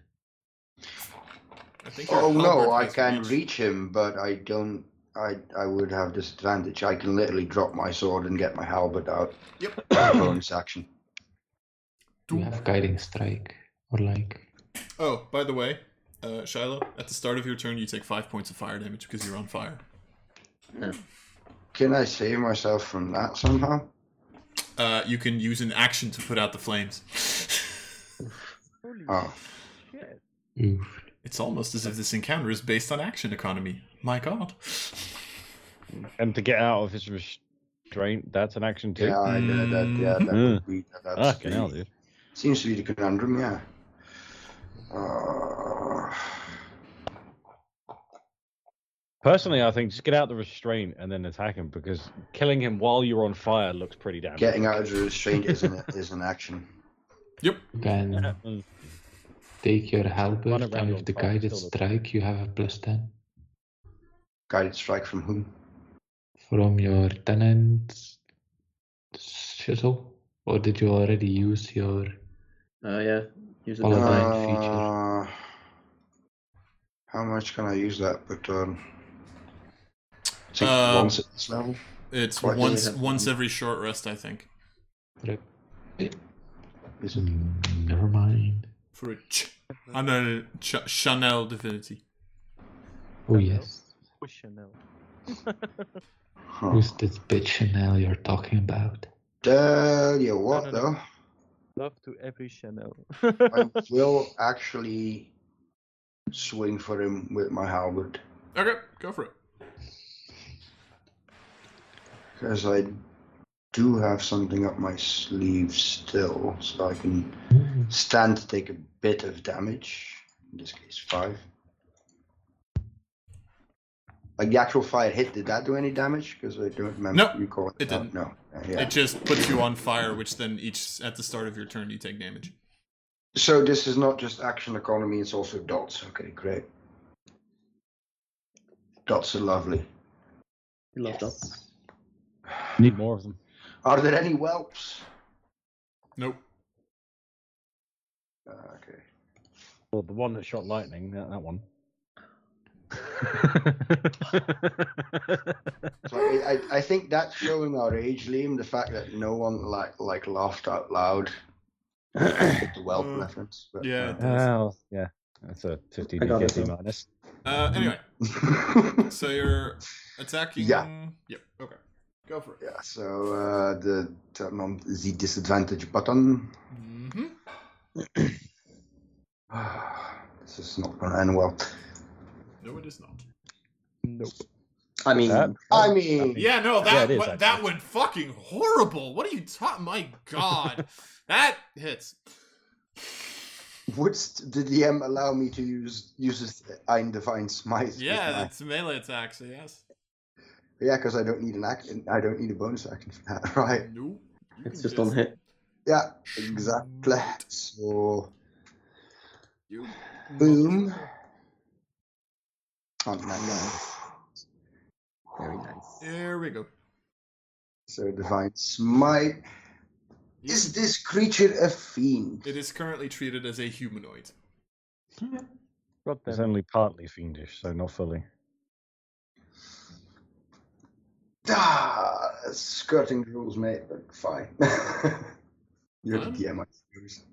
Speaker 1: I think your
Speaker 3: Oh no,
Speaker 1: halberd
Speaker 3: I
Speaker 1: has
Speaker 3: can
Speaker 1: reached-
Speaker 3: reach him, but I don't. I I would have disadvantage. I can literally drop my sword and get my halberd out.
Speaker 1: Yep.
Speaker 3: bonus action.
Speaker 4: Do you have guiding strike? Or like.
Speaker 1: Oh, by the way, uh, Shiloh, at the start of your turn, you take 5 points of fire damage because you're on fire.
Speaker 3: Can I save myself from that somehow?
Speaker 1: Uh, you can use an action to put out the flames.
Speaker 3: Oh,
Speaker 4: Oof.
Speaker 1: It's almost as if this encounter is based on action economy. My god.
Speaker 5: And to get out of his restraint, that's an action too.
Speaker 3: yeah, I did that. Yeah, that
Speaker 5: Mm.
Speaker 3: would be that's
Speaker 5: Fucking
Speaker 3: the-
Speaker 5: hell, dude.
Speaker 3: Seems to be the conundrum, yeah. Uh,
Speaker 5: Personally, I think just get out the restraint and then attack him because killing him while you're on fire looks pretty damn.
Speaker 3: getting out of the restraint is an, is an action.
Speaker 4: You can
Speaker 5: Mm.
Speaker 4: take your
Speaker 5: Run
Speaker 4: halberd,
Speaker 5: around
Speaker 4: and
Speaker 5: on
Speaker 4: with the
Speaker 5: fire,
Speaker 4: guided
Speaker 5: kill them.
Speaker 4: strike, you have a plus 10
Speaker 3: Guided strike from whom?
Speaker 4: from your tenant chisel. Or did you already use your.
Speaker 8: Uh, yeah. Use
Speaker 4: Follow
Speaker 8: another-
Speaker 4: that. blind feature.
Speaker 3: Uh, how much can I use that per turn? Is it
Speaker 1: Um,
Speaker 3: once at this level?
Speaker 1: It's
Speaker 3: Why do we
Speaker 1: once
Speaker 3: have-
Speaker 1: once every short rest, I think.
Speaker 3: Is it?
Speaker 4: Hmm, Never mind.
Speaker 1: For a ch- I'm a ch- Chanel divinity.
Speaker 4: Oh, yes.
Speaker 7: Oh, Chanel.
Speaker 3: Huh.
Speaker 4: Who's this bitch Chanel you're talking about?
Speaker 3: Tell you what,
Speaker 7: No, no,
Speaker 3: though,
Speaker 7: Love to every Chanel.
Speaker 3: I will actually swing for him with my halberd
Speaker 1: Okay, go for it.
Speaker 3: because I do have something up my sleeve still, so I can
Speaker 4: Hmm,
Speaker 3: stand to take a bit of damage. In this case, five. Like the actual fire hit, did that do any damage? Because I don't remember
Speaker 1: No,
Speaker 3: recalling
Speaker 1: it
Speaker 3: that.
Speaker 1: didn't.
Speaker 3: No. Uh, yeah.
Speaker 1: It just puts you on fire, which then each at the start of your turn you take damage.
Speaker 3: So this is not just action economy; it's also dots. Okay, great. Dots are lovely.
Speaker 8: You love that.
Speaker 5: Need more of them.
Speaker 3: Are there any whelps?
Speaker 1: Nope.
Speaker 3: Uh, okay.
Speaker 5: Well, the one that shot lightning, that, that one.
Speaker 3: So I, I, I think that's showing our age, Liam. The fact that no one like like laughed out loud at the wealth
Speaker 1: Mm.
Speaker 3: reference. But,
Speaker 1: Yeah.
Speaker 3: uh,
Speaker 5: well, yeah, that's a 50
Speaker 8: I got it,
Speaker 5: DKC
Speaker 8: though.
Speaker 5: minus.
Speaker 1: Uh, anyway, so you're attacking.
Speaker 3: Yeah.
Speaker 1: Yep. Okay. Go for it.
Speaker 3: yeah. So uh, the turn on the disadvantage button.
Speaker 1: hmm
Speaker 3: this is not going to end well.
Speaker 1: No, it is not.
Speaker 3: I mean,
Speaker 5: That-
Speaker 1: Oh.
Speaker 3: I mean,
Speaker 1: Yeah, no,
Speaker 5: Yeah,
Speaker 1: that
Speaker 5: it is,
Speaker 1: wa- that
Speaker 5: actually.
Speaker 1: went fucking horrible. What are you talking? My God, that hits.
Speaker 3: would st- the DM allow me to use use this Ein Divine Smite? with
Speaker 1: Yeah,
Speaker 3: my-
Speaker 1: that's melee attack. So yes.
Speaker 3: yeah, because I don't need an act. I don't need a bonus action for that, right?
Speaker 1: Nope. You
Speaker 8: It's
Speaker 1: can
Speaker 8: just on hit.
Speaker 3: Yeah, exactly. So
Speaker 1: You
Speaker 3: boom. Oh, nice.
Speaker 8: Very nice.
Speaker 1: There we go.
Speaker 3: So divine smite. Is this creature a fiend?
Speaker 1: It is currently treated as a humanoid.
Speaker 2: God
Speaker 5: It's
Speaker 2: damn it.
Speaker 5: only partly fiendish, so not fully.
Speaker 3: Ah, skirting the rules, mate. But fine. You're the
Speaker 1: Fine.
Speaker 3: DM, I suppose.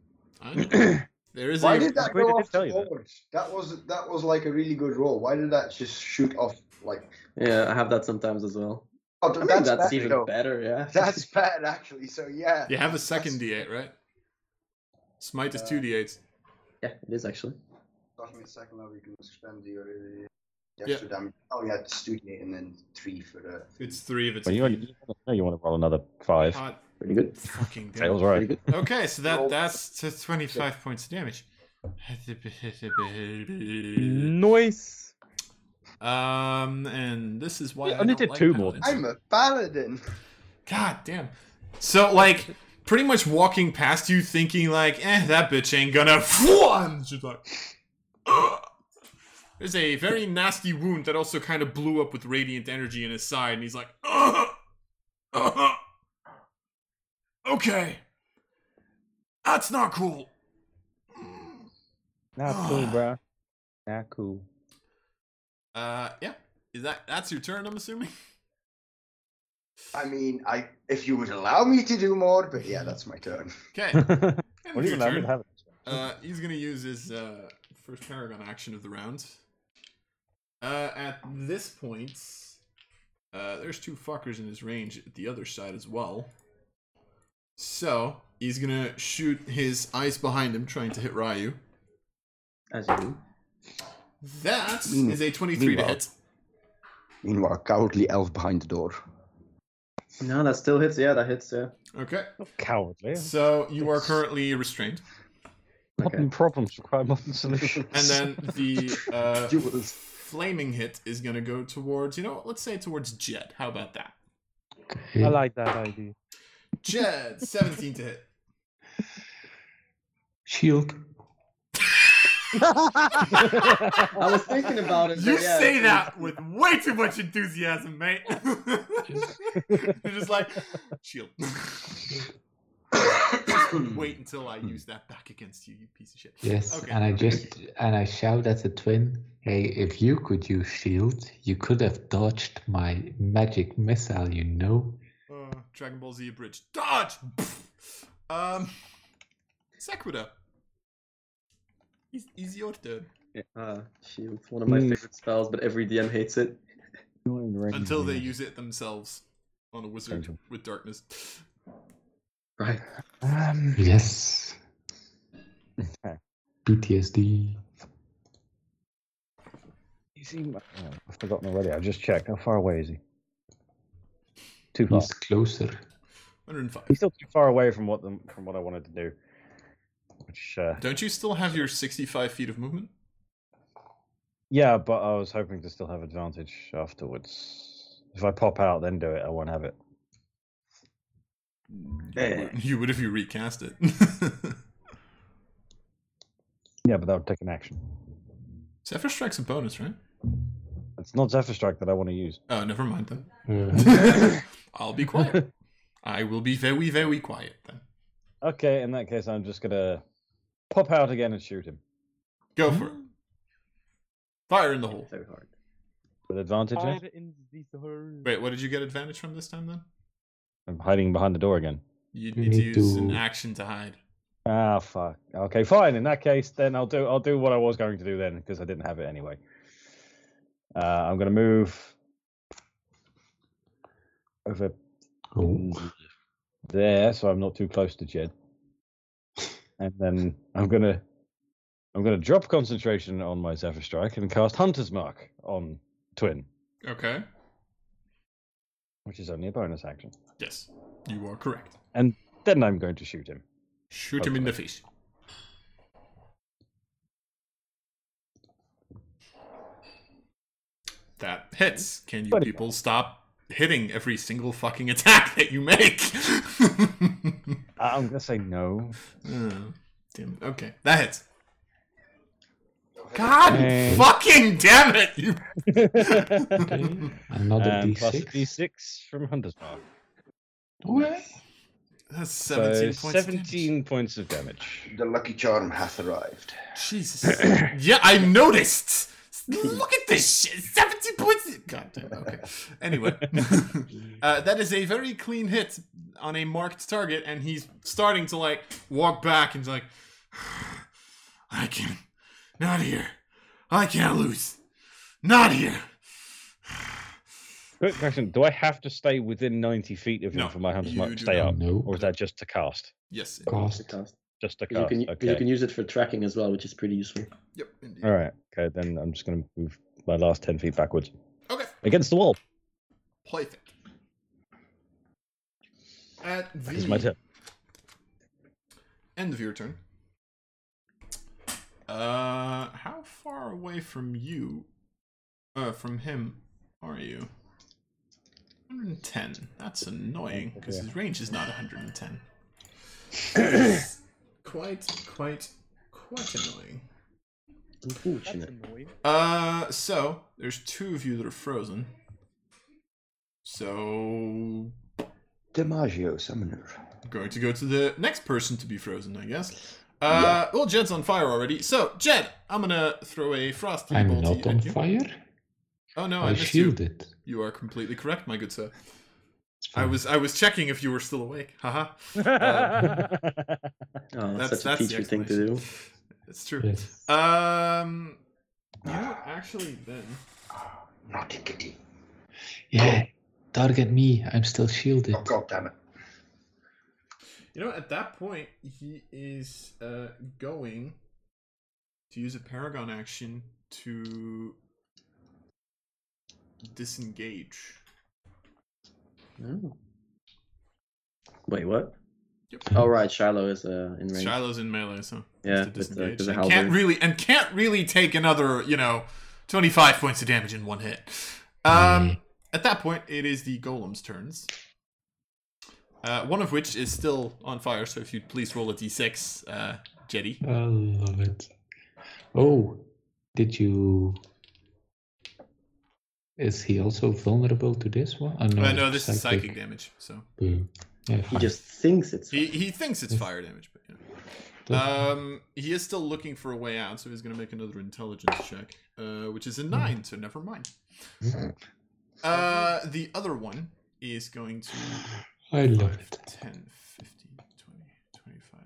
Speaker 1: I don't know. there is
Speaker 3: Why
Speaker 1: a
Speaker 3: did that
Speaker 5: Wait,
Speaker 3: go
Speaker 5: did it
Speaker 3: off
Speaker 5: tell
Speaker 3: the
Speaker 5: you that?
Speaker 3: board? That was that was like a really good roll. Why did that just shoot off like?
Speaker 8: Yeah, I have that sometimes as well.
Speaker 3: Oh,
Speaker 8: I mean,
Speaker 3: that's,
Speaker 8: that's,
Speaker 3: bad,
Speaker 8: even
Speaker 3: though.
Speaker 8: better, yeah.
Speaker 3: That's bad actually. So yeah.
Speaker 1: you have a second d8, right? Smite is two d8s.
Speaker 8: yeah, it is actually.
Speaker 3: Starting at second level, you can spend your uh,
Speaker 1: Yeah.
Speaker 3: extra damage. Oh yeah, it's two D8 and then three for the.
Speaker 1: It's three if it's
Speaker 5: But
Speaker 1: a
Speaker 5: you, want,
Speaker 1: fiend.
Speaker 5: you, want to, you want to roll another five.
Speaker 1: Hot
Speaker 8: Pretty good.
Speaker 1: fucking damn.
Speaker 5: Tails right.
Speaker 8: Pretty
Speaker 1: Okay, so that
Speaker 3: Roll.
Speaker 1: that's to 25 points of damage.
Speaker 2: Noise.
Speaker 1: Um, and this is why I
Speaker 5: only
Speaker 1: don't
Speaker 5: did
Speaker 1: like
Speaker 5: two more
Speaker 1: paladins.
Speaker 3: I'm a paladin.
Speaker 1: God damn. So like, pretty much walking past you, thinking like, "Eh, that bitch ain't gonna." And she's like, "Ugh." There's a very nasty wound that also kind of blew up with radiant energy in his side, and he's like, "Ugh. Ugh. "Okay, that's not cool."
Speaker 5: Nah, cool, bro. Nah, cool.
Speaker 1: Uh, yeah. Is that that's your turn? I'm assuming.
Speaker 3: I mean, I if you would allow me to do more, but yeah, that's my turn.
Speaker 1: Okay.
Speaker 5: what
Speaker 1: end
Speaker 5: do
Speaker 1: of
Speaker 5: you
Speaker 1: your
Speaker 5: know?
Speaker 1: turn.
Speaker 5: Have it.
Speaker 1: Uh, he's gonna use his uh, first paragon action of the round. Uh, at this point, uh, there's two fuckers in his range at the other side as well. So he's gonna shoot his eyes behind him, trying to hit Ryu.
Speaker 8: As you do.
Speaker 1: That
Speaker 3: Mean-
Speaker 1: is a 23 to
Speaker 3: meanwhile.
Speaker 1: hit.
Speaker 3: Meanwhile, cowardly elf behind the door.
Speaker 8: No, that still hits. Yeah, that hits. Yeah.
Speaker 1: Okay.
Speaker 5: Not cowardly.
Speaker 1: So you are currently restrained,
Speaker 8: Okay.
Speaker 5: Modern problems require modern solutions.
Speaker 1: and then the uh,
Speaker 3: You was-
Speaker 1: flaming hit is gonna go towards you know what, let's say towards Jed. How about that?
Speaker 2: I like that idea.
Speaker 1: Jed, 17 to hit.
Speaker 4: Shield.
Speaker 8: I was thinking about it.
Speaker 1: You
Speaker 8: but yeah,
Speaker 1: say
Speaker 8: it's-
Speaker 1: that with way too much enthusiasm, mate. You're just like, shield. Wait until I use that back against you, you piece of shit.
Speaker 4: Yes,
Speaker 1: Okay.
Speaker 4: and I just and I shout at the twin, "Hey, if you could use shield, you could have dodged my magic missile, you know."
Speaker 1: Uh, Dragon Ball Z bridge. Dodge! um, Sequida. Is, is your turn.
Speaker 8: Ah, shield. It's one of my
Speaker 5: Hmm.
Speaker 8: favorite spells, but every DM hates it.
Speaker 1: Until they use it themselves on a wizard
Speaker 5: Gotcha.
Speaker 1: with darkness.
Speaker 8: Right.
Speaker 5: Um,
Speaker 4: Yes.
Speaker 5: Okay.
Speaker 4: PTSD.
Speaker 5: you seem- oh, I've forgotten already. I've just checked. How far away is he? Too far.
Speaker 4: He's closer.
Speaker 1: 105.
Speaker 5: He's still too far away from what the, from what I wanted to do. Which uh,
Speaker 1: Don't you still have your 65 feet of movement?
Speaker 5: yeah, but I was hoping to still have advantage afterwards. If I pop out, then do it. I won't have it.
Speaker 1: You would if you recast it.
Speaker 5: Yeah, but that would take an action.
Speaker 1: Zephyr Strike's a bonus, right?
Speaker 5: It's not Zephyr Strike that I want to use.
Speaker 1: Oh, never mind then.
Speaker 4: Uh,
Speaker 1: I'll be quiet. I will be very, very quiet then.
Speaker 5: Okay, in that case, I'm just gonna pop out again and shoot him.
Speaker 1: Go for it. Fire in the hole.
Speaker 8: So hard.
Speaker 5: With advantages?
Speaker 7: Fire in the hole.
Speaker 1: Wait, what did you get advantage from this time then?
Speaker 5: I'm hiding behind the door again.
Speaker 1: You
Speaker 4: You
Speaker 1: need to
Speaker 4: need
Speaker 1: use an
Speaker 4: to-
Speaker 1: action to hide.
Speaker 5: Ah, fuck. Okay, fine. In that case, then I'll do I'll do what I was going to do then because I didn't have it anyway. Uh, I'm gonna move over
Speaker 4: Oh.
Speaker 5: there, so I'm not too close to Jed. And then I'm gonna I'm gonna drop concentration on my Zephyr Strike and cast Hunter's Mark on Twin,
Speaker 1: Okay.
Speaker 5: which is only a bonus action.
Speaker 1: Yes, you are correct.
Speaker 5: And then I'm going to shoot him.
Speaker 1: Shoot him in the face. That hits. Can you
Speaker 5: Twenty.
Speaker 1: people stop hitting every single fucking attack that you make?
Speaker 5: I- Uh, I'm gonna say no.
Speaker 1: Oh, damn it. Okay, that hits. God
Speaker 5: Hey.
Speaker 1: fucking damn it! You
Speaker 4: Okay. Another
Speaker 5: Um, plus a
Speaker 4: d6.
Speaker 5: D6 from Hunter's Mark.
Speaker 1: that's
Speaker 5: So
Speaker 1: seventeen points. of damage.
Speaker 5: 17 points of damage.
Speaker 3: The lucky charm hath arrived.
Speaker 1: Jesus. yeah, I noticed. Look at this shit. 17 points. God damn. Okay. Anyway, uh, that is a very clean hit on a marked target, and he's starting to like walk back and he's like, I can't. Not here. I can't lose. Not here.
Speaker 5: Quick question Do I have to stay within 90 feet of him
Speaker 1: No,
Speaker 5: for my Hunter's
Speaker 1: you
Speaker 5: Mark to
Speaker 1: do
Speaker 5: stay
Speaker 1: not.
Speaker 5: up?
Speaker 4: No.
Speaker 5: Or is that just to cast?
Speaker 1: Yes.
Speaker 4: Cast.
Speaker 5: Just to
Speaker 8: 'Cause You
Speaker 5: cast.
Speaker 8: can, 'cause
Speaker 5: okay.
Speaker 8: you can use it for tracking as well, which is pretty useful.
Speaker 1: Yep. Indeed.
Speaker 5: All right. Okay, then I'm just going to move my last 10 feet backwards
Speaker 1: Okay.
Speaker 5: against the wall.
Speaker 1: Perfect. At
Speaker 5: That is my
Speaker 1: the
Speaker 5: turn.
Speaker 1: end of your turn. Uh, how far away from you, uh, from him, are you? 110. That's annoying because his range is not 110. That's quite, quite, quite annoying.
Speaker 8: Unfortunate.
Speaker 1: Uh, so there's two of you that are frozen. So
Speaker 3: DiMaggio, summoner.
Speaker 1: Going to go to the next person to be frozen, I guess. Uh, Well, Jed's on fire already. So, Jed, I'm gonna throw a frosty
Speaker 4: I'm
Speaker 1: bolt
Speaker 4: not
Speaker 1: at
Speaker 4: on
Speaker 1: you.
Speaker 4: fire.
Speaker 1: Oh no, I,
Speaker 4: I
Speaker 1: missed you.
Speaker 4: shielded.
Speaker 1: You are completely correct, my good sir. I was I was checking if you were still awake. Haha. Uh,
Speaker 8: Oh,
Speaker 1: That's that's
Speaker 8: that's, such a
Speaker 1: the
Speaker 8: teacher thing to do.
Speaker 1: explanation. It's true.
Speaker 4: Yes.
Speaker 1: Um, you know what, actually, then
Speaker 3: Naughty kitty.
Speaker 4: Yeah. Target me. I'm still shielded.
Speaker 3: Oh, god damn it.
Speaker 1: you know at that point he is uh going to use a paragon action to disengage.
Speaker 8: Oh. Wait, what?
Speaker 1: Yep.
Speaker 8: Oh, right. Shiloh is uh, in range.
Speaker 1: Shiloh's in melee, so
Speaker 8: Yeah,
Speaker 1: to
Speaker 8: uh, with the-
Speaker 1: disengage.
Speaker 8: with the
Speaker 1: and can't
Speaker 8: halberd.
Speaker 1: really and can't really take another, you know, twenty five points of damage in one hit. Um,
Speaker 4: Mm.
Speaker 1: At that point, it is the golem's turns. Uh, one of which is still on fire, so if you'd please roll a d6, uh, Jetty.
Speaker 4: I love it. Oh, did you? Is he also vulnerable to this one? Oh,
Speaker 1: Uh, no, this is psychic damage, so
Speaker 4: Boo. Yeah,
Speaker 8: He
Speaker 4: fine.
Speaker 8: just thinks it's.
Speaker 1: he he thinks it's fire damage, but you know.
Speaker 4: Doesn't-
Speaker 1: Um, he is still looking for a way out, so he's going to make another intelligence check, uh, which is a nine. So never mind. Uh, the other one is going to
Speaker 4: I love
Speaker 1: 5,
Speaker 4: it.
Speaker 1: 10, 15, 20, 25.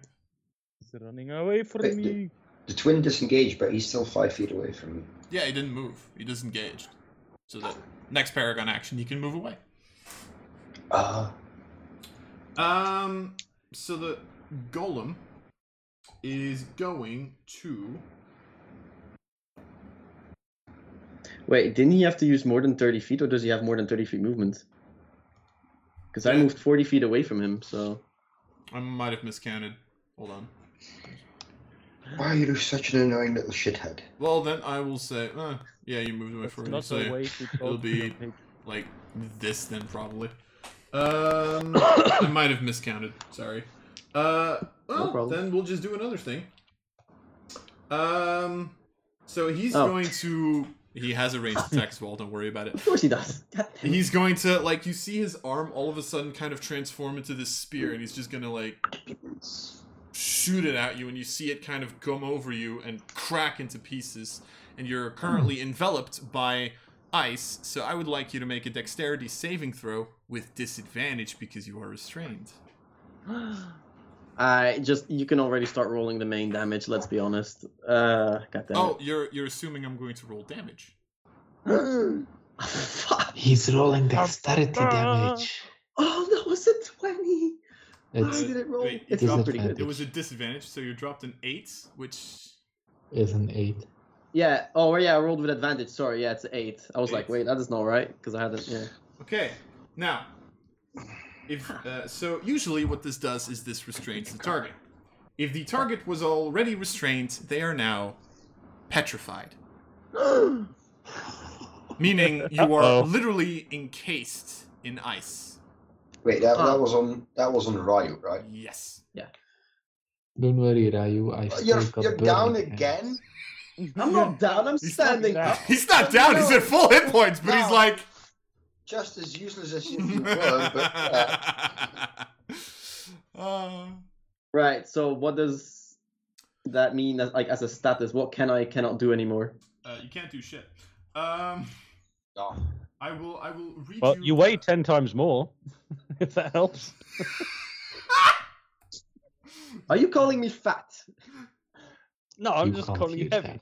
Speaker 7: It's running away
Speaker 3: Wait,
Speaker 7: from
Speaker 3: the-
Speaker 7: me.
Speaker 3: The twin disengaged, but he's still five feet away from me.
Speaker 1: Yeah, he didn't move. He disengaged. So that next paragon action, he can move away.
Speaker 3: Ah,
Speaker 1: Um, so the golem is going to.
Speaker 8: Wait, didn't he have to use more than 30 feet, or does he have more than 30 feet movement? Because I
Speaker 1: Yeah.
Speaker 8: moved 40 feet away from him, so.
Speaker 1: I might have miscounted. Hold on.
Speaker 3: why are you such an annoying little shithead?
Speaker 1: Well, then I will say, uh, yeah, you moved away
Speaker 7: That's
Speaker 1: from me.
Speaker 7: not
Speaker 1: So
Speaker 7: a way to
Speaker 1: it'll
Speaker 7: talk to
Speaker 1: be-
Speaker 7: a pig.
Speaker 1: like this, then probably. Um, I might have miscounted. Sorry. Uh, well,
Speaker 8: problem.
Speaker 1: then we'll just do another thing. Um, so he's
Speaker 8: Oh.
Speaker 1: going to. He has a ranged attack as well. Don't worry about it.
Speaker 8: Of course he does. God damn it.
Speaker 1: He's going to like you see his arm all of a sudden kind of transform into this spear, and he's just gonna like shoot it at you, and you see it kind of come over you and crack into pieces, and you're currently enveloped by ice. So I would like you to make a dexterity saving throw with disadvantage because you are restrained.
Speaker 8: I just you can already start rolling the main damage. Let's be honest. Uh, goddamn.
Speaker 1: Oh, you're you're assuming I'm going to roll damage. Oh.
Speaker 8: it. Fuck.
Speaker 4: He's rolling dexterity
Speaker 1: Uh,
Speaker 4: damage.
Speaker 8: Oh no, it's a twenty.
Speaker 4: It's
Speaker 8: Why did it roll?
Speaker 1: wait,
Speaker 8: it's not pretty
Speaker 4: disadvantage.
Speaker 8: good.
Speaker 1: It was a disadvantage, so you dropped an eight, which
Speaker 4: is an eight.
Speaker 8: Yeah. Oh yeah, I rolled with advantage. Sorry. Yeah, it's an eight. I was like,
Speaker 1: Eight.
Speaker 8: wait, that is not right because I hadn't. Yeah.
Speaker 1: Okay, now, if uh, so, usually what this does is this restrains the target. If the target was already restrained, they are now petrified, meaning you are
Speaker 2: Uh-oh.
Speaker 1: literally encased in ice.
Speaker 3: Wait, that,
Speaker 8: Ah.
Speaker 3: that was on that was on Ryu, right?
Speaker 1: Yes.
Speaker 4: Don't worry, Ryu. I
Speaker 3: Uh,
Speaker 4: still
Speaker 3: You're
Speaker 4: got
Speaker 3: you're
Speaker 4: burning
Speaker 3: down
Speaker 4: hands.
Speaker 3: again.
Speaker 8: I'm not down. I'm
Speaker 1: He's not
Speaker 8: standing
Speaker 2: down.
Speaker 8: up.
Speaker 1: He's not down. He's at full hit points, but he's
Speaker 3: No.
Speaker 1: like.
Speaker 3: Just as useless as you you were, but uh,
Speaker 1: Uh,
Speaker 8: Right. So what does that mean? As, like as a status, what can I cannot do anymore?
Speaker 1: uh, you can't do shit. Um,
Speaker 3: no.
Speaker 1: I will. I will read
Speaker 5: Well,
Speaker 1: you.
Speaker 5: you weigh ten times more, if that helps.
Speaker 8: Are you calling me fat?
Speaker 2: No, I'm
Speaker 4: You
Speaker 2: just
Speaker 4: can't
Speaker 2: calling you
Speaker 4: use
Speaker 2: heavy.
Speaker 4: that.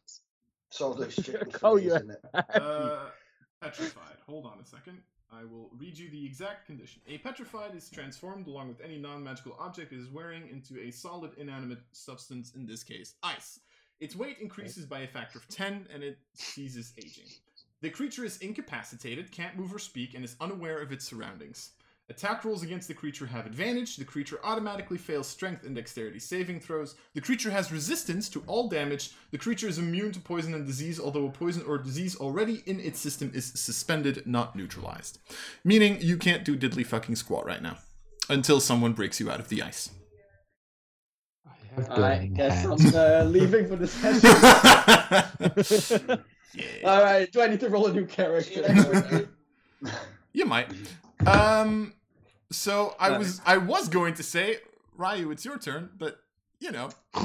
Speaker 3: So those chicken
Speaker 2: Oh,
Speaker 3: fillets
Speaker 2: yeah.
Speaker 3: in it.
Speaker 1: Uh, petrified. Hold on a second. I will read you the exact condition. A petrified is transformed along with any non magical object it is wearing into a solid inanimate substance, in this case, ice. Its weight increases by a factor of 10 and it ceases aging. The creature is incapacitated, can't move or speak, and is unaware of its surroundings. Attack rolls against the creature have advantage. The creature automatically fails strength and dexterity saving throws. The creature has resistance to all damage. The creature is immune to poison and disease, although a poison or disease already in its system is suspended, not neutralized. Meaning you can't do diddly fucking squat right now until someone breaks you out of the ice.
Speaker 4: I have
Speaker 8: I
Speaker 4: burning
Speaker 8: guess
Speaker 4: hands.
Speaker 8: I'm uh, leaving for the session.
Speaker 1: yeah.
Speaker 8: All right. Do I need to roll a
Speaker 3: See
Speaker 8: new
Speaker 3: you
Speaker 8: character?
Speaker 3: next week, dude.
Speaker 1: You might. Um so I
Speaker 8: Uh,
Speaker 1: was I was going to say Ryu it's your turn, but you know,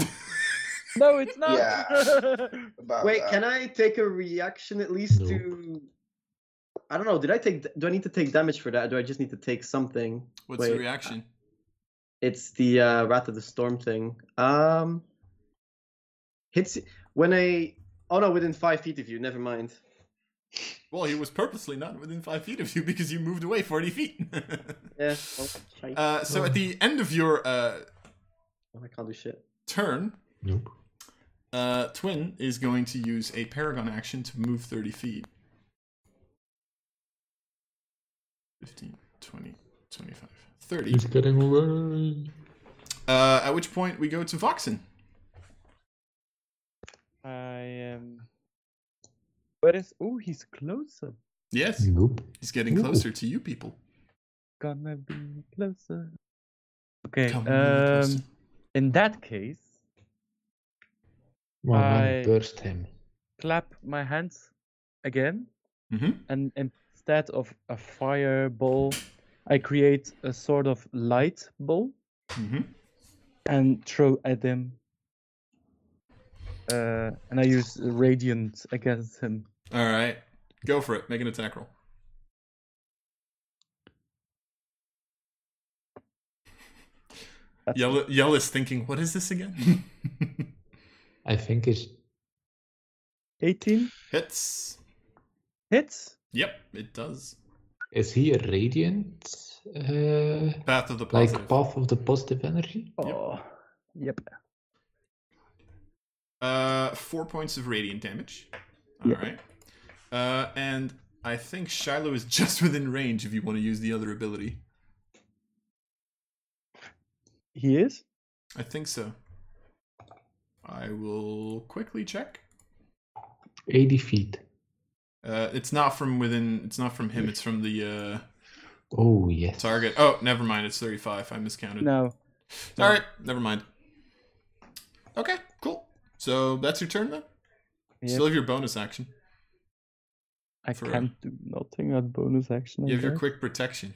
Speaker 2: No, it's not.
Speaker 3: About uh,
Speaker 8: Wait,
Speaker 3: that.
Speaker 8: can I take a reaction at least to? I don't know. Did I take? Do I need to take damage for that? Or do I just need to take something?
Speaker 1: what's your
Speaker 8: Wait,
Speaker 1: reaction?
Speaker 8: It's the uh, Wrath of the Storm thing. Um, hits when I. Oh no! Within five feet of you. Never mind.
Speaker 1: Well, he was purposely not within five feet of you because you moved away 40 feet.
Speaker 8: Yeah. Oh, I,
Speaker 1: uh, so at the end of your uh,
Speaker 8: Oh, I can't do shit.
Speaker 1: turn,
Speaker 4: Nope.
Speaker 1: uh, Twin is going to use a Paragon action to move 30 feet. 15, 20, 25, 30.
Speaker 4: He's getting away.
Speaker 1: Uh, at which point we go to Voxen.
Speaker 2: I am. Where is? Oh, he's closer.
Speaker 1: Yes,
Speaker 4: Nope.
Speaker 1: he's getting
Speaker 4: Mm. Ooh.
Speaker 1: closer to you people.
Speaker 2: Gonna be closer. Okay.
Speaker 1: Come a little
Speaker 2: um,
Speaker 1: closer.
Speaker 2: in that case,
Speaker 4: Well,
Speaker 2: I-
Speaker 4: man, burst him.
Speaker 2: clap my hands again,
Speaker 1: Mhm.
Speaker 2: and instead of a fireball, I create a sort of light ball
Speaker 1: Mhm.
Speaker 2: and throw at him. Uh, and I use radiant against him.
Speaker 1: All right, go for it. Make an attack roll.
Speaker 2: That's-
Speaker 1: Yell, Yell is thinking, what is this again?
Speaker 4: I think it's
Speaker 2: 18
Speaker 1: Hits.
Speaker 2: hits.
Speaker 1: Yep, it does.
Speaker 4: is he a radiant, uh,
Speaker 1: Path of the positive.
Speaker 4: like path of the positive energy?
Speaker 2: Oh, yep.
Speaker 1: Uh, four points of radiant damage. All
Speaker 2: Yeah.
Speaker 1: right. Uh, and I think Shiloh is just within range if you want to use the other ability.
Speaker 2: He is.
Speaker 1: I think so. I will quickly check.
Speaker 4: 80 feet.
Speaker 1: Uh, it's not from within. It's not from him. It's from the
Speaker 4: Oh
Speaker 1: uh,
Speaker 4: yes.
Speaker 1: target. Oh, never mind. It's thirty-five. I miscounted.
Speaker 2: No.
Speaker 1: All right, never mind. Okay, cool. So that's your turn then.
Speaker 2: Yep.
Speaker 1: Still have your bonus action.
Speaker 2: I
Speaker 1: for-
Speaker 2: can't do nothing at bonus action. I
Speaker 1: You have your
Speaker 2: guess.
Speaker 1: quick protection.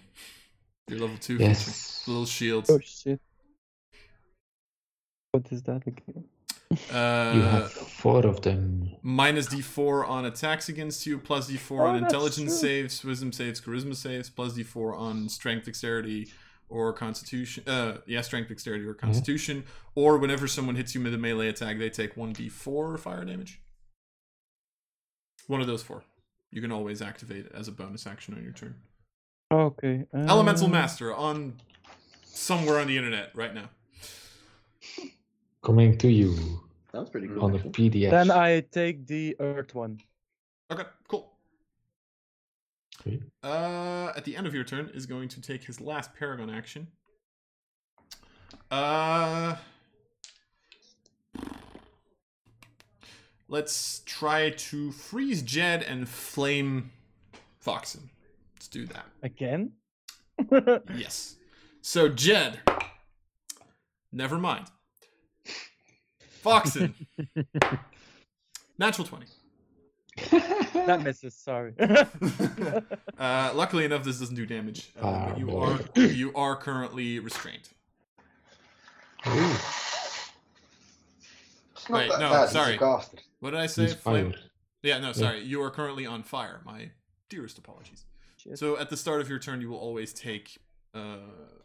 Speaker 1: Your level two feature.
Speaker 4: Yes.
Speaker 7: Oh,
Speaker 1: Little shields.
Speaker 2: Oh shit. What is that again?
Speaker 4: you
Speaker 1: Uh,
Speaker 4: have four of them.
Speaker 1: minus d4 on attacks against you, plus d4
Speaker 2: Oh,
Speaker 1: on
Speaker 2: that's
Speaker 1: intelligence
Speaker 2: true.
Speaker 1: saves, wisdom saves, charisma saves, plus d4 on strength, dexterity, or constitution. Uh, yeah, strength, dexterity, or constitution. Or whenever someone hits you with a melee attack, they take 1d4 fire damage. One of those four. You can always activate it as a bonus action on your turn.
Speaker 2: Okay.
Speaker 1: Elemental
Speaker 2: um,
Speaker 1: Master on somewhere on the internet right now.
Speaker 4: Coming to you
Speaker 8: Sounds pretty cool.
Speaker 4: on a
Speaker 8: actually.
Speaker 4: PDF.
Speaker 2: Then I take the earth one.
Speaker 1: Okay, cool.
Speaker 4: Okay.
Speaker 1: Uh, at the end of your turn is going to take his last paragon action. Uh, let's try to freeze Jed and flame Foxen. Let's do that.
Speaker 2: Again?
Speaker 1: Yes. So Jed, never mind. Foxen, natural twenty.
Speaker 2: that misses, sorry.
Speaker 1: Uh, luckily enough, this doesn't do damage.
Speaker 4: Ah,
Speaker 1: Uh, but you are
Speaker 4: Fireball.
Speaker 1: you are currently restrained.
Speaker 4: Oh,
Speaker 3: It's not
Speaker 1: Wait,
Speaker 3: that
Speaker 1: no,
Speaker 3: bad, he's
Speaker 1: sorry.
Speaker 3: a bastard.
Speaker 1: What did I say?
Speaker 4: He's
Speaker 1: Flame-
Speaker 4: fired.
Speaker 1: Yeah, no, sorry. You are currently on fire. My dearest apologies.
Speaker 2: Shit.
Speaker 1: So at the start of your turn, you will always take uh,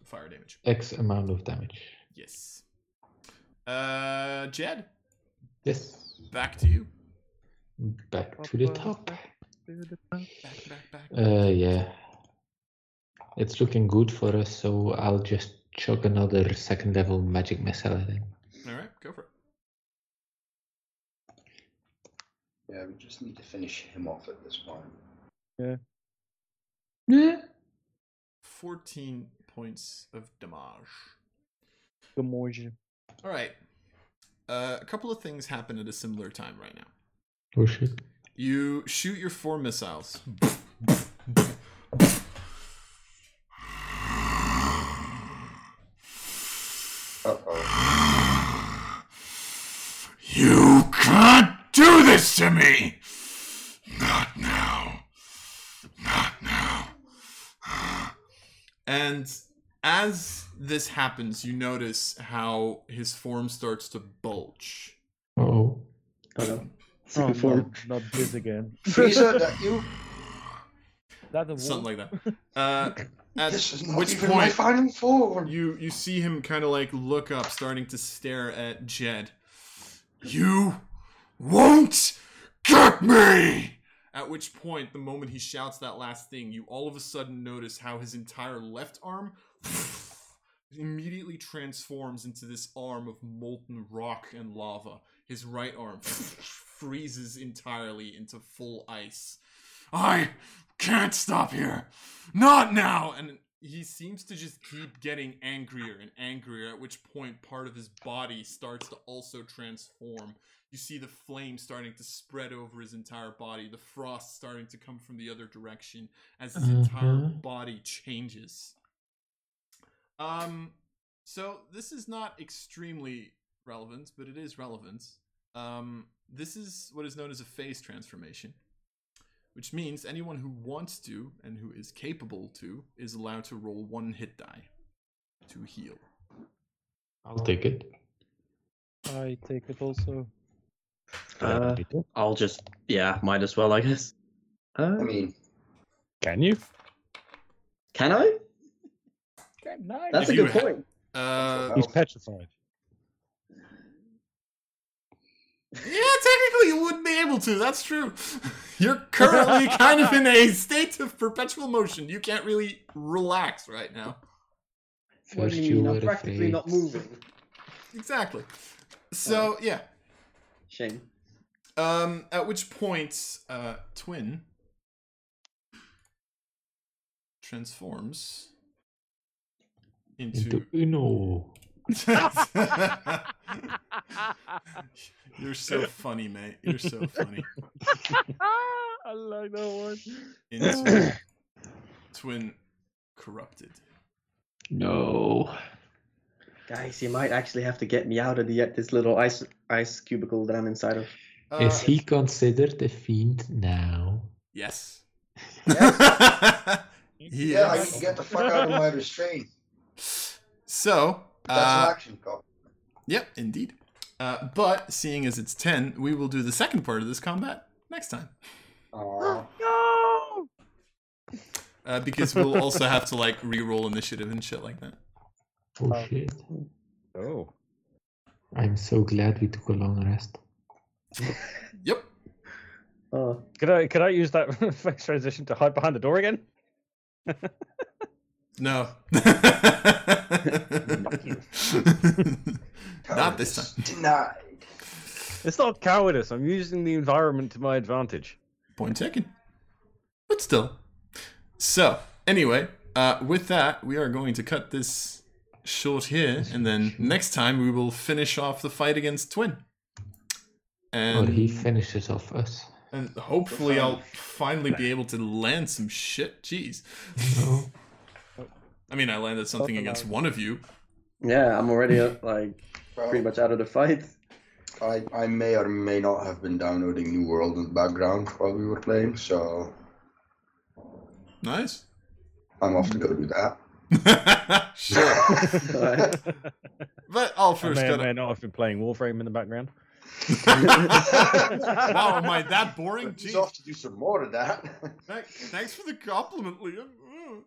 Speaker 1: fire damage.
Speaker 4: X amount of damage.
Speaker 1: Yes. Uh, Jed,
Speaker 4: Yes.
Speaker 1: back to you.
Speaker 4: Back to the top.
Speaker 1: Back, back, back.
Speaker 4: Uh, yeah. It's looking good for us, so I'll just chuck another second level magic missile at him.
Speaker 1: All right, go for it.
Speaker 3: Yeah, we just need to finish him off at this point.
Speaker 1: Fourteen points of damage.
Speaker 2: The Morge.
Speaker 1: All right. Uh, a couple of things happen at a similar time right now.
Speaker 4: Oh shit.
Speaker 1: You shoot your four missiles.
Speaker 3: Uh-oh.
Speaker 1: You can't do this to me! Not now. Not now. Uh, And as this happens, you notice how his form starts to bulge.
Speaker 4: Oh.
Speaker 8: Oh, no.
Speaker 2: Oh,
Speaker 8: Super form.
Speaker 2: no, not this again.
Speaker 3: Freezer, that you?
Speaker 2: That a
Speaker 1: Something
Speaker 2: wolf?
Speaker 1: like that. Uh, at
Speaker 3: This is not
Speaker 1: which
Speaker 3: even my
Speaker 1: point,
Speaker 3: final form.
Speaker 1: You you see him kind of like look up, starting to stare at Jed. You won't get me. At which point, the moment he shouts that last thing, you all of a sudden notice how his entire left arm immediately transforms into this arm of molten rock and lava. His right arm freezes entirely into full ice. I can't stop here. Not now. And he seems to just keep getting angrier and angrier, at which point part of his body starts to also transform. You see the flame starting to spread over his entire body, the frost starting to come from the other direction as his entire
Speaker 4: Mhm.
Speaker 1: body changes. Um, so this is not extremely relevant, but it is relevant. Um, this is what is known as a phase transformation which means anyone who wants to and who is capable to is allowed to roll one hit die to heal.
Speaker 4: I'll take it.
Speaker 2: I take it also.
Speaker 6: Uh,
Speaker 8: I'll just yeah, might as well, I guess. Uh,
Speaker 3: I mean,
Speaker 5: Can you?
Speaker 8: can I?
Speaker 1: If
Speaker 8: That's a
Speaker 1: you
Speaker 8: good
Speaker 1: ha-
Speaker 8: point.
Speaker 1: Uh,
Speaker 5: He's petrified.
Speaker 1: yeah, technically you wouldn't be able to. That's true. You're currently kind of in a state of perpetual motion. You can't really relax right now.
Speaker 4: First you were
Speaker 8: Hmm, I'm practically
Speaker 4: afraid.
Speaker 8: not moving.
Speaker 1: Exactly. So yeah.
Speaker 8: Shame.
Speaker 1: Um, at which point, uh, Twin transforms into
Speaker 4: Into Uno.
Speaker 1: You're so funny, mate. You're so funny.
Speaker 2: I like that one.
Speaker 1: Into twin corrupted.
Speaker 4: No.
Speaker 8: Guys, you might actually have to get me out of the, this little ice ice cubicle that I'm inside of.
Speaker 1: Uh,
Speaker 4: Is he considered a fiend now?
Speaker 1: Yes.
Speaker 3: yeah, I
Speaker 1: Yes.
Speaker 3: need to get the fuck out of my restraint.
Speaker 1: So,
Speaker 3: That's
Speaker 1: uh,
Speaker 3: an action cop.
Speaker 1: yep, indeed. Uh, but seeing as it's 10, we will do the second part of this combat next time.
Speaker 3: Aw.
Speaker 1: Uh, because we'll also have to like re-roll initiative and shit like that.
Speaker 4: Oh shit.
Speaker 14: Oh.
Speaker 4: I'm so glad we took a long rest.
Speaker 1: Yep.
Speaker 15: Oh,
Speaker 5: Could I could I use that face transition to hide behind the door again?
Speaker 1: No. Not this time.
Speaker 3: Denied.
Speaker 5: It's not cowardice. I'm using the environment to my advantage.
Speaker 1: Point taken. But still. So, anyway, uh, with that, we are going to cut this short here, and then next time we will finish off the fight against Twin.
Speaker 4: Or
Speaker 1: And,
Speaker 4: he finishes off us.
Speaker 1: and hopefully, I'll finally be able to land some shit. Jeez.
Speaker 4: No.
Speaker 1: I mean, I landed something against one of you.
Speaker 8: Yeah, I'm already uh, like
Speaker 3: Well,
Speaker 8: pretty much out of the fight.
Speaker 3: I, I may or may not have been downloading New World in the background while we were playing, so
Speaker 1: Nice.
Speaker 3: I'm off to go do that.
Speaker 1: sure.
Speaker 8: Alright.
Speaker 1: But I'll
Speaker 14: I
Speaker 1: first
Speaker 14: may
Speaker 1: go.
Speaker 14: or
Speaker 1: to-
Speaker 14: may not have been playing Warframe in the background.
Speaker 1: Wow, am I that boring?
Speaker 3: He's
Speaker 1: Jeez.
Speaker 3: off to do some more of that.
Speaker 1: Thank- Thanks for the compliment, Liam. Ooh.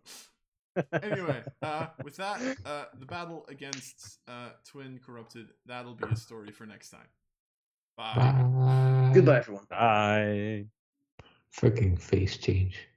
Speaker 1: Anyway, uh, with that, uh, the battle against uh, Twin Corrupted, that'll be a story for next time. Bye.
Speaker 4: Bye.
Speaker 8: uh,
Speaker 1: Um,
Speaker 8: Goodbye, everyone.
Speaker 5: I.
Speaker 4: Fucking face change.